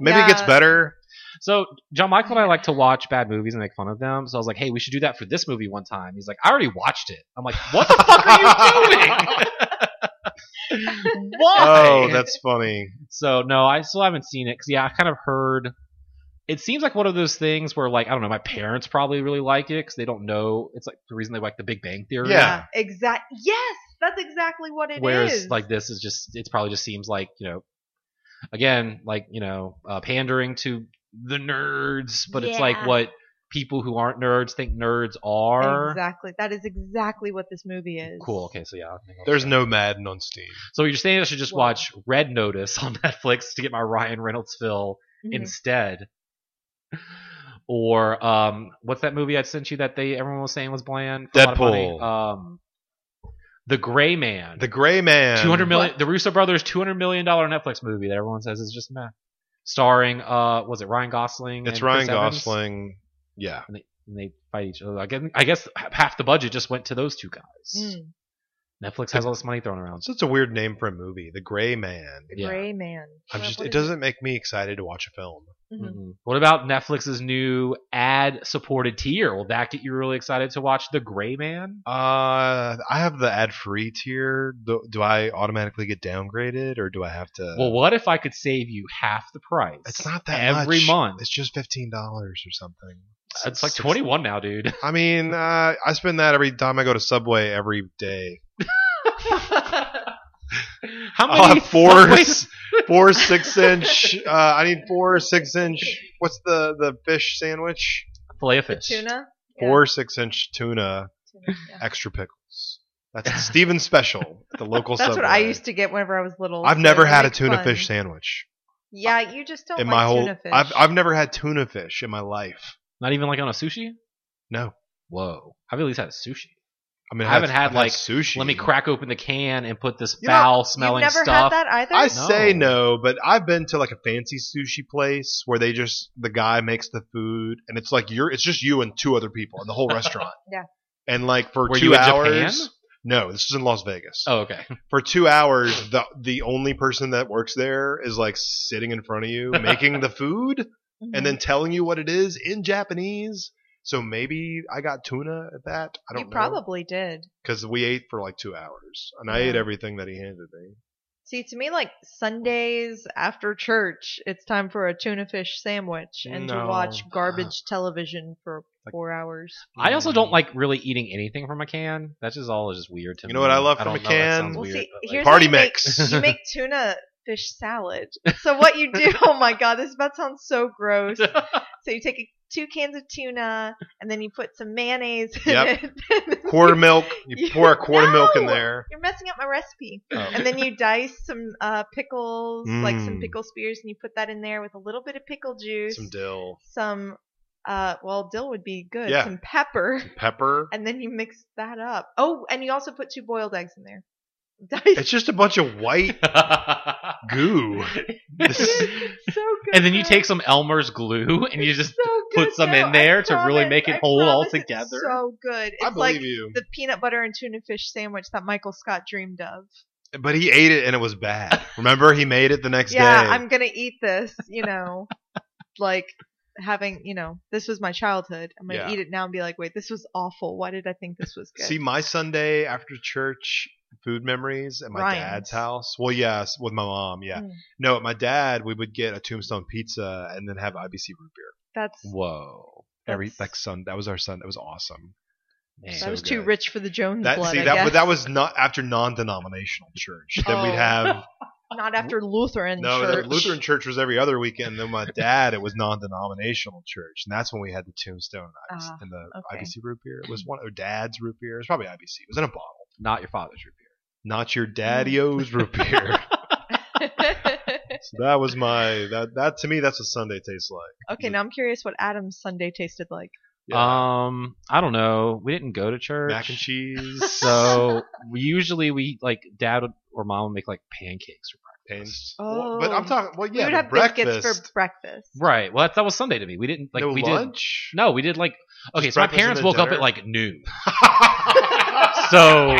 S1: Maybe it gets
S2: Yeah.
S1: better.
S3: So John Michael and I like to watch bad movies and make fun of them. So I was like, hey, we should do that for this movie one time. He's like, I already watched it. I'm like, what the fuck are you doing?
S1: [LAUGHS]
S3: Why?
S1: Oh, that's funny.
S3: So no, I still haven't seen it because yeah, I kind of heard. It seems like one of those things where like I don't know, my parents probably really like it because they don't know. It's like the reason they like The Big Bang Theory.
S1: yeah.
S2: exact. Yes, that's exactly what it is.
S3: Whereas like this is just it's probably just seems like you know, again like you know uh, pandering to the nerds, but it's like
S2: Yeah.
S3: what people who aren't nerds think nerds are.
S2: exactly that is exactly what this movie is.
S3: Cool. Okay. So yeah, I think I'll
S1: There's
S3: try.
S1: no Madden on Steam.
S3: So you're saying I should just
S2: Wow.
S3: watch Red Notice [LAUGHS] on Netflix to get my Ryan Reynolds fill
S2: Mhm.
S3: instead. Or um, what's that movie I sent you that they everyone was saying was bland? for a lot of money?
S1: Deadpool.
S3: Um, the Gray Man.
S1: The Gray Man.
S3: two hundred million. The Russo brothers two hundred million dollar Netflix movie that everyone says is just meh. Starring uh, was it Ryan Gosling?
S1: It's
S3: and Chris
S1: Ryan
S3: Evans?
S1: Gosling. Yeah.
S3: And they, and they fight each other. I guess, I guess half the budget just went to those two guys.
S2: Mm,
S3: Netflix has all this money thrown around.
S1: It's such a weird name for a movie. The Gray Man.
S2: the
S3: Yeah.
S2: Gray Man.
S1: I'm
S2: What-
S1: just.
S2: what
S1: It
S2: is
S1: doesn't make me excited to watch a film.
S2: Mhm.
S3: Mhm. What about Netflix's new ad-supported tier? Will that get you really excited to watch The Gray Man?
S1: Uh, I have the ad-free tier. Do, do I automatically get downgraded, or do I have to?
S3: Well, what if I could save you half the price?
S1: it's not that
S3: every
S1: much.
S3: month.
S1: It's just fifteen dollars or something. since
S3: It's like
S1: six-
S3: 21
S2: [LAUGHS]
S3: now, dude.
S1: I mean, uh, I spend that every time I go to Subway every day.
S3: How many?
S1: I'll have four,
S3: Subways-
S1: four six inch. Uh, I need four six inch. What's the the fish sandwich?
S3: Filet of fish.
S2: Tuna. Yeah,
S1: Four six inch tuna,
S2: tuna, yeah.
S1: extra pickles. That's a Steven special at the local
S2: That's
S1: Subway.
S2: what I used to get whenever I was little.
S1: I've
S2: so
S1: never
S2: it
S1: had a
S2: makes
S1: tuna
S2: fun.
S1: fish sandwich
S2: Yeah, you just don't
S1: in
S2: like
S1: my whole.
S2: tuna fish.
S1: I've I've never had tuna fish in my life.
S3: Not even like on a sushi.
S1: No,
S3: Whoa. I've at least had a sushi.
S1: I mean
S3: I haven't
S1: I've-
S3: had,
S1: I've
S3: like,
S1: sushi.
S3: Let me crack open the can and put this
S1: You know,
S3: foul
S2: You've
S3: smelling
S2: never
S3: stuff.
S2: had that either.
S1: I
S3: No.
S1: say no, but I've been to like a fancy sushi place where they just the guy makes the food and it's like you're it's just you and two other people in the whole restaurant.
S2: [LAUGHS] Yeah.
S1: And like for
S3: Were
S1: two
S3: you in
S1: hours.
S3: Japan?
S1: No, this is in Las Vegas.
S3: Oh,
S1: [LAUGHS]
S3: okay.
S1: For two hours, the the only person that works there is like sitting in front of
S3: [LAUGHS]
S1: you making the food
S2: Mm-hmm.
S1: and then telling you what it is in Japanese. So maybe I got tuna at that. I don't
S2: you probably did.
S1: because we ate for like two hours and I
S2: Yeah.
S1: ate everything that he handed me.
S2: See, to me, like Sundays after church, it's time for a tuna fish sandwich and to
S1: No.
S2: watch
S1: [GASPS]
S2: garbage television for
S1: Like-
S2: four hours.
S3: I also don't like really eating anything from a can. That's just all just weird to me.
S1: You know what I love from
S3: don't
S1: a
S3: know, that
S1: can?
S3: sounds
S2: Well,
S3: weird,
S2: see,
S3: but, like-
S2: here's
S1: Party
S2: how you make-
S1: mix.
S2: [LAUGHS]
S1: [LAUGHS]
S2: you make tuna fish salad. So what you do? Oh my god, this is about to sound so
S1: [LAUGHS]
S2: gross. So you take a, two cans of tuna and then you put some mayonnaise in
S1: Yep.
S2: it. [LAUGHS]
S1: Quarter milk. You
S2: You-
S1: pour a quarter milk in
S2: No!
S1: there.
S2: You're messing up my recipe.
S1: Oh.
S3: [LAUGHS]
S2: And
S1: [LAUGHS]
S2: then you dice some uh, pickles, like some
S1: Mm.
S2: pickle spears, and you put that in there with a little bit of pickle juice,
S1: some dill,
S2: some uh well dill would be good
S1: Yeah.
S2: some pepper [LAUGHS]
S1: pepper.
S2: and then you mix that up oh and you also put two boiled eggs in there [LAUGHS]
S1: It's just a bunch of white goo. [LAUGHS]
S2: [LAUGHS]
S1: This- [LAUGHS]
S2: It's so good
S3: Oh. and then you
S2: though.
S3: take some Elmer's glue and you
S2: [LAUGHS]
S3: just
S2: so
S3: [LAUGHS] put
S2: good
S3: some in
S2: though. I
S3: there to really
S2: promise-
S3: make it
S2: I
S3: hold all
S2: promise it's
S3: together.
S2: so good it's
S1: I believe
S2: like
S1: you.
S2: the peanut butter and tuna fish sandwich that michael scott dreamed of
S1: But he ate it and it was bad. Remember, he made it the next
S2: yeah
S1: day.
S2: i'm gonna eat this you know [LAUGHS] like having you know this was my childhood i'm gonna
S1: Yeah.
S2: eat it now and be like wait this was awful why did i think this was good
S1: See, my Sunday after church food memories at my
S2: Ryan's.
S1: dad's house. Well, yes, with my mom. Yeah.
S2: Mm.
S1: No, at my dad, we would get a tombstone pizza and then have IBC root beer.
S2: [LAUGHS] that's
S3: Whoa.
S1: Every
S2: That's-
S1: like Sun, that was our Sunday. That was awesome.
S3: Man.
S2: that
S1: So
S2: was too
S1: good.
S2: rich for the Jones
S1: That
S2: blood.
S1: see
S2: I
S1: that,
S2: guess.
S1: but that was not after non-denominational church. Then
S2: Oh.
S1: we'd have
S2: [LAUGHS] not after Lutheran
S1: No, the
S2: church.
S1: Lutheran [LAUGHS] church was every other weekend. Then my dad, it was non-denominational church, and that's when we had the tombstone and IBC
S2: Ah,
S1: and the
S2: okay.
S1: IBC root beer. It was one or dad's root beer. It was probably IBC. It was in a bottle.
S3: [LAUGHS] Not your father's root beer.
S1: Not
S2: Mm.
S1: your daddy-o's
S2: [LAUGHS]
S1: root beer. So that was my that that to me that's what Sunday tastes like.
S2: [LAUGHS] okay, now I'm curious what Adam's Sunday tasted like.
S1: Yeah.
S3: Um, I don't know. We didn't go to church.
S1: Mac and cheese,
S3: [LAUGHS] So we usually we like dad would, or mom would make like pancakes. for
S1: pains.
S2: Oh.
S1: but I'm talking. Well,
S2: we
S1: yeah,
S2: would
S1: but
S2: have
S1: breakfast.
S2: biscuits for breakfast.
S3: breakfast. Right. Well, that, that was Sunday to me. We didn't like
S1: no
S3: we did.
S1: lunch.
S3: [LAUGHS]
S1: [LAUGHS]
S3: No, we did like okay.
S1: Just
S3: so
S1: breakfast
S3: my
S1: and
S3: parents
S1: then
S3: woke up
S1: dinner?
S3: at like
S1: [LAUGHS]
S3: noon, so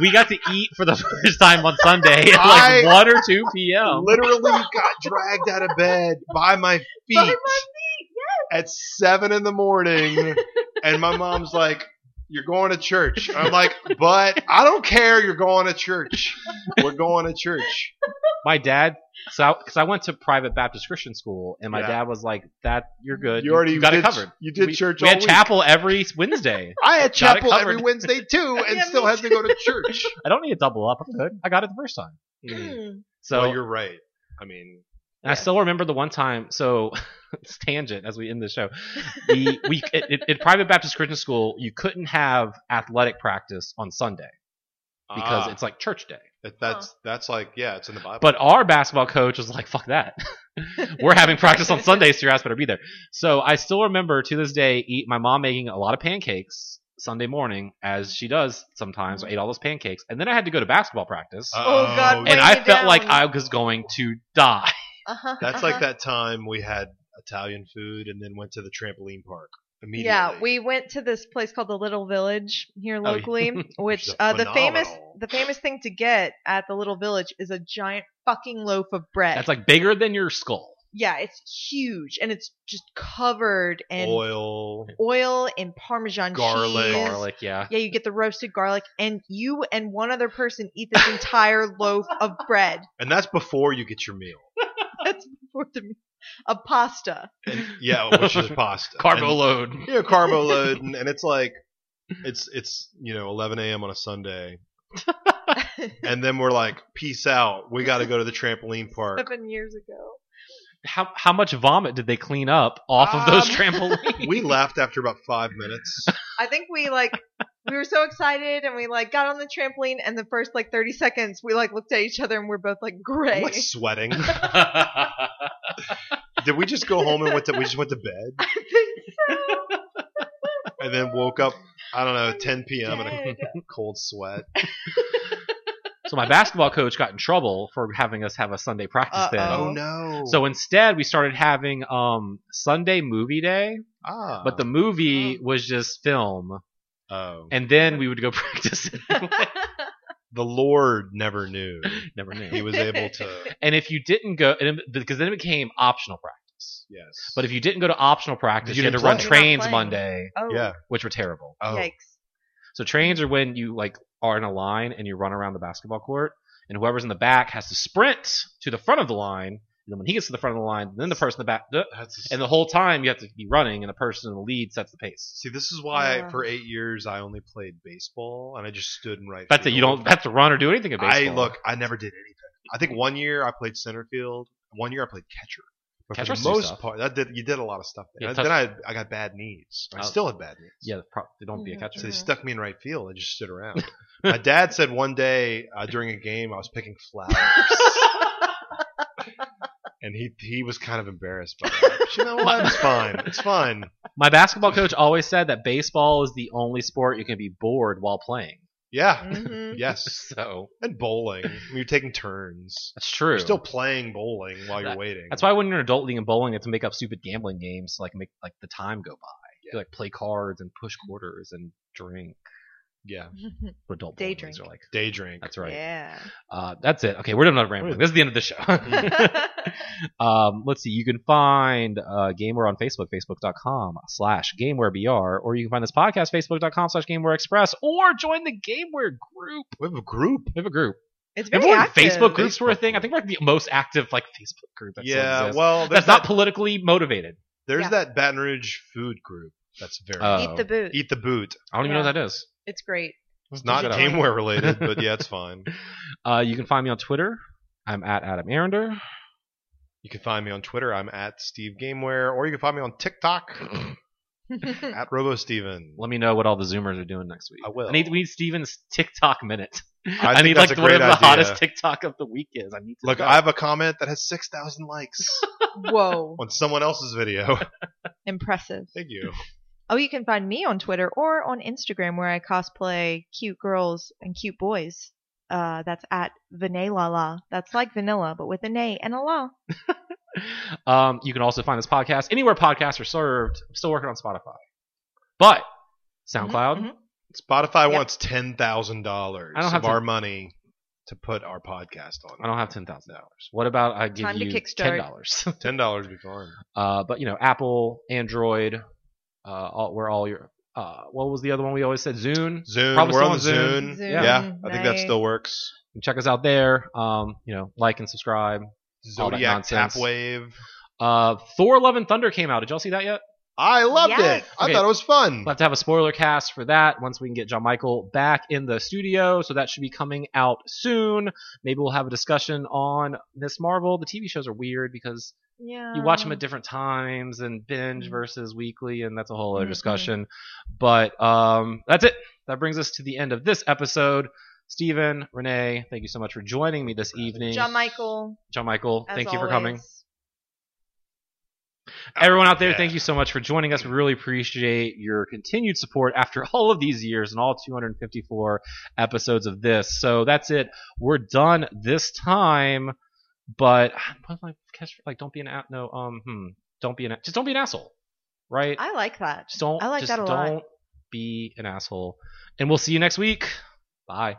S3: we got to eat for the [LAUGHS] first time on Sunday at
S1: I-
S3: like one or two p.m.
S1: [LAUGHS] Literally got dragged out of bed by my feet.
S2: By my feet,
S1: at seven in the morning, and my mom's like, "You're going to church." I'm like, "But I don't care. You're going to church. We're going to church."
S3: My dad, so because I, went to private Baptist Christian school, and my
S1: Yeah.
S3: dad was like, ""That you're good.
S1: You already
S3: got
S1: did,
S3: it covered."
S1: You did
S3: we,
S1: church
S3: We
S1: all
S3: had
S1: week.
S3: chapel every Wednesday.
S1: I had
S3: Got it
S1: chapel every
S3: covered.
S1: Wednesday too, and
S2: Yeah, me
S1: still had to go to church.
S3: I don't need to double up. I'm good. I got it the first time.
S2: Mm.
S3: So
S1: well, you're right. I mean,
S3: And I still remember the one time. So [LAUGHS] it's tangent as we end the show. We we at, at- at private Baptist Christian school, you couldn't have athletic practice on Sunday because
S1: ah,
S3: it's like church day.
S1: that- that's that's like yeah, it's in the Bible.
S3: But our basketball coach was like, "Fuck that, [LAUGHS] we're having practice on Sundays, so your ass better be there." So I still remember to this day, eat my mom making a lot of pancakes Sunday morning, as she does sometimes. I ate all those pancakes, and then I had to go to basketball practice,
S2: Oh, God,
S3: and
S2: bring
S3: I
S2: you
S3: felt
S2: down.
S3: like I was going to die.
S2: Uh-huh,
S1: that's
S2: uh-huh.
S1: like that time we had Italian food and then went to the trampoline park immediately.
S2: Yeah, we went to this place called the Little Village here
S3: yeah.
S2: locally, which
S1: is
S2: uh, the famous
S1: phenomenal.
S2: the famous thing to get at the Little Village is a giant fucking loaf of bread.
S3: That's like bigger than your skull.
S2: yeah, it's huge and it's just covered in oil,
S1: oil.
S2: and Parmesan
S1: Garlic.
S2: cheese.
S3: garlic, yeah.
S2: Yeah, you get the roasted garlic, and you and one other person eat this entire loaf of bread.
S1: And that's before you get your meal.
S2: That's before the meal. of pasta.
S1: And, yeah, which is pasta.
S3: [LAUGHS] Carbo
S1: And-
S3: load.
S1: Yeah, carbo load, and, and it's like it's it's you know 11 a.m. on a
S2: [LAUGHS]
S1: Sunday, and then we're like, peace out. We got to go to the trampoline
S2: [LAUGHS]
S1: park.
S2: Seven years ago.
S3: How how much vomit did they clean up off of those
S2: Um, [LAUGHS]
S3: trampolines?
S1: We laughed after about five minutes.
S2: I think we like we were so excited and we like got on the trampoline and the first like 30 seconds we like looked at each other and we're both like
S1: I'm
S2: gray.
S3: [LAUGHS]
S1: like sweating.
S2: [LAUGHS]
S1: Did we just go home and went to we just went to bed
S2: [LAUGHS] I think
S1: and then woke up? I don't know, 10 p.m. in
S2: dead.
S1: a cold sweat.
S3: so my basketball coach got in trouble for having us have a Sunday practice
S2: Uh-oh.
S1: Oh
S2: Oh.
S1: no!
S3: then. So instead, we started having um, Sunday movie day,
S1: ah,
S3: but the movie was just film,
S1: oh,
S3: and then we would go [LAUGHS] practice.
S2: [LAUGHS]
S3: It.
S1: the Lord never knew
S3: Never
S1: he
S3: knew.
S1: was able to.
S3: [LAUGHS] And if you didn't go, and it- because then it became optional practice.
S1: Yes,
S3: But if you didn't go to optional practice,
S1: You
S3: you, had to
S1: didn't
S3: run
S1: play.
S2: You're not
S3: trains
S2: playing.
S3: Monday,
S2: oh,
S1: yeah,
S3: which were terrible.
S1: oh,
S2: Yikes.
S3: So trains are when you like are in a line and you run around the basketball court, and whoever's in the back has to sprint to the front of the line. And then when he gets to the front of the line, then the person in the back,
S1: that's
S3: and the whole time you have to be running, and the person in the lead sets the pace.
S1: See, this is why
S2: Yeah.
S1: for eight years I only played baseball and I just stood in right.
S3: That's it.
S1: field.
S3: You don't have to run or do anything in
S1: I
S3: baseball.
S1: look. I never did anything. I think one year I played center field. One year I played catcher. But
S3: Catchers
S1: for
S3: do
S1: the most
S3: stuff.
S1: part, that did, you did a lot of stuff. There.
S3: Yeah,
S1: then I I got bad knees. I
S3: Oh.
S1: still had bad knees.
S3: Yeah, pro- they don't be a
S2: Mhm.
S1: So
S3: catcher.
S1: they stuck me in right field. I just stood around. My dad said one day uh, during a game I was picking flowers, and he he was kind of embarrassed by that. But you know what? It's fine. It's fine.
S3: My basketball coach always said that baseball is the only sport you can be bored while playing.
S1: Yeah. [LAUGHS]
S2: Mhm.
S1: Yes.
S3: [LAUGHS] So
S1: And bowling. I mean, you're taking turns.
S3: that's true.
S1: You're still playing bowling while you're waiting.
S3: That's why when you're an adult league in bowling, you have to make up stupid gambling games to like make like the time go by. You like play cards and push quarters and drink.
S1: Yeah.
S3: What adult
S2: Day
S3: bowling leagues
S2: drink.
S3: are like.
S1: Day drink.
S3: That's right.
S2: Yeah. [LAUGHS]
S3: Uh, that's it. Okay, we're done with rambling. This is the end of the
S2: Mm-hmm.
S3: show. [LAUGHS] um, let's see. You can find uh, Gameware on Facebook, facebook.com slash GamewareBR, or you can find this podcast, facebook.com slash Gameware Express, or join the Gameware group.
S1: We have a group.
S3: We have a group.
S2: It's very
S3: Remember when
S2: active.
S3: Facebook groups were a
S1: Facebook
S3: thing? I think we're like the most active like Facebook group that still
S1: yeah.
S3: exists.
S1: Well, there's
S3: that's not
S1: that,
S3: politically motivated.
S1: there's
S2: Yeah.
S1: that Baton Rouge food group. That's very
S3: Uh,
S2: Eat the boot.
S1: eat the boot.
S3: I don't even know
S2: Yeah.
S3: what that is.
S2: It's
S3: [LAUGHS]
S2: great.
S1: It's not
S3: Look it up.
S1: gameware related, but yeah, it's fine.
S3: Uh, you can find me on Twitter. I'm at Adam Arender.
S1: You can find me on Twitter. I'm at Steve Gameware, or you can find me on
S3: [CLEARS THROAT]
S1: TikTok at RoboSteven.
S3: Let me know what all the Zoomers are doing next week.
S1: I will.
S3: I need, we need Steven's TikTok minute. [LAUGHS] I,
S1: think
S3: need
S1: that's
S3: like
S1: a
S3: one of
S1: great
S3: the
S1: idea.
S3: hottest TikTok of the week is. I need to
S1: Look,
S3: know.
S1: I have a comment that has six thousand
S3: [LAUGHS]
S1: likes
S2: Whoa.
S1: on someone else's video. [LAUGHS]
S2: Impressive.
S1: Thank you.
S2: Oh, you can find me on Twitter or on Instagram where I cosplay cute girls and cute boys. Uh, that's at Vanillala. That's like vanilla, but with an A and a la.
S3: um, you can also find this podcast anywhere podcasts are served. I'm still working on Spotify, but SoundCloud.
S2: Mhm, mhm.
S1: Spotify
S2: Yep.
S1: wants ten thousand dollars
S3: I don't have
S1: of
S3: to-
S1: our money to put our podcast on.
S3: I don't have ten thousand dollars. What about I give
S2: Time to
S3: you ten
S2: kickstart.
S3: dollars? [LAUGHS]
S1: Ten dollars would be fine.
S3: uh, but you know, Apple, Android, uh, all, where all your uh, what was the other one we always said? Zune.
S1: Zune.
S3: Probably
S1: we're
S3: still
S1: on
S3: on Zune.
S1: Zune.
S2: Zune,
S1: Yeah, I think that
S2: nice.
S1: still works.
S3: You can check us out there. Um, you know, like and subscribe. All that
S1: Zodiac
S3: nonsense.
S1: Tap Wave.
S3: Uh, Thor: Love and Thunder came out. Did y'all see that yet?
S1: I loved
S2: Yes.
S1: it. I
S3: Okay.
S1: thought it was fun.
S3: We'll have to have a spoiler cast for that once we can get John Michael back in the studio. So that should be coming out soon. Maybe we'll have a discussion on Miss Marvel. The TV shows are weird because
S2: Yeah.
S3: you watch them at different times and binge versus weekly, and that's a whole other
S2: Mhm.
S3: discussion. But um, that's it. That brings us to the end of this episode. Stephen, Renee, thank you so much for joining me this evening.
S2: John Michael.
S3: John Michael,
S2: as
S3: thank you for
S2: always.
S3: coming. Everyone out there,
S1: Yeah.
S3: thank you so much for joining us. We really appreciate your continued support after [LAUGHS] all of these years and all 254 episodes of this. So that's it. We're done this time. But [SIGHS] what's my catch? Like, don't be an a- no. Um, hmm, don't be an a- just don't be an asshole, right?
S2: I like that.
S3: just don't.
S2: I like
S3: just
S2: that a lot.
S3: don't be an asshole. And we'll see you next week. Bye.